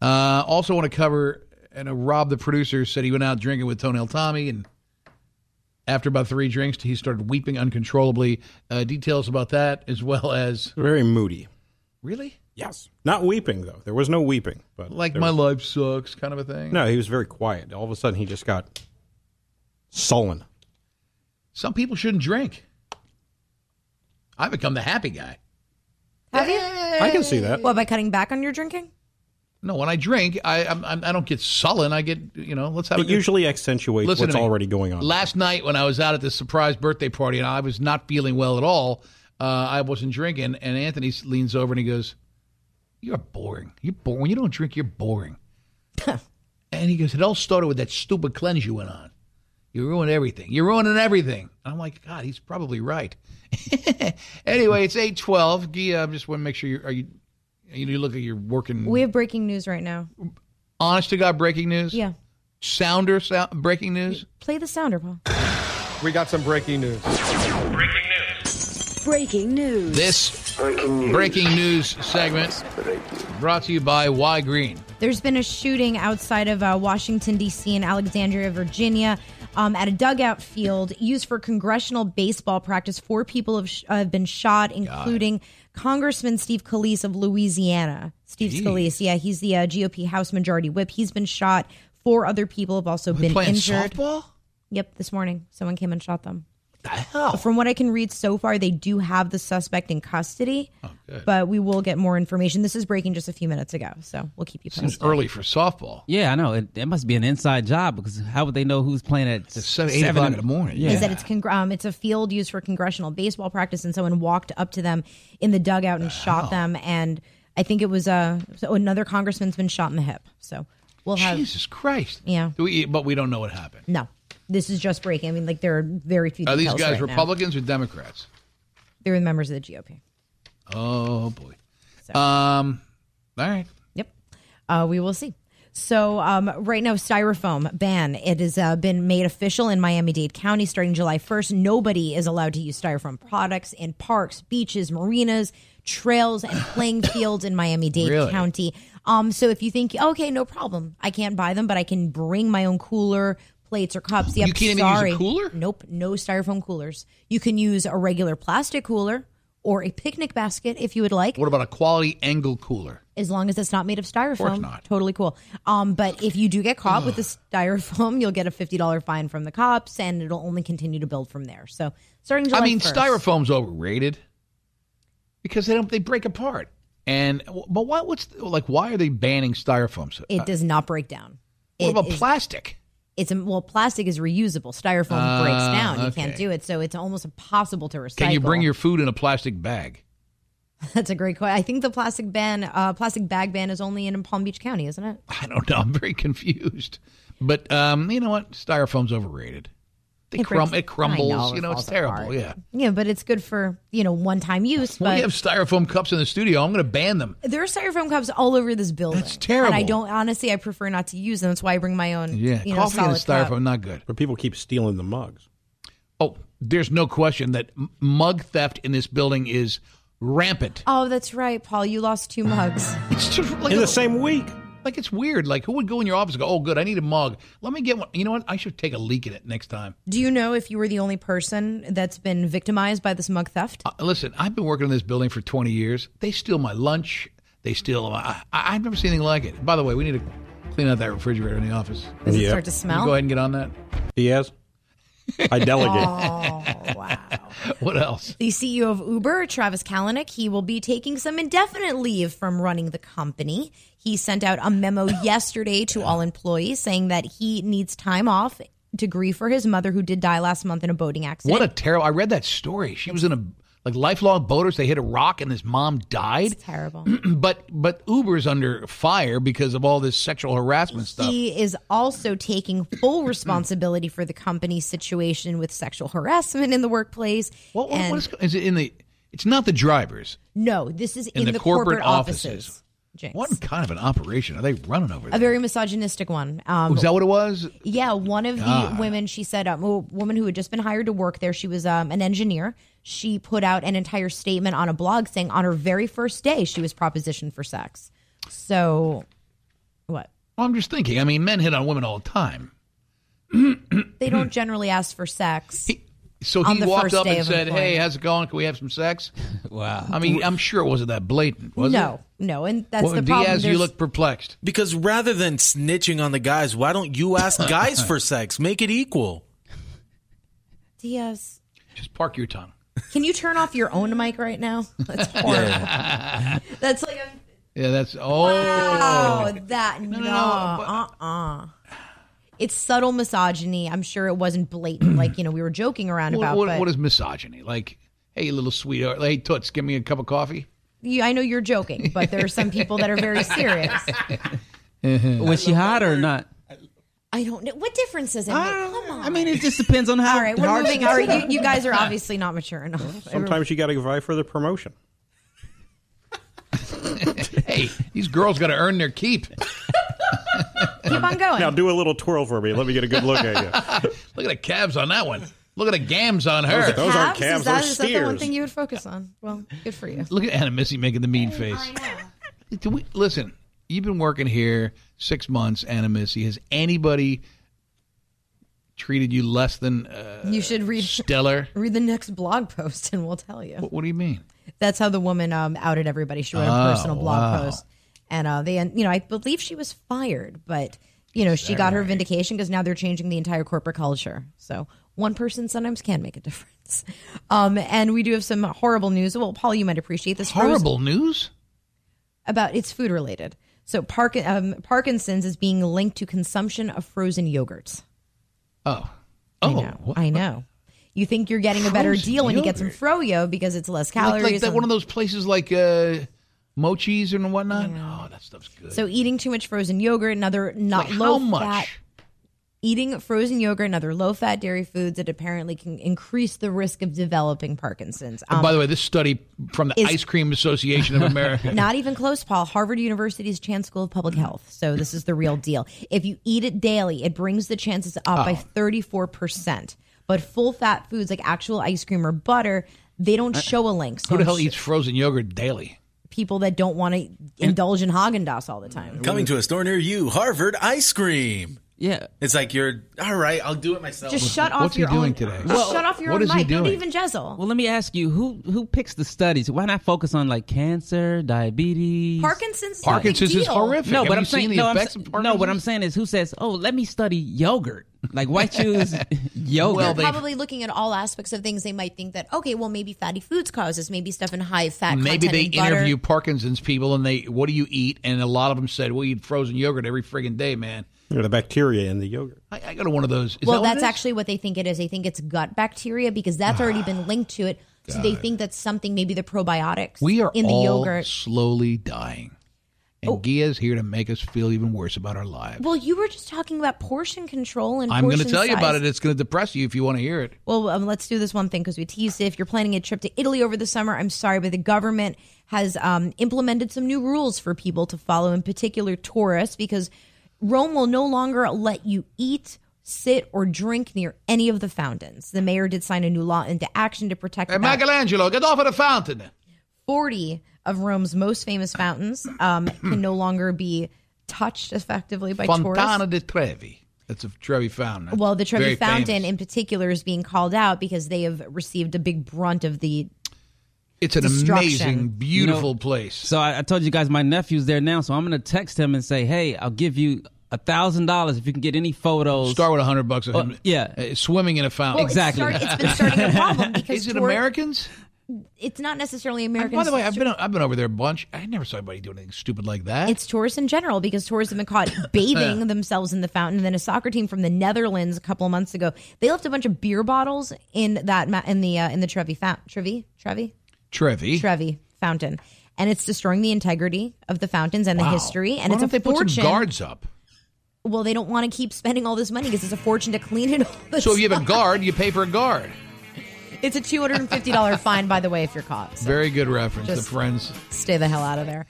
S3: Uh, also, want to cover and uh, Rob, the producer, said he went out drinking with Tony El Tommy and after about three drinks, he started weeping uncontrollably. Uh, details about that, as well as
S1: Very moody.
S3: really,
S1: Yes. Not weeping though. There was no weeping, but
S3: like
S1: there
S3: my
S1: was-
S3: life sucks, kind of a thing.
S1: No, he was very quiet. All of a sudden, he just got sullen.
S3: Some people shouldn't drink. I become the happy guy.
S6: Have you?
S1: I can see that.
S6: What, by cutting back on your drinking?
S3: No, when I drink, I I'm, I'm, I don't get sullen. I get you know, let's have a
S1: It
S3: good
S1: usually accentuates
S3: Listen
S1: what's
S3: to me.
S1: already going on.
S3: Last night when I was out at this surprise birthday party and I was not feeling well at all, uh, I wasn't drinking. And Anthony s- leans
S6: <laughs>
S3: over and he goes, "You're boring. You're boring. When you don't drink, you're boring." and and he goes, it all started with that stupid cleanse you went on. You ruined everything. You're ruining everything. And I'm like, God, he's probably right. <laughs> anyway, it's eight twelve. Gia, I just want to make sure you are you. You look at your working.
S6: We have breaking news right now.
S3: honest to God breaking news.
S6: Yeah.
S3: Sounder sound, breaking news.
S6: Play the sounder, Paul.
S8: We got some breaking news.
S21: Breaking news. Breaking news.
S3: This breaking news segment brought to you by Y Green.
S6: There's been a shooting outside of uh, Washington, D.C. and Alexandria, Virginia. Um, at a dugout field used for congressional baseball practice, four people have, sh- uh, have been shot, including Congressman Steve Scalise of Louisiana. Steve
S18: Jeez.
S6: Scalise, yeah, he's the uh, GOP House Majority Whip. He's been shot. Four other people have also been
S3: playing
S6: injured. Yep, this morning someone came and shot them. From what I can read so far, they do have the suspect in custody,
S3: Oh, good.
S6: but we will get more information. This is breaking just a few minutes ago, so we'll keep you
S3: Seems
S6: posted.
S3: early for softball.
S7: Yeah, I know. It, it must be an inside job because how would they know who's playing at
S3: seven, eight o'clock in the morning.
S7: Yeah.
S6: Is that it's con- um, it's a field used for congressional baseball practice, and someone walked up to them in the dugout and shot them. And I think it was uh, so another congressman's been shot in the hip. So we'll have
S3: Jesus Christ.
S6: yeah,
S3: Do we, but we don't know what happened.
S6: no, this is just breaking. I mean, like there are very few.
S3: Are these
S6: details
S3: guys
S6: right now.
S3: Republicans or Democrats?
S6: They're members of the GOP.
S3: Oh boy. Um. All right.
S6: Uh, we will see. So um, right now, styrofoam ban. It has uh, been made official in Miami-Dade County starting July 1st. Nobody is allowed to use styrofoam products in parks, beaches, marinas, trails,
S18: <coughs>
S6: and playing fields in Miami-Dade
S18: Really?
S6: County. Um, so if you think, okay, no problem, I can't buy them, but I can bring my own cooler, plates, or cups. Yep,
S18: You can't even use a
S6: sorry.
S18: cooler?
S6: Nope, no styrofoam coolers. You can use a regular plastic cooler or a picnic basket if you would like
S3: What about a quality angle cooler?
S6: as long as it's not made of styrofoam.
S3: course not.
S6: Totally cool. Um, but if you do get caught
S3: <sighs>
S6: with the styrofoam, you'll get a fifty dollar fine from the cops, and it'll only continue to build from there. So starting July
S3: I mean,
S6: 1st.
S3: styrofoam's overrated because they don't they break apart. And but why? What's like? Why are they banning styrofoam? So, uh,
S6: It does not break down.
S3: What about
S6: plastic? It's a, well, plastic is reusable. Styrofoam
S3: Ah,
S6: breaks down. You can't
S3: okay.
S6: do it, so it's almost impossible to recycle.
S3: can you bring your food in a plastic bag?
S6: <laughs>
S3: <laughs>
S6: That's a great question. I think the plastic ban, uh, plastic bag ban, is only in Palm Beach County, isn't it?
S3: I don't know. I'm very confused. But um, you know what? Styrofoam's overrated. They
S6: It
S3: crum-
S6: breaks-
S3: it crumbles.
S6: I know, it
S3: you know, it's
S6: falls
S3: terrible.
S6: apart.
S3: Yeah.
S6: Yeah, but it's good for you know one time use.
S3: When
S6: but
S3: we have styrofoam cups in the studio, I'm going to ban them.
S6: There are styrofoam cups all over this building. That's
S3: terrible.
S6: And I don't honestly. I prefer not to use them. That's why I bring my own.
S3: Yeah,
S6: you know,
S3: coffee and
S6: solid
S3: styrofoam,
S6: cup.
S3: not good.
S1: But people keep stealing the mugs.
S3: Oh, there's no question that m- mug theft in this building is rampant.
S6: Oh, that's right, Paul. You lost two mugs.
S3: <laughs> It's just like
S6: In the
S3: same week. Like it's weird. Like who would go in your office and go, "Oh, good, I need a mug. Let me get one." You know what? I should take a leak in it next time.
S6: Do you know if you were the only person that's been victimized by this mug theft?
S3: Uh, listen, I've been working in this building for 20 years. They steal my lunch. They steal my. I, I- I've never seen anything like it. By the way, we need to clean out that refrigerator in the office.
S1: Does it Yeah. start to
S3: Can you
S1: smell?
S3: Go ahead and get on that.
S1: Diaz, I delegate.
S3: <laughs> What else?
S6: The CEO of Uber, Travis Kalanick, he will be taking some indefinite leave from running the company. He sent out a
S3: <coughs>
S6: memo yesterday to all employees saying that he needs time off to grieve for his mother who did die last month in a boating accident.
S3: What a terrible! I read that story. She was in a like lifelong boaters. They hit a rock, and his mom died.
S6: terrible.
S3: <clears throat> but but Uber's under fire because of all this sexual harassment stuff.
S6: He is also taking
S3: <coughs>
S6: full responsibility for the company's situation with sexual harassment in the workplace.
S3: What, what,
S6: And
S3: what is, is it in the? It's not the drivers
S6: no, this is
S3: in,
S6: in, the, corporate, offices. Jinx.
S3: What kind of an operation are they running over
S6: A
S3: there?
S6: very misogynistic one. Um,
S3: Was Oh, that what it was?
S6: Yeah, one of the
S3: God.
S6: women, she said, um, a woman who had just been hired to work there, she was um, an engineer. She put out an entire statement on a blog saying on her very first day she was propositioned for sex. So, what?
S3: I'm just thinking. I mean, men hit on women all the time.
S6: They don't generally ask for sex.
S3: So
S6: on
S3: Hmm. he
S6: the
S3: walked
S6: first
S3: up
S6: day
S3: and
S6: of
S3: said,
S6: employment.
S3: "Hey, how's it going? Can we have some sex?" wow. I mean, I'm sure it wasn't that blatant, was
S6: no,
S3: it?
S6: no, and that's
S3: Well,
S6: the problem.
S3: Diaz, you
S6: There's-
S3: look perplexed.
S9: Because rather than snitching on the guys, why don't you ask guys for sex? Make it equal.
S6: Diaz,
S3: Just park your tongue.
S6: can you turn off your own mic right now? That's
S3: <laughs>
S6: horrible.
S3: Yeah.
S6: That's like a,
S3: yeah, that's oh.
S6: oh, that <laughs> no,
S18: no,
S6: uh-uh. It's subtle misogyny. I'm sure it wasn't <clears throat> blatant, like you know we were joking around
S3: What-
S6: about.
S3: what-
S6: but
S3: what is misogyny? Like, hey, you little sweetheart. Hey, toots, give me a cup of coffee.
S6: you, I know you're <laughs>
S7: <laughs>
S6: joking, but there are some people that are very serious.
S7: Was she hot or not?
S6: I don't know. What difference does it make? Come on.
S7: I mean, it just depends on how.
S6: All right, we're
S7: hard
S6: moving.
S7: she
S6: All right,
S7: does it.
S6: you, you guys <laughs> are obviously not mature enough.
S1: Sometimes you got to vie for the promotion.
S3: <laughs> hey, these girls got to earn their keep.
S6: Keep on going.
S1: Now do a little twirl for me. Let me get a good look at you.
S3: <laughs> Look at the calves on that one. Look at the gams on her.
S1: Those- those aren't
S6: Calves?
S1: calves,
S6: Is that,
S1: those
S6: is that the one
S1: steers.
S6: thing you would focus on? Well, good for you.
S3: Look at Anna Missy making the mean face. <laughs> Do we, listen, you've been working here six months, Anna Missy. Has anybody treated you less than uh,
S6: You should read
S3: stellar?
S6: read the next blog post, and we'll tell you.
S3: What, what do you mean?
S6: That's how the woman um, outed everybody. She wrote
S3: Oh,
S6: a personal blog
S3: wow.
S6: post, and uh, they, you know, I believe she was fired, but you know, she got her vindication because now they're changing the entire corporate culture. So one person sometimes can make a <laughs> difference. Um, and we do have some horrible news. Well, Paul, you might appreciate this. Frozen-
S3: Horrible news?
S6: about it's food related. So Park, um, Parkinson's is being linked to consumption of frozen yogurts.
S3: Oh.
S6: I know. I know. You think you're getting a better
S3: Frozen
S6: deal when you get some
S3: yogurt?
S6: froyo because it's less
S3: Like,
S6: calories.
S3: like that,
S6: and-
S3: one of those places like uh, Mochi's and whatnot? Oh, that stuff's good.
S6: So eating too much frozen yogurt and other not
S3: Like,
S6: low
S3: how much?
S6: fat. Eating frozen yogurt and other low fat dairy foods, it apparently can increase the risk of developing Parkinson's. Um,
S3: And by the way, this study from the
S6: is-
S3: Ice Cream Association
S6: <laughs>
S3: of America.
S6: Not even close, Paul. Harvard University's Chan School of Public Health. So this is the real deal. If you eat it daily, it brings the chances up by
S3: Oh.
S6: 34%. But full fat foods like actual ice cream or butter, they don't show a link. So
S3: Uh, Who the
S6: I'm
S3: hell
S6: sh-
S3: eats frozen yogurt daily?
S6: people that don't want to indulge in Haagen Dazs all the time?
S9: Coming to a store near you, Harvard ice cream.
S7: Yeah.
S9: It's like you're, all right, I'll do it myself.
S6: Just shut off
S7: What's he
S6: your
S7: doing
S6: own.
S7: today?
S6: Just
S7: Well,
S6: shut off your
S7: what
S6: own
S7: is he
S6: mic. Not
S7: doing?
S6: even Jezel.
S7: <laughs> Well, let me ask you who who picks the studies? Why not focus on like cancer, diabetes,
S6: Parkinson's. is a big
S3: Parkinson's is
S6: deal.
S3: horrific.
S7: No,
S3: Have
S7: but
S3: you
S7: I'm
S3: seen
S7: saying
S3: the
S7: no, I'm,
S3: effects
S7: sa-
S3: of
S7: no. What I'm saying is, who says, "Oh, let me study yogurt"?
S6: <laughs>
S7: Like, why choose <laughs>
S3: Oh,
S7: yogurt?
S6: They're probably looking at all aspects of things. They might think that okay, well, maybe fatty foods causes, maybe stuff in high fat.
S3: Maybe
S6: content
S3: they
S6: in butter.
S3: interview Parkinson's people and they, what do you eat? And a lot of them said, we eat frozen yogurt every friggin' day, man.
S1: You know, the bacteria in the yogurt.
S3: I, I got one of those. Is
S6: well,
S3: that what it
S6: that's
S3: is?
S6: actually what they think it is. They think it's gut bacteria because that's already <sighs> been linked to it. So they think that's something. Maybe the probiotics.
S3: We are
S6: in the
S3: all
S6: yogurt. Oh.
S3: slowly dying. And Gia's here to make us feel even worse about our lives.
S6: Well, you were just talking about portion control and.
S3: I'm going to
S6: portion
S3: tell you about
S6: size.
S3: it. It's going to depress you if you want to hear it.
S6: Well, um, let's do this one thing because we teased it. If you're planning a trip to Italy over the summer, I'm sorry, but the government has um, implemented some new rules for people to follow, in particular tourists, because Rome will no longer let you eat, sit, or drink near any of the fountains. The mayor did sign a new law into action to protect.
S3: Hey,
S6: about-
S3: Michelangelo, get off of the fountain.
S6: 40 of Rome's most famous fountains um, can no longer be touched effectively by
S3: Fontana
S6: tourists.
S3: di Trevi. That's a Trevi fountain. That's
S6: Well, the
S3: very
S6: Trevi Fountain
S3: famous.
S6: in particular is being called out because they have received a big brunt of the.
S3: It's an
S6: destruction.
S3: amazing, beautiful
S7: You know,
S3: place.
S7: So I, I told you guys my nephew's there now, so I'm going to text him and say, "Hey, I'll give you a thousand dollars if you can get any photos."
S3: Start with a hundred bucks. of
S7: Oh,
S3: him,
S7: yeah.
S3: uh, swimming in a fountain.
S6: Well, it's
S7: Exactly.
S6: start- it's been
S7: <laughs>
S6: starting a
S3: <laughs>
S6: problem because
S3: Is it
S6: tour-
S3: Americans?
S6: It's not necessarily Americans.
S3: By the way, I've been I've been over there a bunch. I never saw anybody do anything stupid like that.
S6: It's tourists in general because tourists have been caught
S3: <laughs>
S6: bathing themselves in the fountain. And then a soccer team from the Netherlands a couple of months ago, they left a bunch of beer bottles in that ma- in the uh, in the Trevi fountain. Trevi, Trevi,
S3: Trevi.
S6: Trevi fountain, and it's destroying the integrity of the fountains and the
S3: Wow.
S6: history. And
S3: Why
S6: it's
S3: don't
S6: a
S3: they
S6: fortune.
S3: put some guards up?
S6: Well, they don't want to keep spending all this money because it's a fortune to clean it. All the
S3: So if
S6: <laughs>
S3: you have a
S6: time.
S3: guard, you pay for a guard.
S6: it's a two hundred and fifty dollar fine, by the way, if you're caught. So
S3: Very good reference, the
S6: Just-
S3: friends.
S6: stay the hell out of there.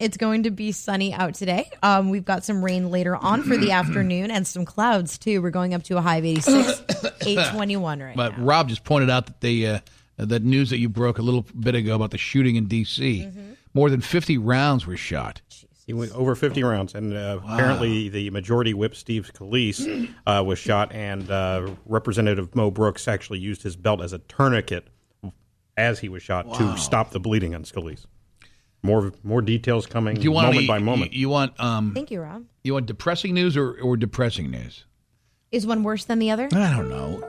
S6: It's going to be sunny out today. Um, we've got some rain later on for the afternoon and some clouds too. We're going up to a high of
S3: <coughs>
S6: 86, 821 right
S3: But Rob just pointed out that the uh, that news that you broke a little bit ago about the shooting in D.C.
S6: Mm-hmm.
S3: More than fifty rounds were shot.
S1: He went over 50 rounds, and uh, apparently the majority whip, Steve Scalise, uh, was shot, and uh, Representative Mo Brooks actually used his belt as a tourniquet as he was shot
S3: Wow.
S1: to stop the bleeding on Scalise. More more details coming
S3: Do you want
S1: moment
S3: any-
S1: by moment.
S3: You, you want um,
S6: Thank you, Rob.
S3: you want depressing news or, or depressing news?
S6: Is one worse than the other?
S3: I don't know.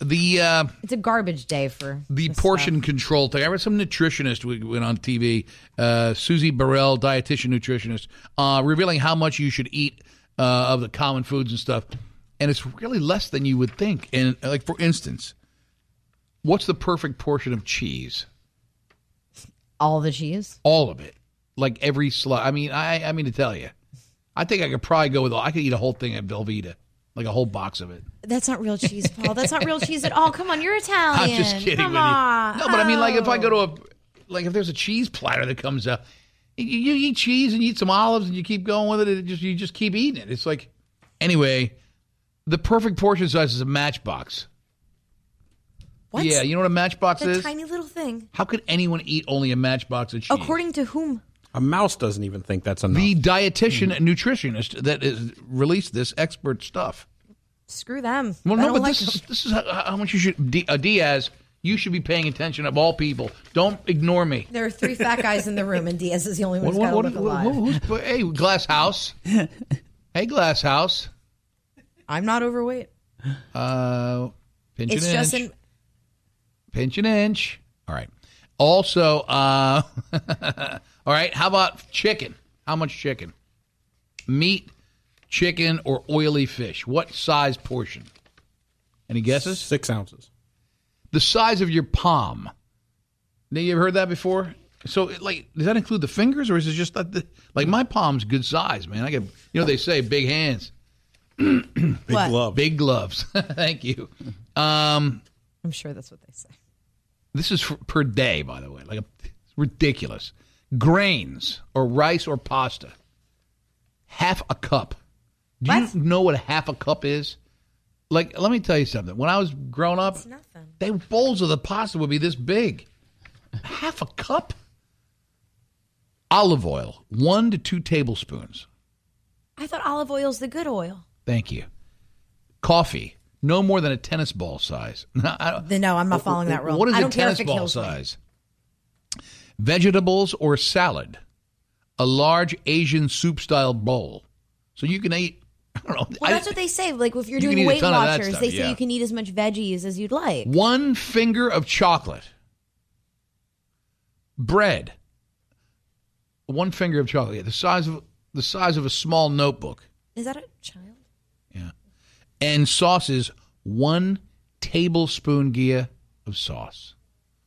S3: The uh,
S6: It's a garbage day for
S3: the
S6: this
S3: portion
S6: stuff.
S3: control thing. I read some nutritionist we went on TV, uh, Susie Burrell, dietitian nutritionist, uh, revealing how much you should eat uh, of the common foods and stuff, and it's really less than you would think. And uh, like for instance, what's the perfect portion of cheese?
S6: All the cheese.
S3: All of it, like every slice. I mean, I I mean to tell you, I think I could probably go with. I could eat a whole thing at Velveeta, like a whole box of it.
S6: That's not real
S3: <laughs>
S6: cheese, Paul. That's not real cheese at all. Come on, you're Italian.
S3: I'm just kidding
S6: Come
S3: with
S6: on.
S3: you. No, but I mean, like if I go
S6: Oh.
S3: to a, like if there's a cheese platter that comes up, you, you eat cheese and you eat some olives and you keep going with it. And it just you just keep eating it. It's like, anyway, the perfect portion size is a matchbox.
S6: What?
S3: Yeah, you know what a matchbox
S6: That
S3: is.
S6: tiny little thing.
S3: How could anyone eat only a matchbox of cheese?
S6: According to whom?
S1: A mouse doesn't even think that's enough.
S3: the dietitian and nutritionist that is released this expert stuff.
S6: Screw them.
S3: Well,
S6: I
S3: no,
S6: don't
S3: but
S6: like
S3: this,
S6: them.
S3: is, this is how, how much you should, D, uh, Diaz. You should be paying attention of all people. Don't ignore me.
S6: There are three fat guys in the room, and Diaz is the only one who's got to
S3: What-
S6: look
S3: what-
S6: alive.
S3: what- who's- who- hey,
S6: <laughs>
S3: Glass House. Hey, Glass House.
S6: I'm not overweight.
S3: <gasps> Uh, pinch
S6: it's
S3: an
S6: just
S3: inch.
S6: an.
S3: pinch an inch. All right. Also, uh, <laughs> all right. How about chicken? How much chicken? Meat, chicken, or oily fish? What size portion? Any guesses?
S1: Six ounces.
S3: The size of your palm. Now, you ever heard that before? So, it, like, does that include the fingers, or is it just that the, like my palm's good size, man? I get, you know, they say big hands, big
S6: What?
S3: gloves, big gloves. <laughs> Thank you. Um,
S6: I'm sure that's what they say.
S3: this is for, per day, by the way. Like, it's ridiculous. Grains or rice or pasta. Half a cup. Do you know what a half a cup is? Like, let me tell you something. When I was growing up, they bowls of the pasta would be this big. Half a cup. Olive oil, one to two tablespoons.
S6: I thought olive oil's the good oil.
S3: Thank you. Coffee, no more than a tennis ball size. <laughs> No, I don't-
S6: Then no, I'm not following that rule.
S3: What is
S6: I
S3: a
S6: don't care
S3: tennis
S6: if it
S3: ball
S6: kills me.
S3: size? Vegetables or salad? A large Asian soup style bowl. So you can eat. <laughs> I don't know.
S6: Well,
S3: I-
S6: that's what they say. Like if you're
S3: You can
S6: doing
S3: eat a
S6: Weight
S3: ton of that
S6: Watchers,
S3: stuff,
S6: they say
S3: yeah.
S6: you can eat as much veggies as you'd like.
S3: one finger of chocolate. Bread. One finger of chocolate. Yeah, the size of the size of a small notebook.
S6: Is that a child?
S3: and sauces one tablespoon gia of sauce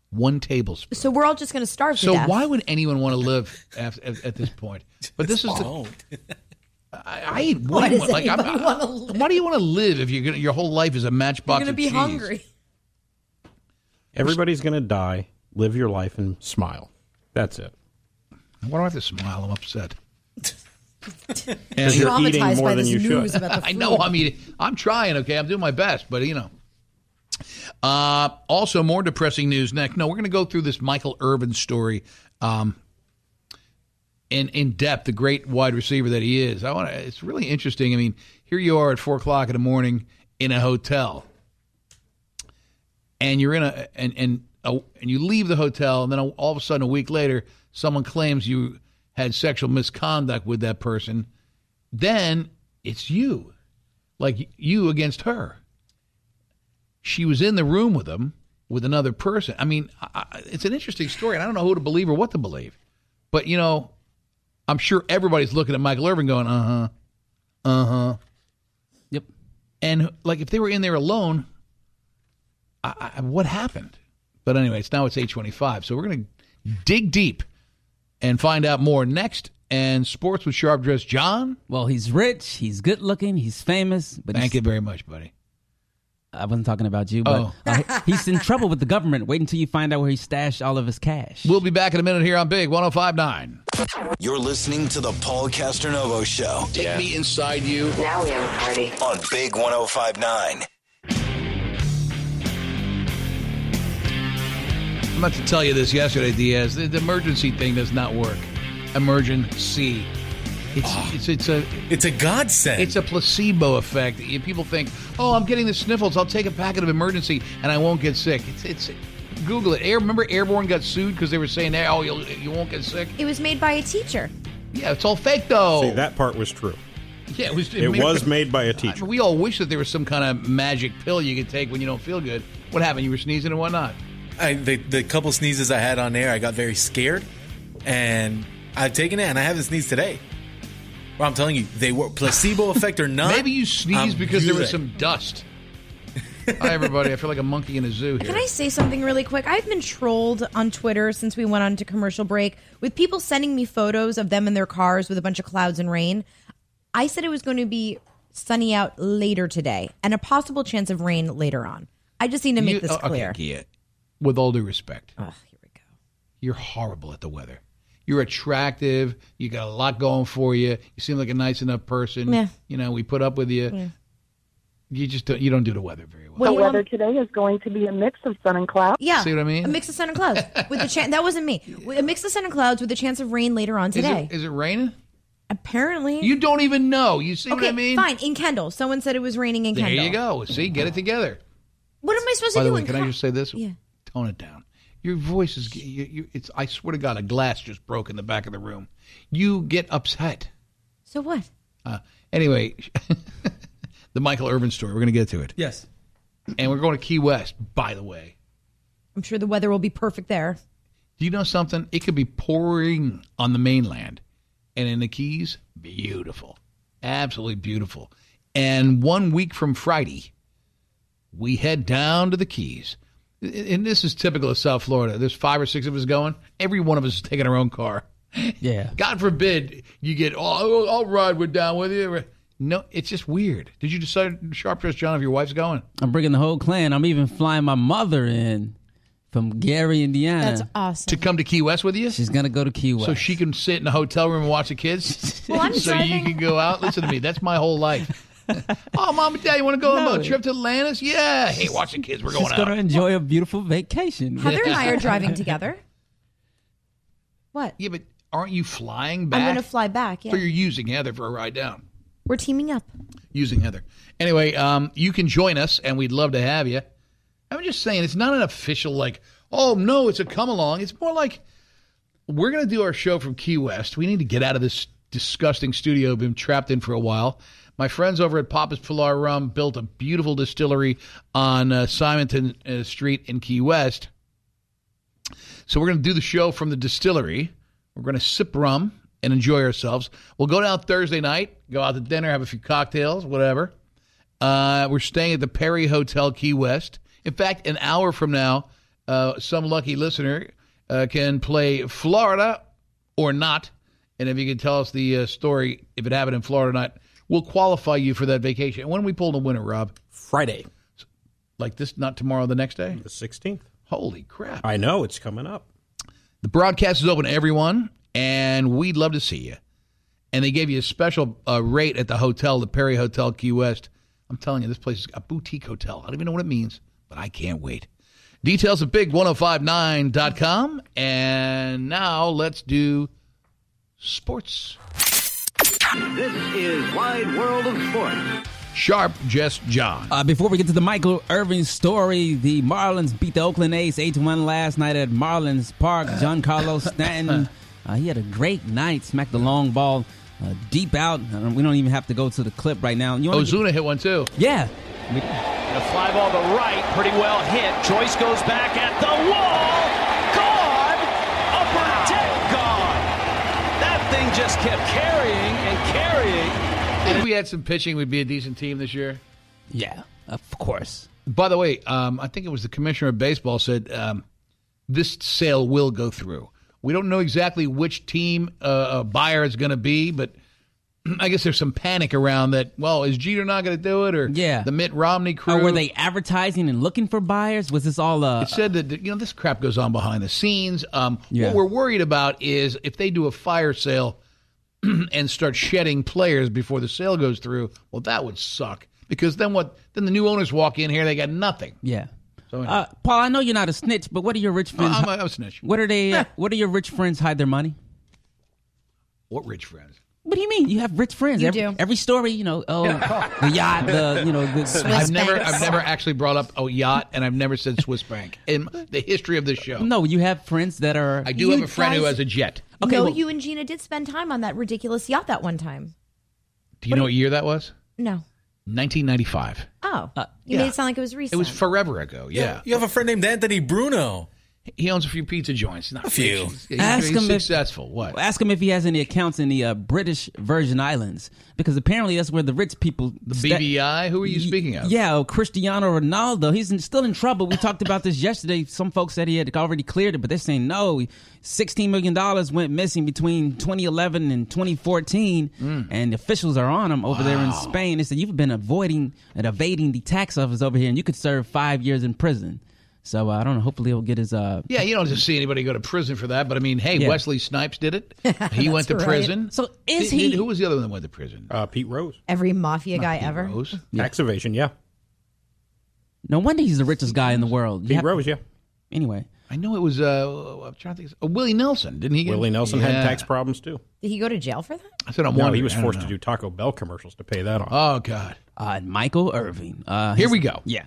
S3: one tablespoon
S6: So we're all just going to starve
S3: so
S6: to death.
S3: why would anyone want to live after, at, at this point but this is the I, I eat
S6: Why
S3: one
S6: does
S3: like I'm,
S6: anybody
S3: I, why do you want to live if you're gonna, your whole life is a matchbox
S6: You're going to
S3: of
S6: be
S3: cheese?
S6: hungry.
S1: Everybody's going to die. Live your life and smile. That's it.
S3: why do I have to smile I'm upset
S1: Because you're Traumatized eating more by than this you should. news about the
S3: <laughs> I know
S1: food.
S3: I'm eating I'm trying okay I'm doing my best but you know Uh, also, more depressing news next. No, we're going to go through this Michael Irvin story um, in in depth. The great wide receiver that he is. I want to. It's really interesting. I mean, here you are at four o'clock in the morning in a hotel, and you're in a and and a, and you leave the hotel, and then all of a sudden, a week later, someone claims you had sexual misconduct with that person. Then it's you, like you against her she was in the room with him with another person. I mean, I, I- it's an interesting story, and I don't know who to believe or what to believe. But you know, I'm sure everybody's looking at Michael Irvin going, "Uh huh, uh huh." Yep. And like, if they were in there alone, I, I, what happened? But anyway, it's now it's 8:25, so we're gonna dig deep and find out more next. And sports with sharp dress John.
S7: Well, he's rich, he's good looking, he's famous. But
S3: Thank you very much, buddy.
S7: I wasn't talking about you, but
S3: Oh.
S7: uh, he's in trouble with the government. Wait until you find out where he stashed all of his cash.
S3: We'll be back in a minute here on Big 105.9.
S5: You're listening to the Paul Casternovo Show. Take
S3: me inside you.
S5: Now we have a party. On Big 1059.
S3: I meant to tell you this yesterday, Diaz. The, the emergency thing does not work. Emergency. It's, it's it's a
S9: it's a godsend.
S3: It's a placebo effect. You- People think, oh, I'm getting the sniffles. I'll take a packet of emergency and I won't get sick. It's it's. Google it. Air, remember, Airborne got sued because they were saying, "Hey, "Oh, you'll, you won't get sick."
S6: It was made by a teacher.
S3: Yeah, it's all fake though.
S1: See, that part was true.
S3: yeah, it was.
S1: It was made by a teacher.
S3: We all wish that there was some kind of magic pill you could take when you don't feel good. What happened? You were sneezing and whatnot.
S9: I, the, the couple sneezes I had on air, I got very scared, and I've taken it, and I haven't sneezed today. Well, I'm telling you, they were placebo effect or not.
S3: Maybe you sneezed
S9: I'm
S3: because there was
S9: good.
S3: some dust. Hi, everybody. I feel like a monkey in a zoo here.
S6: Can I say something really quick? I've been trolled on Twitter since we went on to commercial break with people sending me photos of them in their cars with a bunch of clouds and rain. I said it was going to be sunny out later today and a possible chance of rain later on. I just need to make
S3: You-
S6: this
S3: oh, okay,
S6: clear.
S3: Gia, with all due respect,
S6: here we
S3: go. You're horrible at the weather. You're attractive. You got a lot going for you. You seem like a nice enough person.
S10: Meh.
S3: You know, we put up with you.
S10: Meh.
S3: You just don't, you don't do the weather very well.
S10: the weather today is going to be a mix of sun and cloud.
S6: Yeah.
S3: See what I mean?
S6: A mix of sun and clouds with the chance that wasn't me. A mix of sun and clouds with a chance of rain later on
S3: Is it-
S6: today.
S3: Is it, raining?
S6: Apparently.
S3: You don't even know. You see
S6: okay,
S3: what I mean?
S6: fine. In Kendall, someone said it was raining in
S3: There
S6: Kendall.
S3: you go. See, get it together.
S6: What am I supposed
S3: By
S6: to
S3: the
S6: do?
S3: way,
S6: in
S3: can I
S6: Ken-
S3: just say this?
S6: Yeah.
S3: Tone it down. Your voice is. You, you, it's. I swear to God, a glass just broke in the back of the room. You get upset.
S6: So what?
S3: Uh, anyway, <laughs> the Michael Irvin story. We're going to get to it.
S22: Yes.
S3: And we're going to Key West, by the way.
S6: I'm sure the weather will be perfect there.
S3: Do you know something? It could be pouring on the mainland and in the Keys. Beautiful. Absolutely beautiful. And one week from Friday, we head down to the Keys. And this is typical of South Florida. There's five or six of us going. Every one of us is taking our own car. <laughs>
S7: Yeah.
S3: God forbid you get, oh, I'll- I'll ride with down with you. No, it's just weird. Did you decide, Sharp Dress John, if your wife's going?
S7: I'm bringing the whole clan. I'm even flying my mother in from Gary, Indiana.
S6: That's awesome.
S3: To come to Key West with you?
S7: She's gonna go to Key West.
S3: So she can sit in a hotel room and watch the kids.
S6: Well, I'm
S3: so you
S6: driving-
S3: can go out. Listen to me. That's my
S6: <laughs>
S3: whole life. oh, mom and dad, you want to go on a
S7: No.
S3: boat trip to Atlantis? Yeah. Hey, watch the kids. We're going
S7: She's
S3: out.
S7: gonna enjoy a beautiful vacation.
S6: Heather and I
S7: <laughs>
S6: are driving together. What?
S3: Yeah, but aren't you flying
S6: I'm
S3: back?
S6: going to fly back. Yeah.
S3: So you're using Heather for a ride down.
S6: We're teaming up.
S3: Using Heather. Anyway, um, you can join us, and we'd love to have you. I'm just saying, it's not an official like, oh no, it's a come along. It's more like we're going to do our show from Key West. We need to get out of this disgusting studio we've been trapped in for a while. My friends over at Papa's Pilar Rum built a beautiful distillery on uh, Simonton uh, Street in Key West. So we're going to do the show from the distillery. We're going to sip rum and enjoy ourselves. We'll go down Thursday night, go out to dinner, have a few cocktails, whatever. Uh, we're staying at the Perry Hotel Key West. In fact, an hour from now, uh, some lucky listener uh, can play Florida or not. And if you can tell us the uh, story, if it happened in Florida or not, we'll qualify you for that vacation. And when are we pull the winner, Rob?
S1: Friday.
S3: Like this, not tomorrow, the next day?
S1: The 16th.
S3: Holy crap.
S1: I know. It's coming up.
S3: The broadcast is open to everyone, and we'd love to see you. And they gave you a special uh, rate at the hotel, the Perry Hotel Key West. I'm telling you, this place is a boutique hotel. I don't even know what it means, but I can't wait. Details at big1059.com. And now let's do sports.
S23: This is Wide World of Sports.
S3: Sharp, Jess, John.
S7: Uh, before we get to the Michael Irving story, the Marlins beat the Oakland A's 8-1 last night at Marlins Park. John Carlos Stanton, uh, he had a great night. Smacked the long ball uh, deep out. I don't- we don't even have to go to the clip right now. You wanna-
S3: Ozuna hit one too.
S7: Yeah.
S23: And a fly ball to right, pretty well hit. Joyce goes back at the wall. Gone! Upper deck gone! That thing just kept carrying and carrying.
S3: If we had some pitching, we'd be a decent team this year.
S7: Yeah, of course.
S3: By the way, um, I think it was the commissioner of baseball said um, this sale will go through. We don't know exactly which team uh, a buyer is going to be, but <clears throat> I guess there's some panic around that. Well, is Jeter not going to do it, or
S7: Yeah.
S3: the Mitt Romney crew?
S7: Or were they advertising and looking for buyers? Was this all uh,
S3: It said that you know this crap goes on behind the scenes. Um,
S7: Yeah.
S3: What we're worried about is if they do a fire sale and start shedding players before the sale goes through. Well, that would suck because then what? Then the new owners walk in here, they got nothing.
S7: Yeah.
S3: So anyway.
S7: Uh, Paul, I know you're not a snitch, but what do your rich friends?
S3: I'm a- I'm a snitch.
S7: What are
S3: <laughs>
S7: they? uh, what do your rich friends hide their money?
S3: What rich friends?
S7: What do you mean? You have rich friends.
S3: You
S7: every,
S3: do.
S7: every story, you know. Oh, the yacht, the you know, the
S3: <laughs> I've never, I've never actually brought up a yacht, and I've never said Swiss bank in the history of this show.
S7: No, you have friends that are.
S3: I do have a friend who has a jet.
S7: Okay,
S6: no,
S7: well-
S6: you and Gina did spend time on that ridiculous yacht that one time.
S3: Do you know what year that was?
S6: No.
S3: 1995.
S6: Oh. you
S3: yeah. Uh,
S6: made it sound like it was recent.
S3: It was forever ago. Yeah.
S9: You have a friend named Anthony Bruno.
S3: He owns a few pizza joints. Not
S9: a few.
S3: He's, he's ask him successful. If, what?
S7: Ask him if he has any accounts in the uh, British Virgin Islands because apparently that's where the rich people.
S3: The BVI. Sta- Who are you speaking of?
S7: Yeah, oh, Cristiano Ronaldo. He's in, still in trouble. We talked about this <laughs> yesterday. Some folks said he had already cleared it, but they're saying no. Sixteen million dollars went missing between 2011 and 2014, mm. and officials are on him over wow. there in Spain. They said you've been avoiding and evading the tax office over here, and you could serve five years in prison. So uh, I don't know. Hopefully he'll get his. Uh,
S3: yeah, you don't just see anybody go to prison for that. But I mean, hey, yeah. Wesley Snipes
S7: <laughs>
S3: did it. He went to
S7: right.
S3: prison.
S7: So is did, he?
S3: who was the other one that went to prison?
S1: Uh, Pete Rose.
S6: Every mafia Not guy Pete ever.
S3: Rose.
S1: Yeah. Tax evasion. Yeah.
S7: No wonder he's the richest guy in the world.
S1: You Pete have, Rose. Yeah.
S7: Anyway,
S3: I know it was. Uh, I'm trying to think. Oh, Willie Nelson didn't he? Get,
S1: Willie Nelson yeah. had tax problems too.
S6: Did he go to jail for that?
S3: I said I'm.
S1: No, he was forced to do Taco Bell commercials to pay that off.
S3: Oh God.
S7: Uh, Michael Irving. Uh,
S3: Here we go.
S7: Yeah.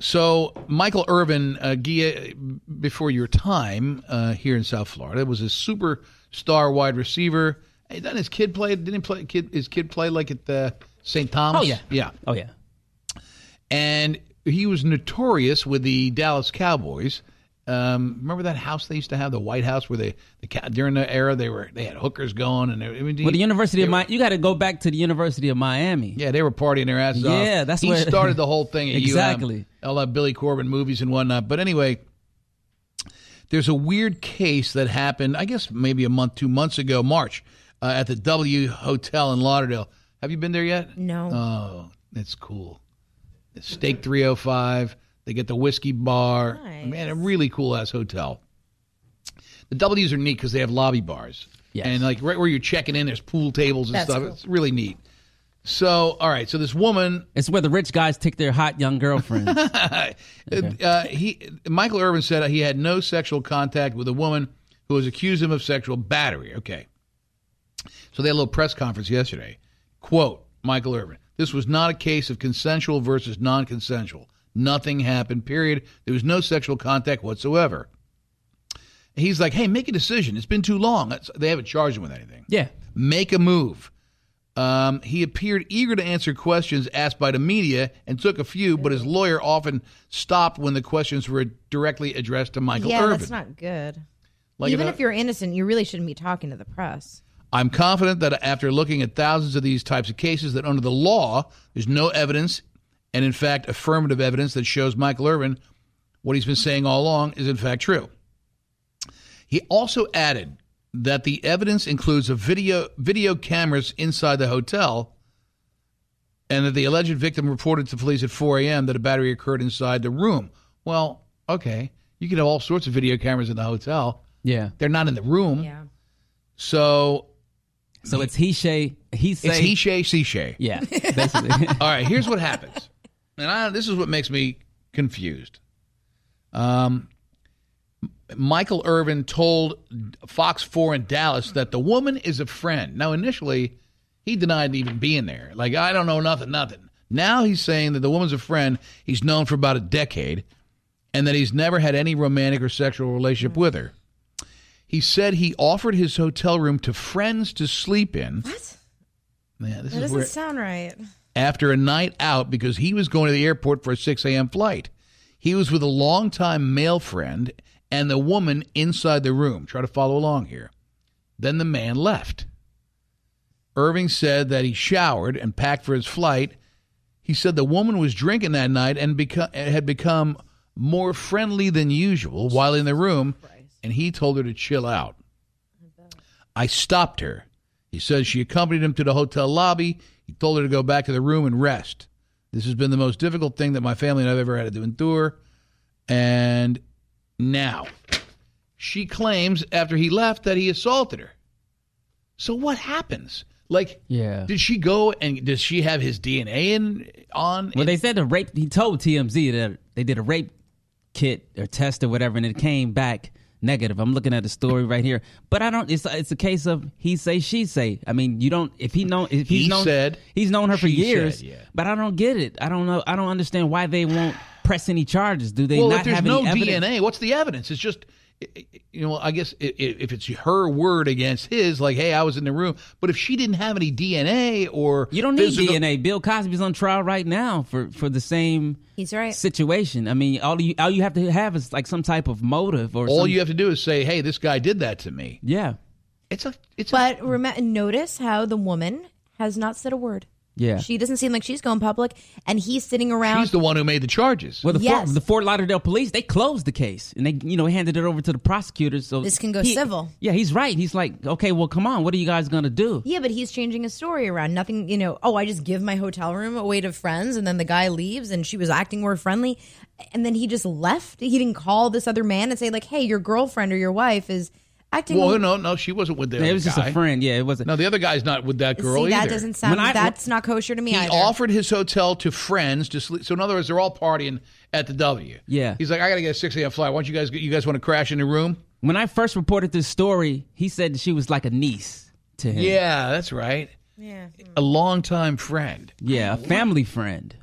S3: So Michael Irvin, uh, Gia, before your time uh, here in South Florida, was a superstar wide receiver. Hey, did his kid play? Didn't play? Kid, his kid play like at uh, St. Thomas?
S7: Oh yeah,
S3: yeah,
S7: oh yeah.
S3: And he was notorious with the Dallas Cowboys. Um, remember that house they used to have, the White House, where they the during the era they were they had hookers going and they, I mean,
S7: well, the University of Miami. You got to go back to the University of Miami.
S3: Yeah, they were partying their asses
S7: yeah,
S3: off.
S7: Yeah, that's
S3: uh, he
S7: where,
S3: started the
S7: <laughs>
S3: whole thing.
S7: exactly,
S3: UM, all that Billy Corbin movies and whatnot. But anyway, there's a weird case that happened. I guess maybe a month, two months ago, March, uh, at the W Hotel in Lauderdale. Have you been there yet?
S6: No.
S3: Oh, that's cool. It's Steak 305. They get the whiskey bar. Nice. Man, a really cool ass hotel. The W's are neat because they have lobby bars.
S7: Yes.
S3: And like right where you're checking in, there's pool tables and
S6: That's
S3: stuff.
S6: Cool.
S3: It's really neat. So, all right. So this woman.
S7: It's where the rich guys take their hot young
S3: <laughs>
S7: girlfriends.
S3: okay. uh, he Michael Irvin said he had no sexual contact with a woman who was accused him of sexual battery. Okay. So they had a little press conference yesterday. Quote Michael Irvin: This was not a case of consensual versus non-consensual. Nothing happened, period. There was no sexual contact whatsoever. He's like, hey, make a decision. It's been too long. That's, they haven't charged him with anything.
S7: Yeah.
S3: Make a move. Um, he appeared eager to answer questions asked by the media and took a few, but his lawyer often stopped when the questions were directly addressed to Michael uh,
S6: yeah,
S3: Irvin.
S6: that's not good. Like Even if, if you're innocent, you really shouldn't be talking to the press.
S3: I'm confident that after looking at thousands of these types of cases, that under the law, there's no evidence and in fact affirmative evidence that shows Michael Irvin what he's been saying all along is in fact true. He also added that the evidence includes a video video cameras inside the hotel and that the alleged victim reported to police at 4 a.m. that a battery occurred inside the room. Well, okay, you can have all sorts of video cameras in the hotel.
S7: Yeah.
S3: They're not in the room.
S6: Yeah.
S3: So
S7: so it's he she he say
S3: It's he she she she.
S7: Yeah.
S3: <laughs>
S7: Basically. all
S3: right, here's what happens and I, this is what makes me confused. Um, Michael Irvin told Fox 4 in Dallas that the woman is a friend. Now, initially, he denied even being there. Like, I don't know nothing, nothing. Now he's saying that the woman's a friend he's known for about a decade and that he's never had any romantic or sexual relationship mm-hmm. with her. He said he offered his hotel room to friends to sleep in.
S6: What?
S3: Yeah, this
S6: that
S3: is
S6: doesn't
S3: where,
S6: sound right
S3: after a night out because he was going to the airport for a 6 a.m. flight. He was with a longtime male friend and the woman inside the room. Try to follow along here. Then the man left. Irving said that he showered and packed for his flight. He said the woman was drinking that night and beco- had become more friendly than usual while in the room, and he told her to chill out. I stopped her. He says she accompanied him to the hotel lobby. He told her to go back to the room and rest. This has been the most difficult thing that my family and I've ever had to endure. And now she claims after he left that he assaulted her. So what happens? Like,
S7: yeah,
S3: did she go and does she have his DNA in on?
S7: Well, they said the rape. He told TMZ that they did a rape kit or test or whatever, and it came back negative. I'm looking at the story right here, but I don't. It's it's a case of he say she say. I mean, you don't. If he known, if he's
S3: he
S7: known,
S3: said,
S7: he's known her for years.
S3: Said, yeah.
S7: But I don't get it. I don't know. I don't understand why they won't press any charges. Do they
S3: well,
S7: not
S3: if there's
S7: have
S3: no
S7: any evidence?
S3: DNA? What's the evidence? It's just you know, I guess i- i- if it's her word against his, like, hey, I was in the room. But if she didn't have any DNA or
S7: you don't need DNA. Bill Cosby's on trial right now for for the same
S6: He's right.
S7: situation. I mean, all you all you have to have is like some type of motive or
S3: all
S7: some-
S3: you have to do is say, hey, this guy did that to me.
S7: Yeah,
S3: It's a. It's
S6: but remember, notice how the woman has not said a word.
S7: yeah.
S6: She doesn't seem like she's going public, and he's sitting around.
S3: She's the one who made the charges.
S7: Well, the,
S6: Yes.
S7: Fort, the Fort Lauderdale police they closed the case and they you know handed it over to the prosecutors. So
S6: This can go
S7: he-
S6: civil.
S7: Yeah, he's right. He's like, okay, well, come on, what are you guys gonna do?
S6: Yeah, but he's changing his story around. Nothing, you know, oh, I just give my hotel room away to friends and then the guy leaves and she was acting more friendly. And then he just left. He didn't call this other man and say, like, hey, your girlfriend or your wife is acting.
S3: Well, no, no, she wasn't with the.
S7: Yeah, it
S3: other
S7: was just a
S3: guy.
S7: friend. Yeah, it wasn't.
S3: No, the other guy's not
S23: <laughs>
S3: with that girl
S6: See, that
S3: either.
S6: doesn't sound, that's not kosher to me
S3: he
S6: either.
S3: offered his hotel to friends to sleep. So in other words, they're all partying at the W.
S7: Yeah.
S3: He's like, I gotta get a six a.m. flight. Why don't you guys? You guys want to crash in the room?
S7: When I first reported this story, he said she was like a niece to him.
S3: Yeah, that's right.
S6: Yeah.
S3: A longtime friend.
S7: Yeah, a family friend.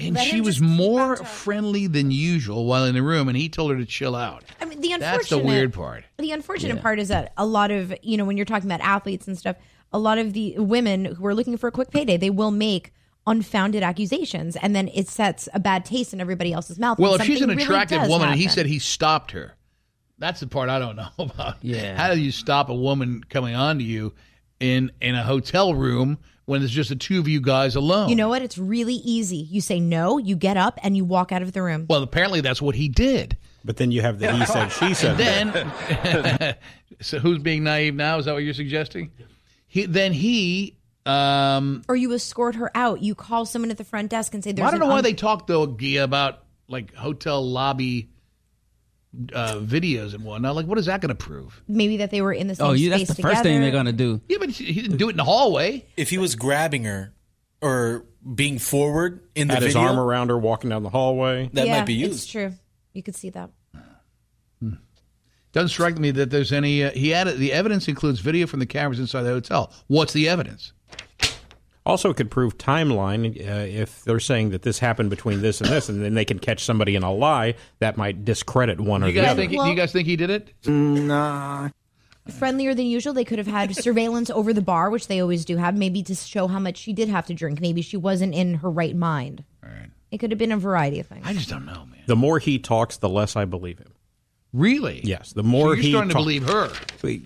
S3: And she was more friendly than usual while in the room, and he told her to chill out.
S6: I mean, the unfortunate.
S3: That's the weird part.
S6: The unfortunate
S3: Yeah.
S6: part is that a lot of, you know, when you're talking about athletes and stuff, a lot of the women who are looking for a quick payday, they will make unfounded accusations and then it sets a bad taste in everybody else's mouth.
S3: Well,
S6: and
S3: if she's an
S6: something really
S3: attractive
S6: does
S3: woman and he
S6: happen.
S3: said he stopped her, that's the part
S5: <laughs>
S3: I don't know about.
S7: Yeah.
S3: How do you stop a woman coming on to you in in a hotel room when there's just the two of you guys alone?
S6: You know what? It's really easy. You say no, you get up, and you walk out of the room.
S3: Well, apparently that's what he did.
S1: But then you have the he said, she said.
S3: <laughs> And then, <laughs> so who's being naive now? Is that what you're suggesting? He, then he. Um,
S6: or you escort her out. You call someone at the front desk and say, "There's."
S3: I don't
S6: an
S3: know why
S6: un-
S3: they talk though Gia, about like hotel lobby uh, videos and whatnot. Like, what is that going to prove?
S6: Maybe that they were in the same
S7: Oh, you, that's
S6: space
S7: the first thing they're
S6: together.
S7: gonna do.
S3: Yeah, but he didn't do it in the hallway.
S9: If he was grabbing her or being forward in the
S1: Had his
S9: video,
S1: arm around her, walking down the hallway.
S9: that
S6: Yeah,
S9: might be
S6: It's
S9: used.
S6: true. You could see that.
S3: Doesn't strike me that there's any. Uh, he added the evidence includes video from the cameras inside the hotel. What's the evidence?
S1: Also, it could prove timeline uh, if they're saying that this happened between this and this, and then they can catch somebody in a lie that might discredit one or
S3: You
S1: the
S3: guys
S1: other.
S3: think? do you guys think he did it?
S1: Nah.
S6: Friendlier than usual. They could have had surveillance over the bar, which they always do have, maybe to show how much she did have to drink. Maybe she wasn't in her right mind. All
S3: right.
S6: It could have been a variety of things. I
S3: just don't know.
S1: The more he talks, the less I believe him.
S3: Really?
S1: Yes. The more
S3: So
S1: he
S3: you're starting to
S1: talk-
S3: believe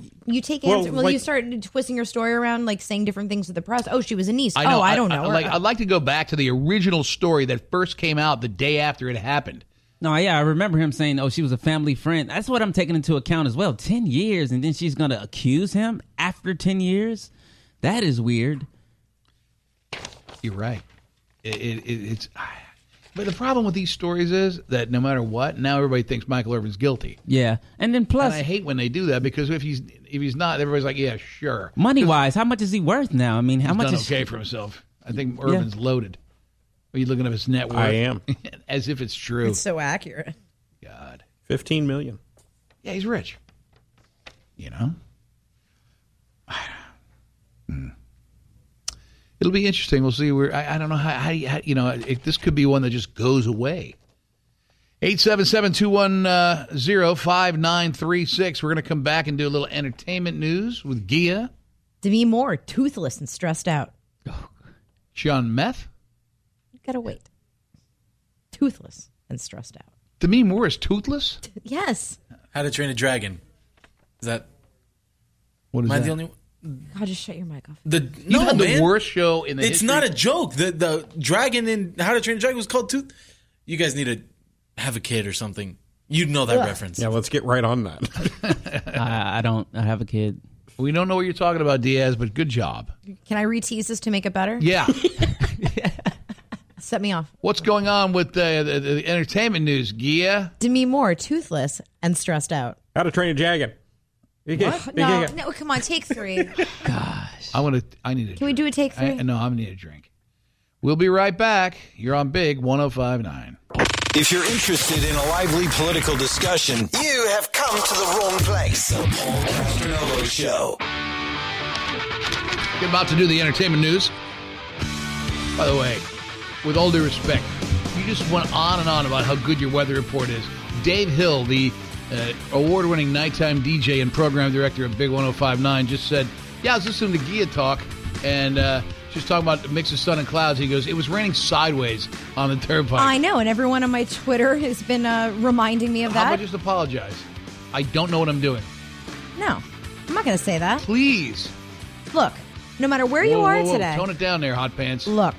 S3: her.
S6: You take
S1: Well,
S6: answer. Well,
S1: like-
S6: you start twisting your story around, like saying different things to the press. Oh, she was a niece. oh, I, don't know. her.
S3: like, I'd like to go back to the original story that first came out the day after it happened.
S7: No, yeah, I remember him saying, "Oh, she was a family friend." That's what I'm taking into account as well. Ten years, and then she's gonna accuse him after ten years. That is weird.
S3: You're right. It, it, it, it's, <sighs> but the problem with these stories is that no matter what, now everybody thinks Michael Irvin's guilty.
S7: Yeah, and then plus,
S3: and I hate when they do that because if he's if he's not, everybody's like, yeah, sure.
S7: money wise, how much is he worth now? I mean, how
S3: He's
S7: much
S3: done
S7: is
S3: okay for himself. I think Irvin's loaded. Are you looking at his net worth?
S1: I am.
S3: <laughs> As if it's true.
S6: It's so accurate.
S1: Fifteen million.
S3: yeah, he's rich. You know. Mm. It'll be interesting. We'll see where I, I don't know how, how, you- how you know it, this could be one that just goes away. uh, 877-210-5936. We're going to come back and do a little entertainment news with Gia.
S6: Demi Moore, toothless and stressed out.
S3: She on meth?
S6: You gotta wait. Toothless and stressed out.
S3: Demi Moore is toothless?
S6: Yes.
S9: How to Train a Dragon. Is that?
S3: What
S9: am
S3: is
S9: I
S3: that?
S9: the only?
S6: God, just shut your mic off.
S9: The
S3: You
S9: no
S3: had the
S9: man.
S3: worst show in the
S9: It's
S3: history.
S9: not a joke. The the dragon in How to Train a Dragon was called Tooth. You guys need to have a kid or something. You'd know that
S3: Ugh.
S9: reference.
S1: Yeah, let's get right on that.
S9: <laughs>
S7: I, I don't. I have a kid.
S3: We don't know what you're talking about, Diaz, but good job.
S6: Can I re-tease this to make it better?
S3: Yeah.
S6: Set me off.
S3: What's going on with uh, the, the entertainment news, Gia?
S6: Demi Moore, toothless and stressed out.
S1: How to Train a Dragon.
S6: What? No, no, come on, take three.
S3: I want to. I need a
S6: Can we do a take
S3: I,
S6: three?
S3: no, I'm gonna need a drink. We'll be right back. You're on Big 1059.
S5: If you're interested in a lively political discussion,
S11: You have come to the wrong place.
S5: Novo Show.
S3: Get about to do the entertainment news. By the way, with all due respect, you just went on and on about how good your weather report is. Dave Hill, the uh, award winning nighttime DJ and program director of Big 1059, just said, Yeah, I was listening to Gia talk, and uh, she was talking about a mix of sun and clouds. He goes, It was raining sideways on the turnpike.
S6: I know, and everyone on my Twitter has been uh, reminding me of
S3: How
S6: that.
S3: about just apologize? I don't know what I'm doing.
S6: no, I'm not going to say that.
S3: Please.
S6: Look, no matter where you
S3: Whoa,
S6: are
S3: whoa, whoa.
S6: today,
S3: Tone it down there, hot pants.
S6: look,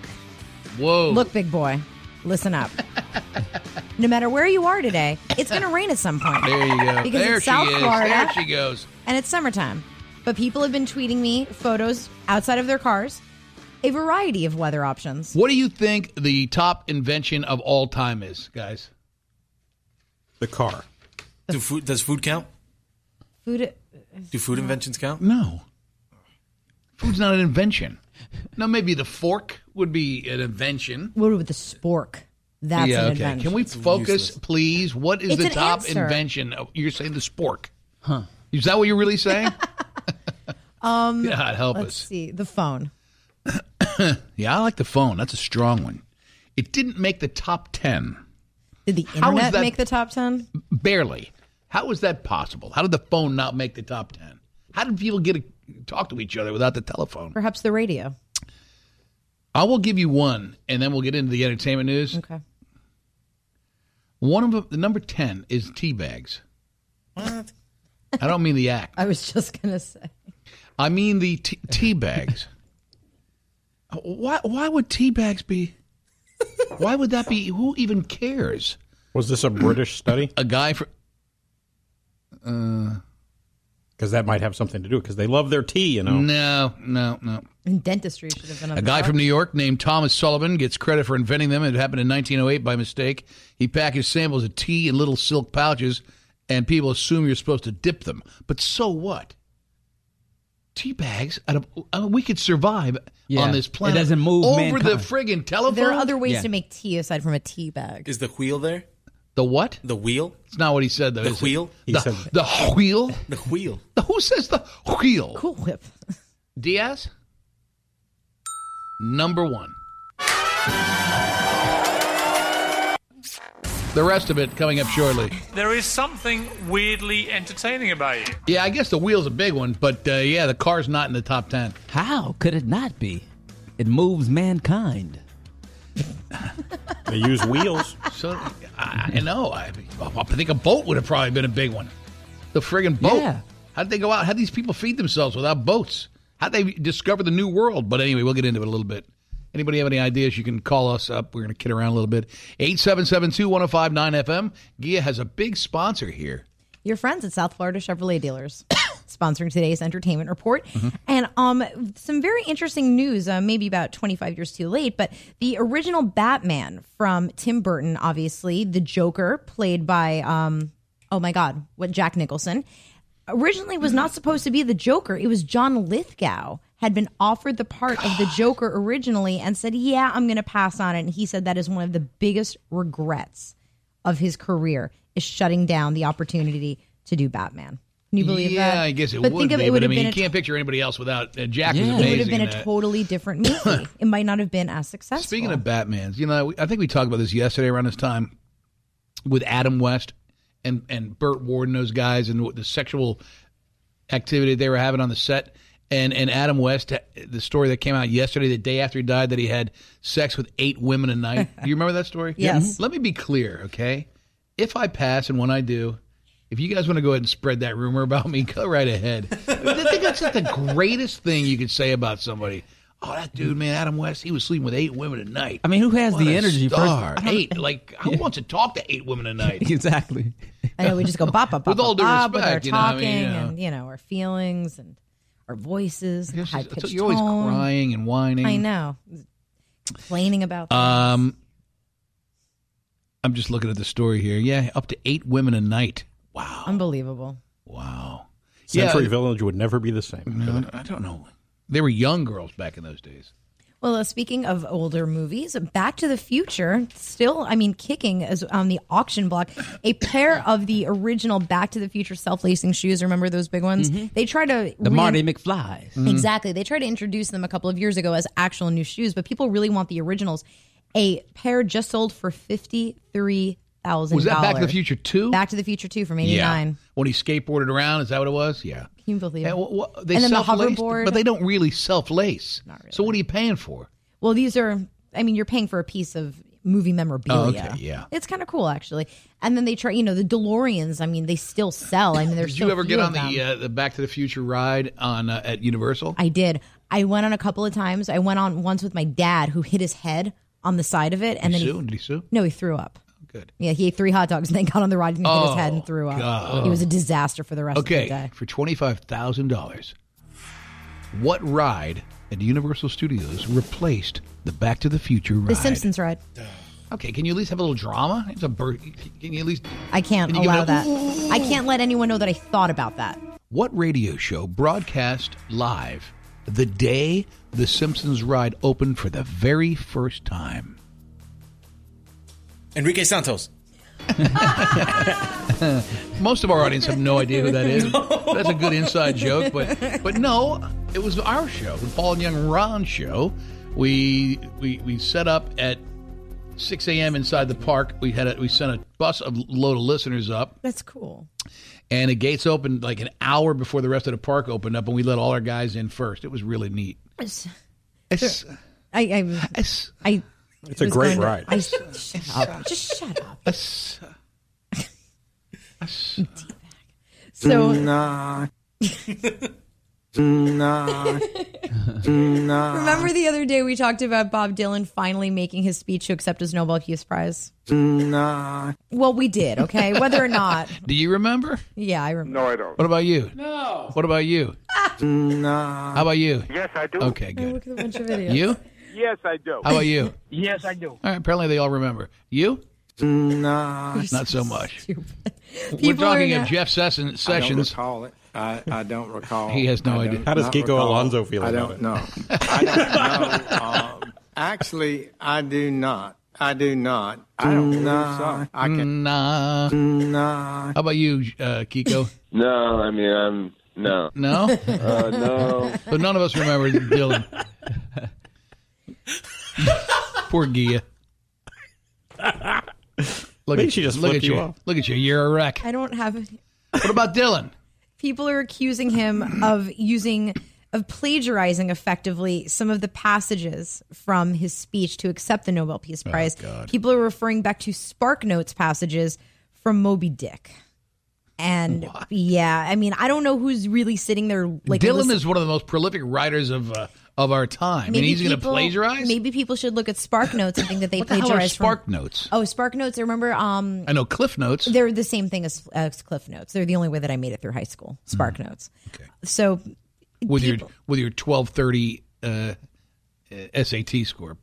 S3: Whoa.
S6: look, big boy, listen up. no matter where you are today, it's going to rain at some point.
S3: There you go.
S6: Because
S3: there
S6: it's
S3: she
S6: South
S3: is.
S6: Florida.
S3: There she goes.
S6: and it's summertime. But people have been tweeting me photos outside of their cars, a variety of weather options.
S3: What do you think the top invention of all time is, guys?
S1: The car.
S9: Do food, does food count?
S6: Food.
S9: Do food inventions count?
S3: No. Food's not an invention. Now, maybe the fork would be an invention.
S6: What with the spork? That's
S3: yeah,
S6: an
S3: okay.
S6: adventure.
S3: Can we focus, please? What is
S6: It's
S3: the
S6: an
S3: top
S6: answer.
S3: invention? Of, you're saying the spork. Huh. Is that what you're really saying?
S6: <laughs> Um,
S3: God, help
S6: let's
S3: us.
S6: see the phone.
S3: yeah, I like the phone. That's a strong one. It didn't make the top 10.
S6: Did the
S3: How is
S6: internet
S3: that-
S6: make the top ten?
S3: Barely. How is that possible? How did the phone not make the top 10? How did people get to talk to each other without the telephone?
S6: Perhaps the radio.
S3: I will give you one, and then we'll get into the entertainment news.
S6: Okay.
S3: One of them, the number 10 is tea bags.
S6: What?
S3: I don't mean the act.
S6: <laughs> I was just gonna say.
S3: I mean the t- tea bags. <laughs> why? Why would tea bags be? Why would that be? Who even cares?
S1: Was this a
S3: <clears throat>
S1: British study?
S3: A guy from. Uh,
S1: Because that might have something to do. Because they love their tea, you know.
S3: No, no, no.
S6: And dentistry should have been on
S3: A
S6: the
S3: guy
S6: top.
S3: from New York named Thomas Sullivan gets credit for inventing them. It happened in 1908 by mistake. He packaged samples of tea in little silk pouches, and people assume you're supposed to dip them. But so what? Tea bags, out of, I mean, we could survive
S7: Yeah.
S3: on this
S7: It
S3: planet.
S7: doesn't move
S3: over the
S7: mankind.
S3: friggin' telephone.
S6: There are other ways
S3: Yeah.
S6: to make tea aside from a tea bag.
S9: Is the wheel there?
S3: The what?
S9: The wheel?
S3: It's not what he said though.
S9: The
S3: is it?
S9: wheel? He
S3: The,
S9: said-
S3: the wheel.
S9: The wheel.
S3: Who says the wheel?
S6: Cool Whip.
S3: Diaz. Number one. The rest of it coming up shortly.
S4: There is something weirdly entertaining about you.
S3: Yeah, I guess the wheel's a big one, but uh, yeah, the car's not in the top ten.
S7: How could it not be? It moves mankind.
S1: <laughs> They use wheels.
S3: So I, I know. I, I think a boat would have probably been a big one. The friggin' boat. How'd they go out? How'd these people feed themselves without boats? How'd they discover the new world? But anyway, we'll get into it a little bit. Anybody have any ideas? You can call us up. We're going to kid around a little bit. 877-21059 FM. Gia has a big sponsor here.
S6: Your friends at South Florida Chevrolet Dealers <coughs> sponsoring today's entertainment report. And um, some very interesting news, uh, maybe about 25 years too late, but the original Batman from Tim Burton, obviously, the Joker, played by, um, oh my God, what, Jack Nicholson, originally was not supposed to be the Joker. It was John Lithgow had been offered the part of the Joker originally and said, yeah, I'm going to pass on it. And he said that is one of the biggest regrets of his career is shutting down the opportunity to do Batman. Can you believe
S3: yeah,
S6: that?
S3: I guess it
S6: But
S3: would
S6: think of
S3: be,
S6: it, it would
S3: but I
S6: have
S3: mean,
S6: been
S3: you
S6: a,
S3: can't picture anybody else without uh, Jack was
S6: it
S3: amazing.
S6: would have been
S3: in
S6: a
S3: that.
S6: totally different
S3: <coughs>
S6: movie. it might not have been as successful.
S3: Speaking of Batman's, you know, we- I think we talked about this yesterday around this time with Adam West and and Burt Ward and those guys and what the sexual activity they were having on the set. And and Adam West, uh, the story that came out yesterday, the day after he died, that he had sex with eight women
S6: <laughs>
S3: a night. Do you remember that story?
S6: Yes.
S3: Mm-hmm. Let me be clear, okay? If I pass and when I do, if you guys want to go ahead and spread that rumor about me, <laughs> go right ahead. I think that's like the greatest thing you could say about somebody. Oh, that dude, man, Adam West, he was sleeping with eight women a night.
S7: I mean, who has
S3: What
S7: the
S3: a
S7: energy for
S3: Star.
S7: <laughs>
S3: Eight, like who wants to talk to eight women a <laughs> night?
S6: <laughs>
S7: exactly.
S6: I know we just go bop bop bop
S3: <laughs> With all
S6: bop,
S3: due
S6: bop,
S3: respect, you
S6: with
S3: know,
S6: our
S3: I
S6: talking
S3: mean, you know.
S6: and you know our feelings and our voices, and high pitched
S3: So you're always
S6: tone.
S3: crying and whining.
S6: Um, I know, complaining about.
S3: Um, I'm just looking at the story here. Yeah, up to eight women a night. Wow,
S6: unbelievable.
S3: Wow.
S1: Century
S3: Yeah.
S1: Village would never be the same.
S3: No, I don't know. They were young girls back in those days.
S6: Well, uh, speaking of older movies, Back to the Future still, I mean, kicking is on the auction block. A
S3: <coughs>
S6: pair of the original Back to the Future self-lacing shoes. Remember those big ones?
S3: Mm-hmm.
S6: They try to
S7: The
S6: rein-
S7: Marty McFlys.
S6: Exactly. They tried to introduce them a couple of years ago as actual new shoes, but people really want the originals. A pair just sold for fifty three thousand.
S3: Was that Back to the Future Two?
S6: Back to the Future Two from eighty nine.
S3: When he skateboarded around, is that what it was? Yeah.
S6: Can you believe
S3: And
S6: it?
S3: wha- wha- they
S6: and then the
S3: self-laced it,
S6: hoverboard.
S3: but they don't really self-lace. So what are you paying for?
S6: Well, these are. I mean, you're paying for a piece of movie memorabilia.
S3: Oh, okay, yeah.
S6: It's kind of cool, actually. And then they try. You know, the DeLoreans. I mean, they still sell.
S3: <laughs>
S6: I mean, there's.
S3: Did you ever get on the uh, the Back to the Future ride on uh, at Universal?
S6: I did. I went on a couple of times. I went on once with my dad, who hit his head on the side of it, and then
S3: Did he sue?
S6: he,
S3: Did he sue? Oh,
S6: no, he threw up.
S3: Good.
S6: Yeah, he ate three hot dogs and then got on the ride and hit his head
S3: Oh,
S6: and threw up.
S3: God.
S6: It was a disaster for the rest of the
S3: Okay,
S6: day.
S3: for twenty five thousand dollars, what ride at Universal Studios replaced the Back to the Future ride?
S6: The Simpsons ride.
S3: Okay, can you at least have a little drama? It's a bur- Can you at least?
S6: I can't
S3: Can you give
S6: allow
S3: it a-
S6: that. I can't let anyone know that I thought about that.
S3: What radio show broadcast live the day the Simpsons ride opened for the very first time?
S9: Enrique Santos.
S3: <laughs> Most of our audience have no idea who that is. That's a good inside joke, but but no, it was our show, the Paul and Young Ron show. We we we set up at 6 a.m. inside the park. We had a, we sent a bus of load of listeners up.
S6: That's cool.
S3: and the gates opened like an hour before the rest of the park opened up, and we let all our guys in first. It was really neat.
S6: It's-
S3: It's,
S6: I, I, I
S3: It's a great ride.
S6: I, shut up. Just shut up.
S3: That's,
S6: So
S8: <laughs>
S6: remember the other day we talked about Bob Dylan finally making his speech to accept his Nobel Peace Prize. Well, we did, okay. Whether or not,
S3: Do you remember?
S6: yeah, I remember.
S3: No, I don't. What about you? No. What about you? How about you?
S12: Yes, I do.
S3: Okay, good.
S6: Look at a bunch of
S3: You?
S12: Yes, I do.
S3: How about you?
S12: Yes, I do.
S3: All right, apparently they all remember. You? Nah. <laughs> Not
S6: <laughs>
S3: so much. We're
S12: People are
S3: talking of
S12: not-
S3: Jeff Sessions. Sessions.
S13: I don't recall it. I, I don't recall.
S3: He has no
S13: I
S3: idea.
S13: do
S3: How does
S13: not
S3: Kiko
S13: recall.
S3: Alonso feel
S13: I
S3: about
S13: don't
S3: it?
S13: know. I don't know. Um, actually, I do not. I do not. I don't believe so. I can.
S3: Nah. How about you, uh, Kiko?
S22: No, I mean I'm no.
S5: <laughs>
S3: No?
S22: Uh, no.
S3: But none of us remember Dylan. <laughs>
S1: <laughs>
S3: Poor Gia. Look
S1: Maybe
S3: at
S1: she just
S3: look at
S1: flipped
S3: you.
S1: you off.
S3: Look at you. You're a wreck.
S6: I don't have. any-
S3: What about Dylan?
S6: People are accusing him of using, of plagiarizing effectively some of the passages from his speech to accept the Nobel Peace Prize.
S3: God.
S6: People are referring back to Spark Notes passages from Moby Dick. And yeah, I mean, I don't know who's really sitting there <laughs> like
S3: Dylan
S6: listen-
S3: is one of the most prolific writers of uh, of our time, and
S6: Maybe
S3: he's going to
S6: people-
S3: plagiarize.
S6: Maybe people should look at Spark Notes and think
S3: <laughs>
S6: that they
S3: How are
S6: plagiarized from-
S3: Spark Notes?
S6: Oh, Spark Notes. I remember. Um,
S3: I know Cliff Notes.
S6: They're the same thing as, as Cliff Notes. They're the only way that I made it through high school.
S3: Hmm.
S6: Spark Notes. So
S3: with your with your twelve thirty uh, uh, SAT score,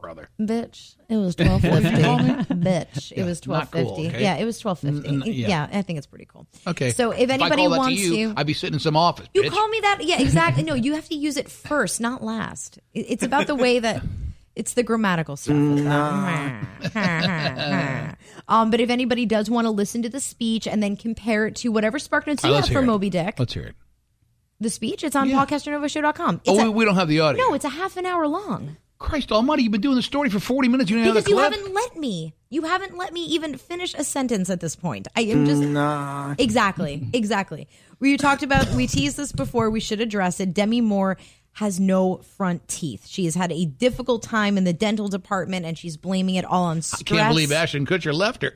S3: brother.
S6: Bitch, it was twelve
S3: <laughs>
S6: fifty. Bitch, it
S3: Yeah,
S6: was twelve
S3: <laughs> not cool,
S6: fifty.
S3: okay?
S6: Yeah, it was twelve fifty.
S3: N- n- yeah.
S6: yeah. I think it's pretty cool.
S3: Okay.
S6: So if
S3: I
S6: anybody
S3: call that to
S6: wants
S3: you,
S6: you,
S3: I'd be sitting in some office.
S6: you,
S3: bitch.
S6: call me that. Yeah, exactly. no, you have to use it first, not last. It- It's about the way that it's the grammatical stuff. with that. <laughs> um, but if anybody does want to listen to the speech and then compare it to whatever SparkNotes
S3: All
S6: you have
S3: right, let's hear
S6: for
S3: it.
S6: Moby Dick,
S3: Let's hear it.
S6: the speech, it's on yeah. podcastnovashow.com. It's
S3: Oh,
S6: a-
S3: we, we don't have the audio.
S6: no, it's a half an hour long.
S3: Christ Almighty, you've been doing the story for forty minutes. You didn't
S6: Because
S3: have the
S6: you
S3: clip.
S6: haven't let me. You haven't let me even finish a sentence at this point. I am just exactly, exactly. We talked about. We teased this before. We should address it. Demi Moore has no front teeth. She has had a difficult time in the dental department, and she's blaming it all on stress.
S3: Can't believe Ashton Kutcher left her.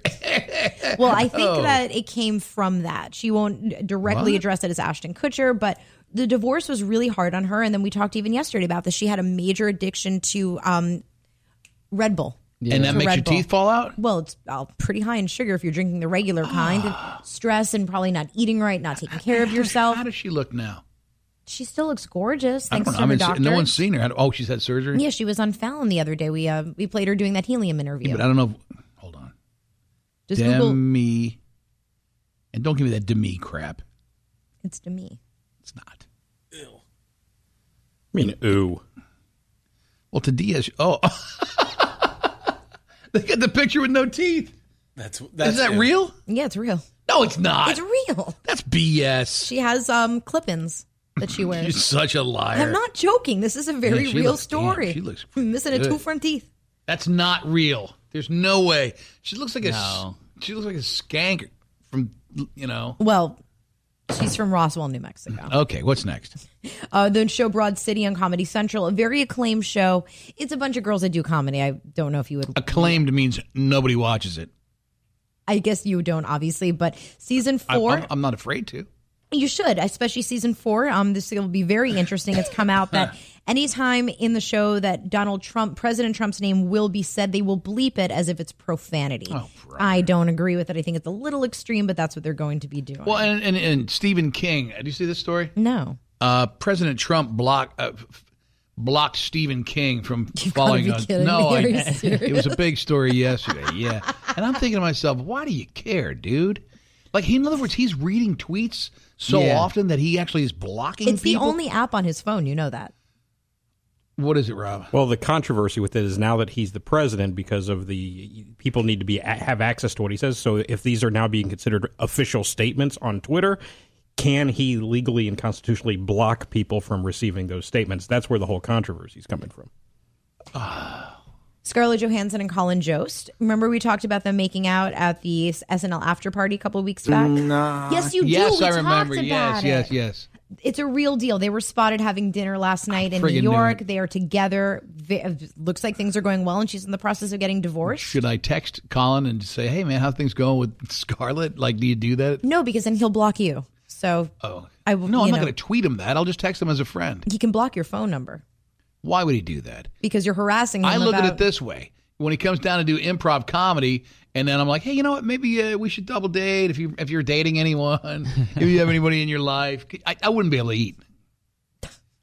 S6: Well, I think
S3: Oh.
S6: that it came from that. She won't directly
S3: What?
S6: address it as Ashton Kutcher, but the divorce was really hard on her. And then we talked even yesterday about this. She had a major addiction to um, Red Bull.
S3: And that
S6: To
S3: makes
S6: Red
S3: your
S6: Bull.
S3: teeth fall out.
S6: Well, it's uh, pretty high in sugar if you're drinking the regular
S3: Ah.
S6: kind. and stress and probably not eating right, not taking care of yourself.
S3: How does she look now?
S6: She still looks gorgeous,
S3: I
S6: thanks
S3: don't
S6: to
S3: know.
S6: her
S3: I mean,
S6: doctor.
S3: no one's seen her. I don't- Oh, she's had surgery.
S6: yeah, she was on Fallon the other day. We uh, we played her doing that helium
S3: Yeah,
S6: interview.
S3: but I don't know. if-
S6: Just Google.
S3: Demi. And don't give me that Demi crap.
S6: It's to me.
S3: I mean, ooh. Well, to Diaz. Oh. <laughs> they got the picture with no teeth.
S9: That's,
S3: Is that real?
S6: Yeah, it's real.
S3: No, it's not.
S6: It's real.
S3: That's BS.
S6: She has um clip-ins that
S3: <laughs>
S6: she
S3: You're
S6: wears.
S3: such a liar.
S6: I'm not joking. This is a
S3: Yeah,
S6: very
S3: she
S6: real
S3: looks- damn,
S6: story.
S3: she looks
S6: <laughs> missing a
S3: good.
S6: two front teeth.
S3: That's not real. There's no way. She looks like
S7: No.
S3: a she looks like a skank from you know.
S6: Well, she's from Roswell, New Mexico.
S3: Okay, what's next?
S6: Uh, the show Broad City on Comedy Central, a very acclaimed show. It's a bunch of girls that do comedy. I don't know if you would.
S3: Acclaimed means nobody watches it.
S6: I guess you don't, obviously, but season
S3: I-
S6: four.
S3: I'm, I'm not afraid to.
S6: You should, especially season four. Um, this will be very interesting. It's come out
S3: <laughs>
S6: that anytime in the show that Donald Trump, President Trump's name will be said, they will bleep it as if it's profanity.
S3: Oh,
S6: I don't agree with it. I think it's a little extreme, but that's what they're going to be doing.
S3: Well, and, and, and Stephen King. Did you see this story?
S6: No.
S3: Uh, President Trump blocked uh, f- blocked Stephen King
S6: <laughs>
S3: from following
S6: be
S3: us.
S6: kidding
S3: No,
S6: me. Are you
S3: I, <laughs> it was a
S6: serious?
S3: big story yesterday. Yeah, and I'm thinking to myself, why do you care, dude? Like, he, in other words, he's reading tweets so
S6: Yeah.
S3: often that he actually is blocking.
S6: It's the
S3: people?
S6: only app on his phone. You know that.
S3: What is it, Rob?
S1: Well, the controversy with it is now that he's the president, because of the people need to be have access to what he says. So, if these are now being considered official statements on Twitter, can he legally and constitutionally block people from receiving those statements? That's where the whole controversy is coming from.
S6: Scarlett Johansson and Colin Jost. Remember we talked about them making out at the SNL after party a couple weeks back?
S3: Nah.
S6: Yes, you do.
S3: Yes,
S6: We
S3: I
S6: talked
S3: remember. yes,
S6: about
S3: yes,
S6: it.
S3: yes.
S6: It's a real deal. They were spotted having dinner last night in New
S3: friggin' knew
S6: York. They are together. Vi- Looks like things are going well, and she's in the process of getting divorced.
S3: Should I text Colin and say, "Hey, man, how things going with Scarlett? Like, do you do that?"
S6: No, because then he'll block you. So
S3: Oh,
S6: I
S3: no,
S6: w-
S3: I'm
S6: you
S3: not
S6: know.
S3: going to tweet him that. I'll just text him as a friend.
S6: he can block your phone number
S3: Why would he do that?
S6: because you're harassing him.
S3: I look at
S6: about-
S3: it this way: when he comes down to do improv comedy, and then I'm like, hey, you know what? Maybe uh, we should double date if you if you're
S6: <laughs>
S3: dating anyone, if you have anybody in your life. I, I wouldn't be able to eat.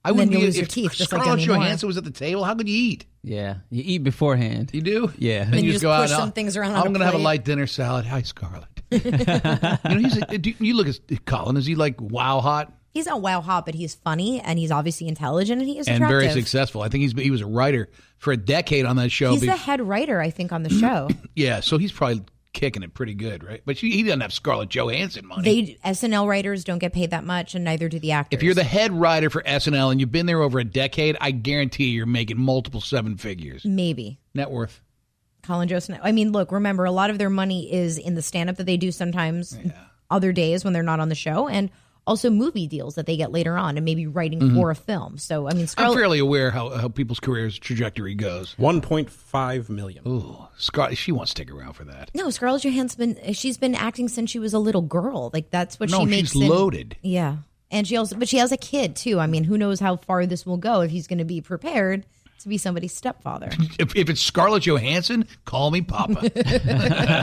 S3: I
S6: And then
S3: wouldn't
S6: you
S3: be
S6: lose
S3: if
S6: your teeth, just like
S3: Scarlett
S6: Demi Moore.
S3: Johansson was at the table. How could you eat?
S7: Yeah, you eat beforehand.
S3: You do?
S7: Yeah.
S3: And
S6: Then you just push
S3: and
S6: some
S3: I'll-
S6: things around on
S3: I'm
S6: a
S3: gonna have a
S6: plate.
S3: light dinner salad. Hi, Scarlett. <laughs> you know, he's a, do you look at Colin. Is he like wow hot
S6: He's not wow hot, but he's funny and he's obviously intelligent and he is
S3: and
S6: attractive.
S3: very successful? I think he's he was a writer for a decade on that show.
S6: He's
S3: be-
S6: the head writer, I think, on the
S3: <clears throat>
S6: show.
S3: Yeah, so he's probably kicking it pretty good, right? But she, he doesn't have Scarlett Johansson money.
S6: they SNL writers don't get paid that much, and neither do the actors.
S3: if you're the head writer for SNL and you've been there over a decade, I guarantee you're making multiple seven figures
S6: maybe
S3: net worth.
S6: Colin Jost. I mean, look, remember, a lot of their money is in the stand up that they do sometimes other days when they're not on the show, and also movie deals that they get later on, and maybe writing
S3: Mhm.
S6: for a film. So, I mean,
S3: I'm
S6: Scarlett.
S3: fairly aware how, how people's careers trajectory goes.
S1: One point five million.
S3: Ooh, Scarlett, she won't stick around for that.
S6: no, Scarlett Johansson's been she's been acting since she was a little girl. Like that's what
S3: No,
S6: she
S3: she's
S6: makes. in-
S3: loaded.
S6: yeah, and she also, but she has a kid too. I mean, who knows how far this will go if he's going to be prepared to be somebody's
S3: <laughs>
S6: stepfather.
S3: If, if it's Scarlett Johansson, call me Papa.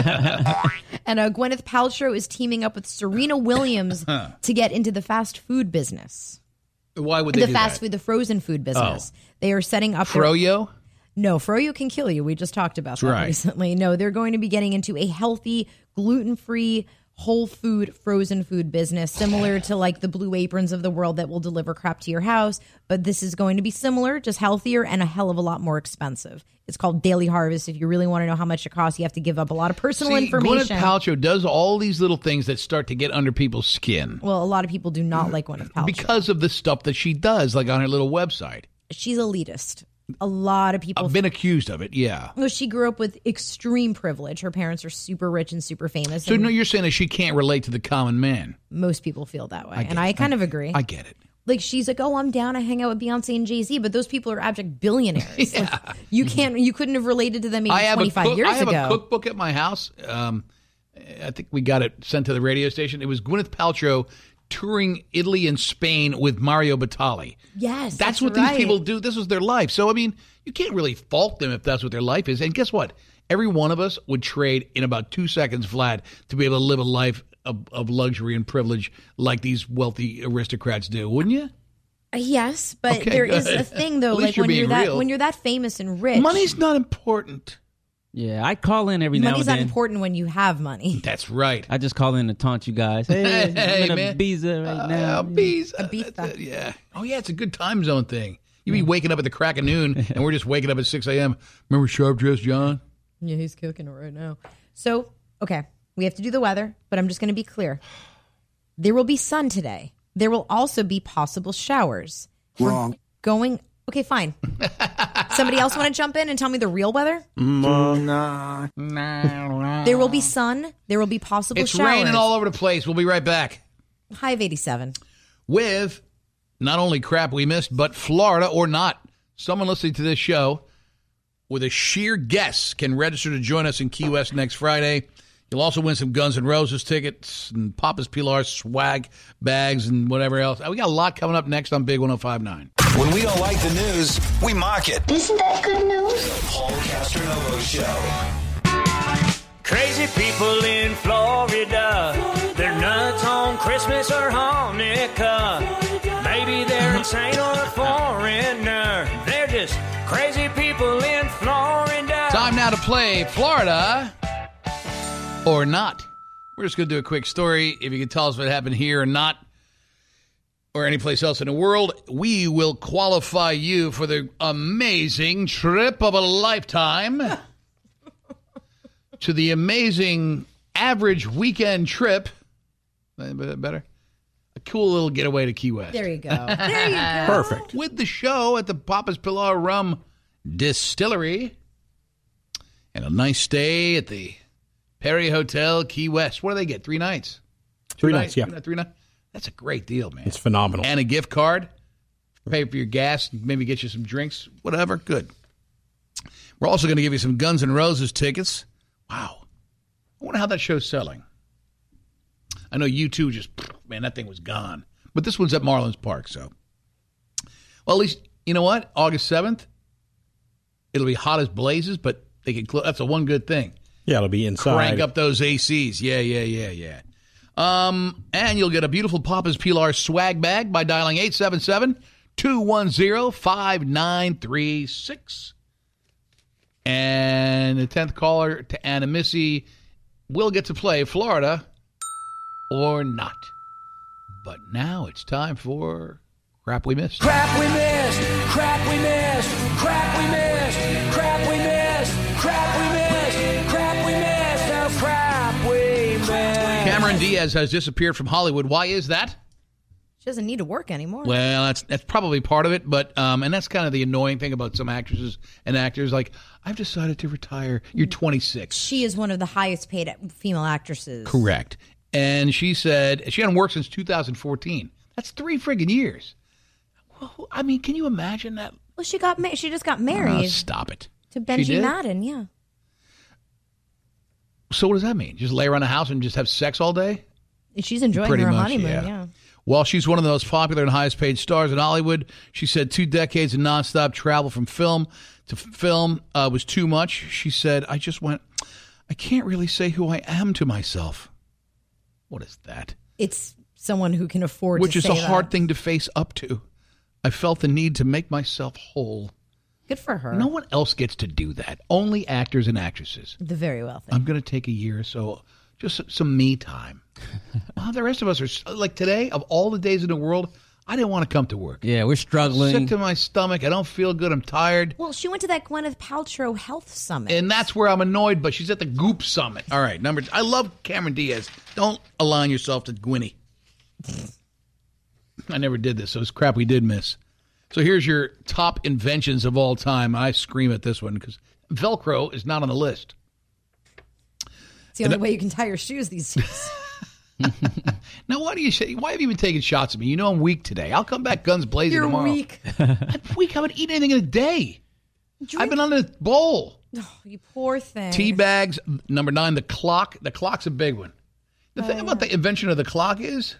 S6: And uh, Gwyneth Paltrow is teaming up with Serena
S3: <laughs>
S6: Williams to get into the fast food business.
S3: <laughs> Why would they
S6: the
S3: do
S6: fast
S3: that? Oh.
S6: food, the frozen food business. They are setting up their-
S3: Froyo?
S6: No, froyo can kill you. We just talked about
S3: That's
S6: that
S3: right.
S6: recently. No, they're going to be getting into a healthy, gluten-free, whole food frozen food business similar to like the blue aprons of the world that will deliver crap to your house, but this is going to be similar, just healthier and a hell of a lot more expensive. It's called Daily Harvest. If you really want to know how much it costs, you have to give up a lot of personal
S3: See,
S6: information.
S3: Gwyneth Paltrow does all these little things that start to get under people's skin
S6: well, a lot of people do not like Gwyneth Paltrow.
S3: because of the stuff that she does, like on her little website.
S6: she's elitist. A lot of people.
S3: I've been accused of it, yeah.
S6: Well, she grew up with extreme privilege. Her parents are super rich and super famous.
S3: So
S6: and
S3: no, you're saying that she can't relate to the common man.
S6: most people feel that way,
S3: I get
S6: and I
S3: it.
S6: kind of agree.
S3: I get it.
S6: like she's like, oh, I'm down. I hang out with Beyonce and Jay Z, but those people are abject
S3: <laughs>
S6: billionaires. Like, you can't. You couldn't have related to them maybe
S3: I have a
S6: 25
S3: cook,
S6: years
S3: I have
S6: ago.
S3: a cookbook at my house. Um, I think we got it sent to the radio station. It was Gwyneth Paltrow touring Italy and Spain with Mario Batali.
S6: Yes,
S3: that's
S6: that's
S3: what
S6: right.
S3: these people do. This was their life. So I mean, you can't really fault them if that's what their life is. And guess what? Every one of us would trade in about two seconds flat to be able to live a life of, of luxury and privilege like these wealthy aristocrats do, wouldn't you?
S6: Uh, Yes, but
S3: Okay,
S6: there is
S3: good.
S6: a thing though.
S3: At least
S6: like
S3: you're
S6: when you're
S3: being
S6: that
S3: real.
S6: when you're that famous and rich,
S3: Money's not important.
S7: Yeah, I call in every
S6: money's
S7: now
S6: not
S7: and then.
S6: important when you have money.
S3: That's right.
S7: I just call in to taunt you guys. Hey, <laughs> I'm in Ibiza right now.
S3: Uh, Ibiza. That's it, yeah. Oh, yeah. It's a good time zone thing. You be waking up at the crack of noon, and we're just waking up at 6 a.m. Remember Sharp Dress John?
S6: Yeah, he's cooking it right now. So, okay, we have to do the weather, but I'm just going to be clear. There will be sun today. There will also be possible showers. We're
S12: Wrong.
S6: Going, okay, fine. Somebody else want to jump in and tell me the real weather?
S13: Nah.
S6: There will be sun. There will be possible
S3: It's
S6: showers.
S3: raining all over the place. We'll be right back
S6: High of 87.
S3: with not only crap we missed, but Florida or not. Someone listening to this show with a sheer guess can register to join us in Key West next Friday. You'll also win some Guns N' Roses tickets and Papa's Pilar swag bags and whatever else. We got a lot coming up next on Big 1059.
S5: When we don't like the news, we mock it.
S11: Isn't that good news?
S5: The Paul Castronovo Show.
S12: Crazy people in Florida. They're nuts on Christmas or Hanukkah. Maybe they're insane or a foreigner. They're just crazy people in Florida.
S3: Time now to play Florida or not. We're just going to do a quick story. If you can tell us what happened here or not, or anyplace else in the world, we will qualify you for the amazing trip of a lifetime to the amazing average weekend trip. Is that Better? A cool little getaway to Key West.
S6: There
S3: <laughs>
S6: you go. There you go.
S3: Perfect. With the show at the Papa's Pilar Rum Distillery and a nice stay at the Perry Hotel Key West. What do they get? Three nights.
S1: Three nights, yeah.
S3: Three, night- three nights. That's a great deal, man.
S1: It's phenomenal.
S3: And a gift card. Pay for your gas, maybe get you some drinks, whatever. Good. We're also going to give you some Guns N' Roses tickets. Wow. I wonder how that show's selling. I know you two just, man, that thing was gone. But this one's at Marlins Park, so. Well, at least, you know what? August 7th, it'll be hot as blazes, but they can close. That's the one good thing.
S1: Yeah, it'll be inside.
S3: Crank up those ACs. Yeah, yeah, yeah, yeah. Um, and you'll get a beautiful Papa's Pilar swag bag by dialing 877 210 5936. And the 10th caller to Anna Missy will get to play Florida or not. But now it's time for Crap We Missed.
S12: Crap we missed, crap we missed, crap we missed, crap we missed, crap we missed, crap we missed, oh crap we missed.
S3: Cameron Diaz has disappeared from Hollywood. Why is that?
S6: She doesn't need to work anymore.
S3: Well, that's that's probably part of it, but um, and that's kind of the annoying thing about some actresses and actors. Like, I've decided to retire. You're 26,
S6: She is one of the highest paid female actresses.
S3: correct? And she said she hadn't worked since 2014. That's three friggin' years. Well, I mean, can you imagine that?
S6: Well, she got ma- she just got
S3: Oh,
S6: married
S3: stop it.
S6: to
S3: She
S6: Benji
S3: did?
S6: Madden. Yeah,
S3: So what does that mean? Just lay around the house and just have sex all day?
S6: And she's enjoying
S3: Pretty
S6: her
S3: much,
S6: honeymoon.
S3: yeah.
S6: Yeah.
S3: While she's one of the most popular and highest paid stars in Hollywood, she said two decades of nonstop travel from film to f- film uh, was too much. She said, I just went, I can't really say who I am to myself. What is that?
S6: it's someone who can afford.
S3: Which
S6: to
S3: is a
S6: say that.
S3: hard thing to face up to. I felt the need to make myself whole.
S6: Good for her.
S3: No one else gets to do that, only actors and actresses.
S6: The very wealthy.
S3: I'm going to take a year or so, just s- some me
S6: <laughs>
S3: time. well, the rest of us are s- like today, of all the days in the world, I didn't want to come to work.
S7: Yeah, we're
S3: Sick
S7: struggling.
S3: to my stomach. I don't feel good. I'm tired.
S6: Well, she went to that Gwyneth Paltrow Health Summit.
S3: And that's where I'm annoyed, but she's at the Goop Summit. All right, number I love Cameron Diaz. Don't align yourself to Gwynny. I never did this, so it's crap we did miss. So here's your top inventions of all time. I scream at this one because Velcro is not on the list.
S6: It's the only way you can tie your shoes these
S3: <laughs>
S6: days.
S3: Now, why do you say? Why have you been taking shots at me? You know I'm weak today. I'll come back guns blazing
S6: You're
S3: tomorrow.
S6: weak.
S3: I'm weak. <laughs> I haven't eaten anything in a day. I've been on a bowl.
S6: Oh, you poor thing.
S3: Tea bags. Number nine, the clock. The clock's a big one. The
S6: Oh,
S3: thing about
S6: Uh.
S3: the invention of the clock is,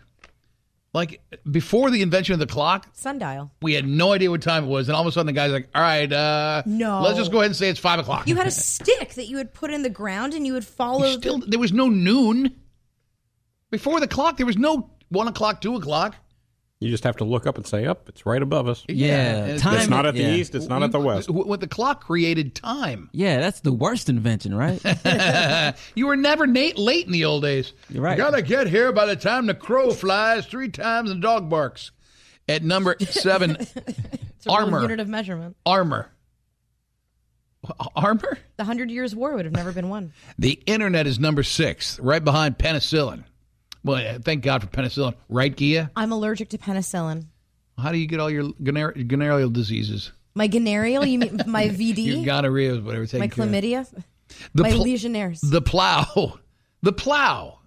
S3: like, before the invention of the clock,
S6: Sundial.
S3: we had no idea what time it was, and all of a sudden the guy's like, "All right, uh,
S6: No.
S3: let's just go ahead and say it's five o'clock."
S6: You had
S3: <laughs>
S6: a stick that you would put in the ground and you would follow.
S3: You still, there was no noon. Before the clock, there was no one o'clock, two o'clock.
S1: You just have to look up and say, up, it's right above us.
S7: Yeah,
S1: It's
S7: time-
S1: not at the
S7: yeah.
S1: east, it's not at the west.
S3: W- What the clock
S6: <laughs>
S3: created time. <laughs>
S7: Yeah, that's the worst invention, right?
S3: you were never Nate late in the old days. You're
S7: right.
S3: gotta get here by the time the crow flies three times and the dog barks.
S6: <laughs>
S3: At number seven,
S6: It's a real
S3: armor.
S6: unit of measurement.
S3: armor. Wh- Armor?
S6: The Hundred Years' War would have never been won.
S3: <laughs> The internet is number six, right behind penicillin. Well, yeah, thank God for penicillin. Right, Gia?
S6: I'm allergic to penicillin.
S3: How do you get all your goner- venereal diseases?
S6: My gonorrhea, you
S3: <laughs>
S6: mean my VD?
S3: Your gonorrhea is whatever.
S6: my
S3: taken care of.
S6: chlamydia?
S3: The
S6: my
S3: pl-
S6: legionnaires.
S3: The plow. <laughs> The plow.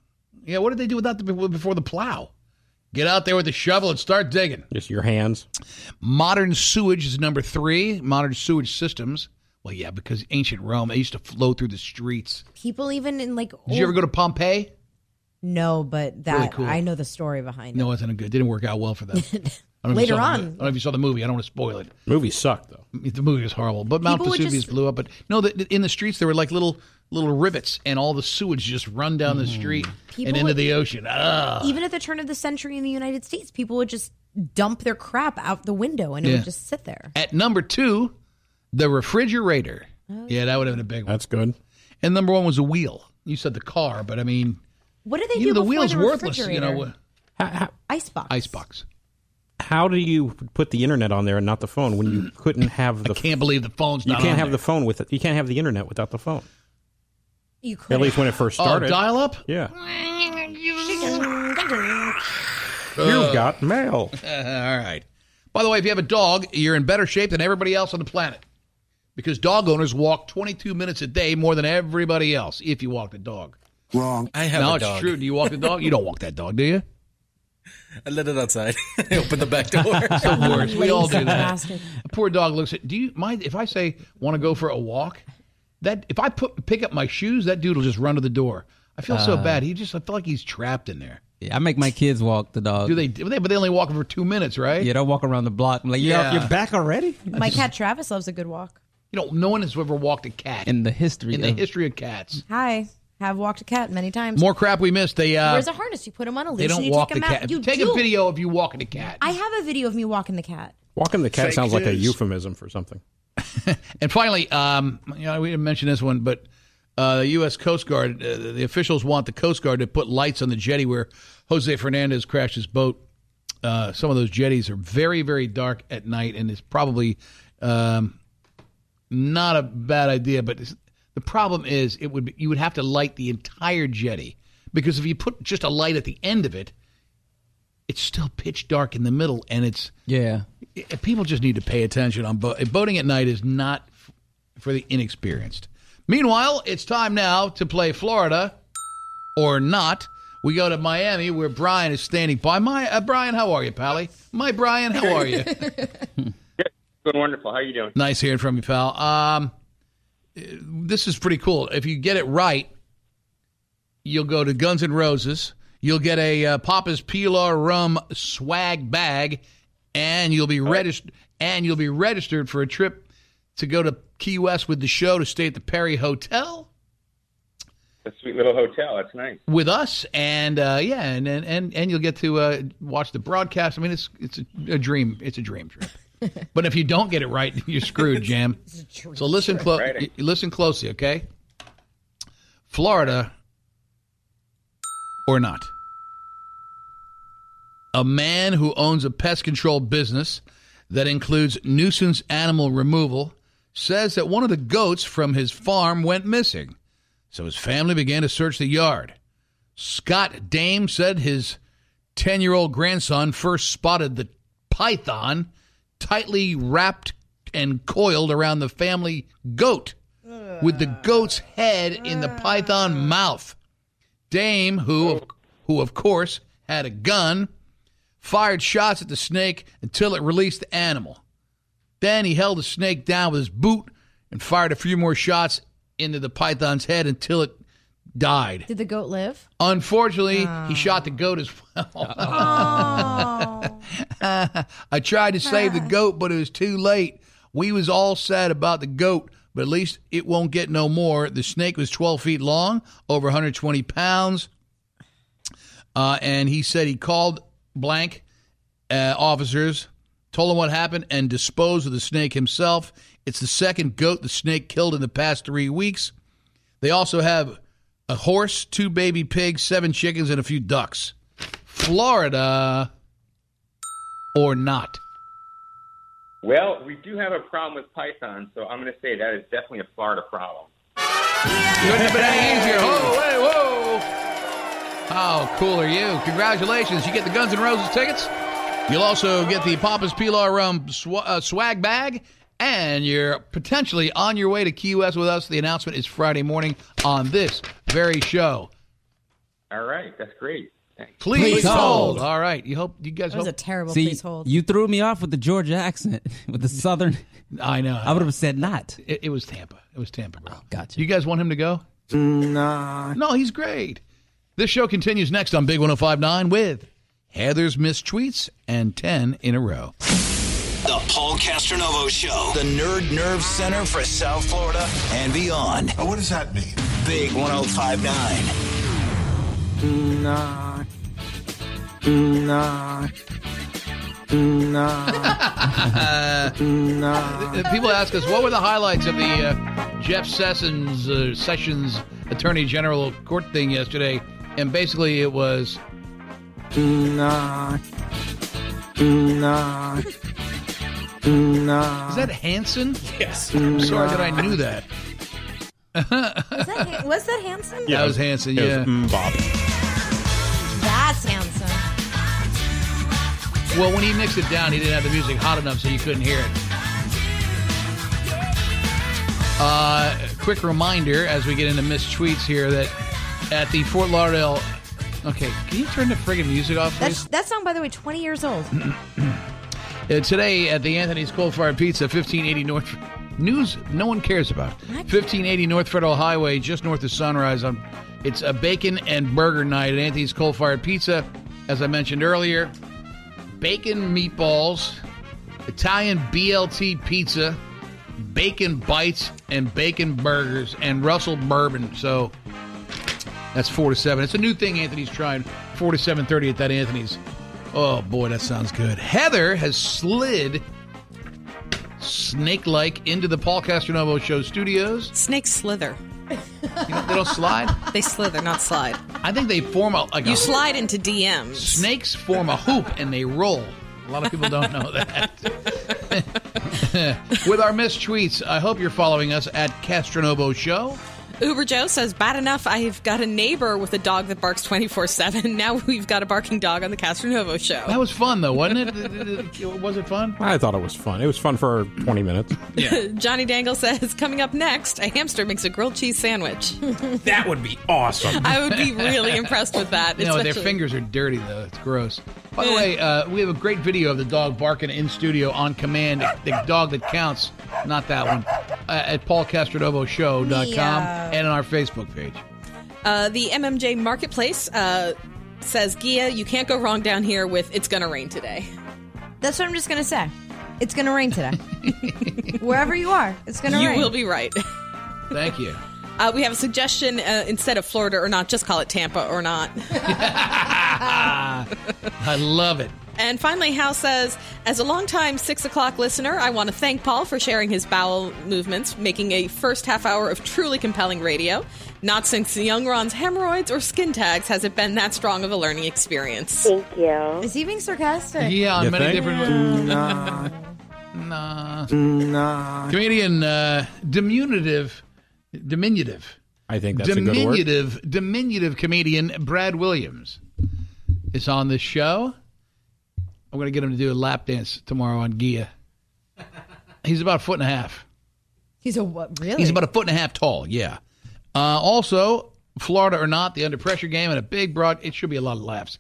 S3: Yeah, what did they do without the before the plow? Get out there with the shovel and start digging.
S1: Just your hands.
S3: Modern sewage is number three. Modern sewage systems. Well, yeah, because ancient Rome, they used to flow through the streets.
S6: People even in like.
S3: Did you ever go to Pompeii?
S6: No, but that
S3: Really cool.
S6: I know the story behind
S3: No, it wasn't a good. Didn't work out well for them.
S6: <laughs>
S3: I don't know if
S6: Later
S3: you saw
S6: on.
S3: the mo- I don't know if you saw the movie. I don't want to spoil it.
S1: Movie sucked though.
S3: The movie was horrible, but Mount
S6: People would
S3: Vesuvius
S6: just-
S3: blew up. But no, the, in the streets there were like little little rivets, and all the sewage just run down
S1: Hmm.
S3: the street
S6: People
S3: and into
S6: would-
S3: the ocean. Ah. Ugh.
S6: it. Even at the turn of the century in the United States, people would just dump their crap out the window and it
S3: Yeah.
S6: would just sit there.
S3: At number two, the refrigerator.
S6: Oh,
S3: Yeah, that would have been a big one. That's good. And number one was the wheel. You said the car, but I mean,
S6: What do they
S3: you know,
S6: do?
S3: the
S6: before
S3: wheel's
S6: the
S3: worthless. You
S6: refrigerator?
S3: know, uh,
S6: icebox.
S3: icebox.
S1: How do you put the internet on there and not the phone when you couldn't have the? I
S3: can't believe the phone's.
S1: You
S3: not
S1: can't
S3: on
S1: have
S3: there.
S1: the phone with it. You can't have the internet without the phone.
S6: You
S1: At least when it first
S3: Oh,
S1: started.
S3: dial up.
S1: Yeah.
S3: Ugh.
S1: You've got mail.
S3: <laughs> All right. By the way, if you have a dog, you're in better shape than everybody else on the planet because dog owners walk 22 minutes a day more than everybody else if you walk the
S7: <laughs>
S3: dog.
S9: Wrong. I have
S3: no,
S9: a
S3: it's
S9: dog.
S3: true. Do you walk the dog? You don't walk that dog,
S9: <laughs>
S3: do you?
S9: I let it outside. <laughs> I opened the back door.
S3: <laughs> It's the worst. We all do
S6: Lazy
S3: that.
S6: bastard.
S3: A poor dog looks at. Do you mind if I say want to go for a walk? That if I put pick up my shoes, that dude will just run to the door. I feel so
S7: Uh,
S3: bad. He just I feel like he's trapped in there.
S7: Yeah, I make my kids walk the dog.
S3: Do they? But they only walk for two minutes, right?
S7: Uh, Yeah, they'll walk around the block. I'm like, you're,
S3: Yeah.
S7: you're back already?
S6: My cat Travis loves a good walk.
S3: You know, no one has ever walked a cat in,
S7: In the history.
S3: the
S7: of-
S3: history of cats.
S6: Hi, have walked a cat many times.
S3: More crap we missed. They uh,
S6: Where's a harness? You put him on a leash
S3: they
S6: and
S3: don't
S6: you
S3: walk
S6: take
S3: the
S6: him
S3: cat.
S6: out. You
S3: Take
S6: do.
S3: a video of you walking the cat.
S6: I have a video of me walking the cat.
S1: Walking the cat
S3: Fake
S1: sounds like a
S3: news.
S1: euphemism for something.
S3: And finally, um, you know, we didn't mention this one, but uh, the U.S. Coast Guard, uh, the officials want the Coast Guard to put lights on the jetty where Jose Fernandez crashed his boat. Uh, some of those jetties are very, very dark at night, and it's probably um, not a bad idea. But it's- the problem is, it would be, you would have to light the entire jetty because if you put just a light at the end of it, it's still pitch dark in the middle, and it's
S7: yeah.
S3: I- people just need to pay attention on bo- boating at night is not f- for the inexperienced. Meanwhile, it's time now to play Florida or not. We go to Miami where Brian is standing by. My uh, Brian, how are you, Pally? My Brian, how are you?
S15: <laughs>
S14: <laughs> Doing wonderful. How are you doing?
S3: nice hearing from you, pal. Um, uh, this is pretty cool. If you get it right, you'll go to Guns N' Roses. You'll get a uh, Papa's Pilar Rum swag bag, and you'll be registered. And you'll be registered for a trip to go to Key West with the show to stay at the Perry Hotel
S14: A sweet little hotel. That's nice.
S3: with us, and uh, yeah, and, and and and you'll get to uh, watch the broadcast. I mean, it's it's a, a dream. It's a dream trip. but if you don't get it right, you're screwed, Jam. so listen close. Listen closely, okay? Florida or not? A man who owns a pest control business that includes nuisance animal removal says that one of the goats from his farm went missing. So his family began to search the yard. Scott Dame said his 10 year old grandson first spotted the python tightly wrapped and coiled around the family goat, with the goat's head in the python mouth. Dame, who, who of course had a gun, fired shots at the snake until it released the animal. Then he held the snake down with his boot and fired a few more shots into the python's head until it died.
S6: Did the goat live?
S3: Unfortunately, he shot the goat as well. I tried to save the goat, but it was too late. We was all sad about the goat, but at least it won't get no more. The snake was 12 feet long, over 120 pounds. Uh, and he said he called blank uh, officers, told them what happened, and disposed of the snake himself. It's the second goat the snake killed in the past three weeks. They also have a horse, two baby pigs, seven chickens, and a few ducks. Florida or not?
S14: Well, we do have a problem with Python, so I'm going to say that is definitely a Florida problem.
S3: Couldn't have been any easier. Whoa, hey, whoa. How cool are you? Congratulations. You get the Guns N' Roses tickets. You'll also get the Papa's Pilar Rum sw- uh, swag bag and you're potentially on your way to Key West with us. The announcement is Friday morning on this very show.
S14: All right, that's great. Thanks.
S3: Please, hold. All right, you hope you guys.
S6: That was a
S3: hope-
S6: terrible
S7: See,
S6: please hold.
S7: you threw me off with the Georgia accent, <laughs> with the Southern.
S3: I know.
S7: I would have said not. Oh,
S3: It, it was Tampa. It was Tampa, bro.
S7: gotcha.
S3: You guys want him to go? Nah. No, he's great. This show continues next on Big 1059 with Heather's Missed Tweets and 10 in a row.
S5: The Paul Castronovo Show, the Nerd Nerve Center for South Florida and beyond. What does that mean? Big 1059.
S13: Nah. Nah. Nah. nah.
S3: Uh, <laughs> People ask us, what were the highlights of the uh, Jeff Sessions, uh, Sessions Attorney General Court thing yesterday? And basically, it was.
S13: Nah. Nah. Nah.
S3: Is that Hanson? Yes.
S16: Mm,
S13: I'm
S3: sorry that I knew that.
S6: Was that, Han- was that handsome?
S3: <laughs> that was Hanson, yeah.
S6: That's handsome.
S3: Well, when he mixed it down, he didn't have the music hot enough so you couldn't hear it. Uh, quick reminder as we get into missed tweets here that at the Fort Lauderdale. Okay, can you turn the friggin' music off,
S6: That's,
S3: please?
S6: that song, by the way, 20 years old.
S3: Uh, today at the Anthony's Cold Fire Pizza, 1580 North. News no one cares about. 1580 North Federal Highway, just north of Sunrise. On, it's a bacon and burger night at Anthony's Cold Fired Pizza. As I mentioned earlier, bacon meatballs, Italian BLT pizza, bacon bites, and bacon burgers, and Russell bourbon. So that's four to seven. It's a new thing Anthony's trying. Four to seven thirty at that Anthony's. Oh boy, that sounds good. Heather has slid snake-like into the Paul Castronovo Show studios.
S15: Snakes slither.
S3: You know, they don't slide.
S15: <laughs> They slither, not slide.
S3: I think they form a like a
S15: You slide into DMs.
S3: Snakes form a hoop and they roll. A lot of people don't know that. <laughs> With our missed tweets, I hope you're following us at Castronovo Show.
S15: Uber Joe says, bad enough I've got a neighbor with a dog that barks 24-7. <laughs> Now we've got a barking dog on the Castronovo show. <laughs>
S3: That was fun, though, wasn't it? was it fun?
S1: I thought it was fun. It was fun for 20 minutes.
S15: <laughs> Johnny Dangle says, coming up next, a hamster makes a grilled cheese sandwich. <laughs>
S1: That would be awesome.
S15: I would be really impressed with that.
S3: <laughs> You know, their
S15: especially-
S3: fingers are dirty, though. It's gross. By the way, uh, we have a great video of the dog barking in studio on command. The dog that counts, not that one, uh, at paulcastrodovoshow.com
S15: Meow.
S3: and on our Facebook page.
S15: Uh, the MMJ Marketplace uh, says, Gia, you can't go wrong down here with It's Gonna Rain Today.
S6: That's what I'm just going to say. It's going to rain
S3: <laughs>
S6: today. Wherever you are, it's going to
S15: you
S6: rain.
S15: will be right.
S3: Thank you.
S15: Uh, we have a suggestion uh, instead of Florida or not, just call it Tampa or not.
S3: Ah, I love it.
S15: And finally, Hal says, as a longtime six o'clock listener, I want to thank Paul for sharing his bowel movements, making a first half hour of truly compelling radio. Not since Young Ron's hemorrhoids or skin tags has it been that strong of a learning experience.
S6: Thank you. Mm, Is he being sarcastic?
S3: Yeah, on
S15: You
S3: many
S15: think?
S3: different
S15: Nah.
S3: Nah. Nah. Comedian uh, diminutive. Diminutive.
S1: I think that's a good word.
S3: diminutive, diminutive comedian Brad Williams is on this show. I'm going to get him to do a lap dance tomorrow on Gia. He's about a foot and a half.
S6: He's a what? Really?
S3: He's about a foot and a half tall. Yeah. Uh, also, Florida or not, the under pressure game and a big broad. It should be a lot of laughs.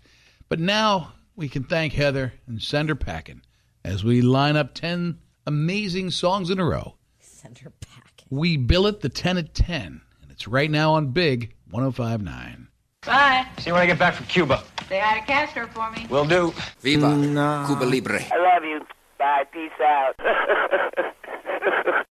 S3: But now we can thank Heather and send her packing as we line up ten amazing songs in a row.
S6: Send her
S3: packing. We billet the ten at ten, and it's right now on Big 105.9.
S16: Bye.
S3: See when I get back from Cuba.
S16: Say hi to Castro for me.
S3: Will do.
S15: <laughs>
S3: Viva
S16: I love you. Bye. Peace out.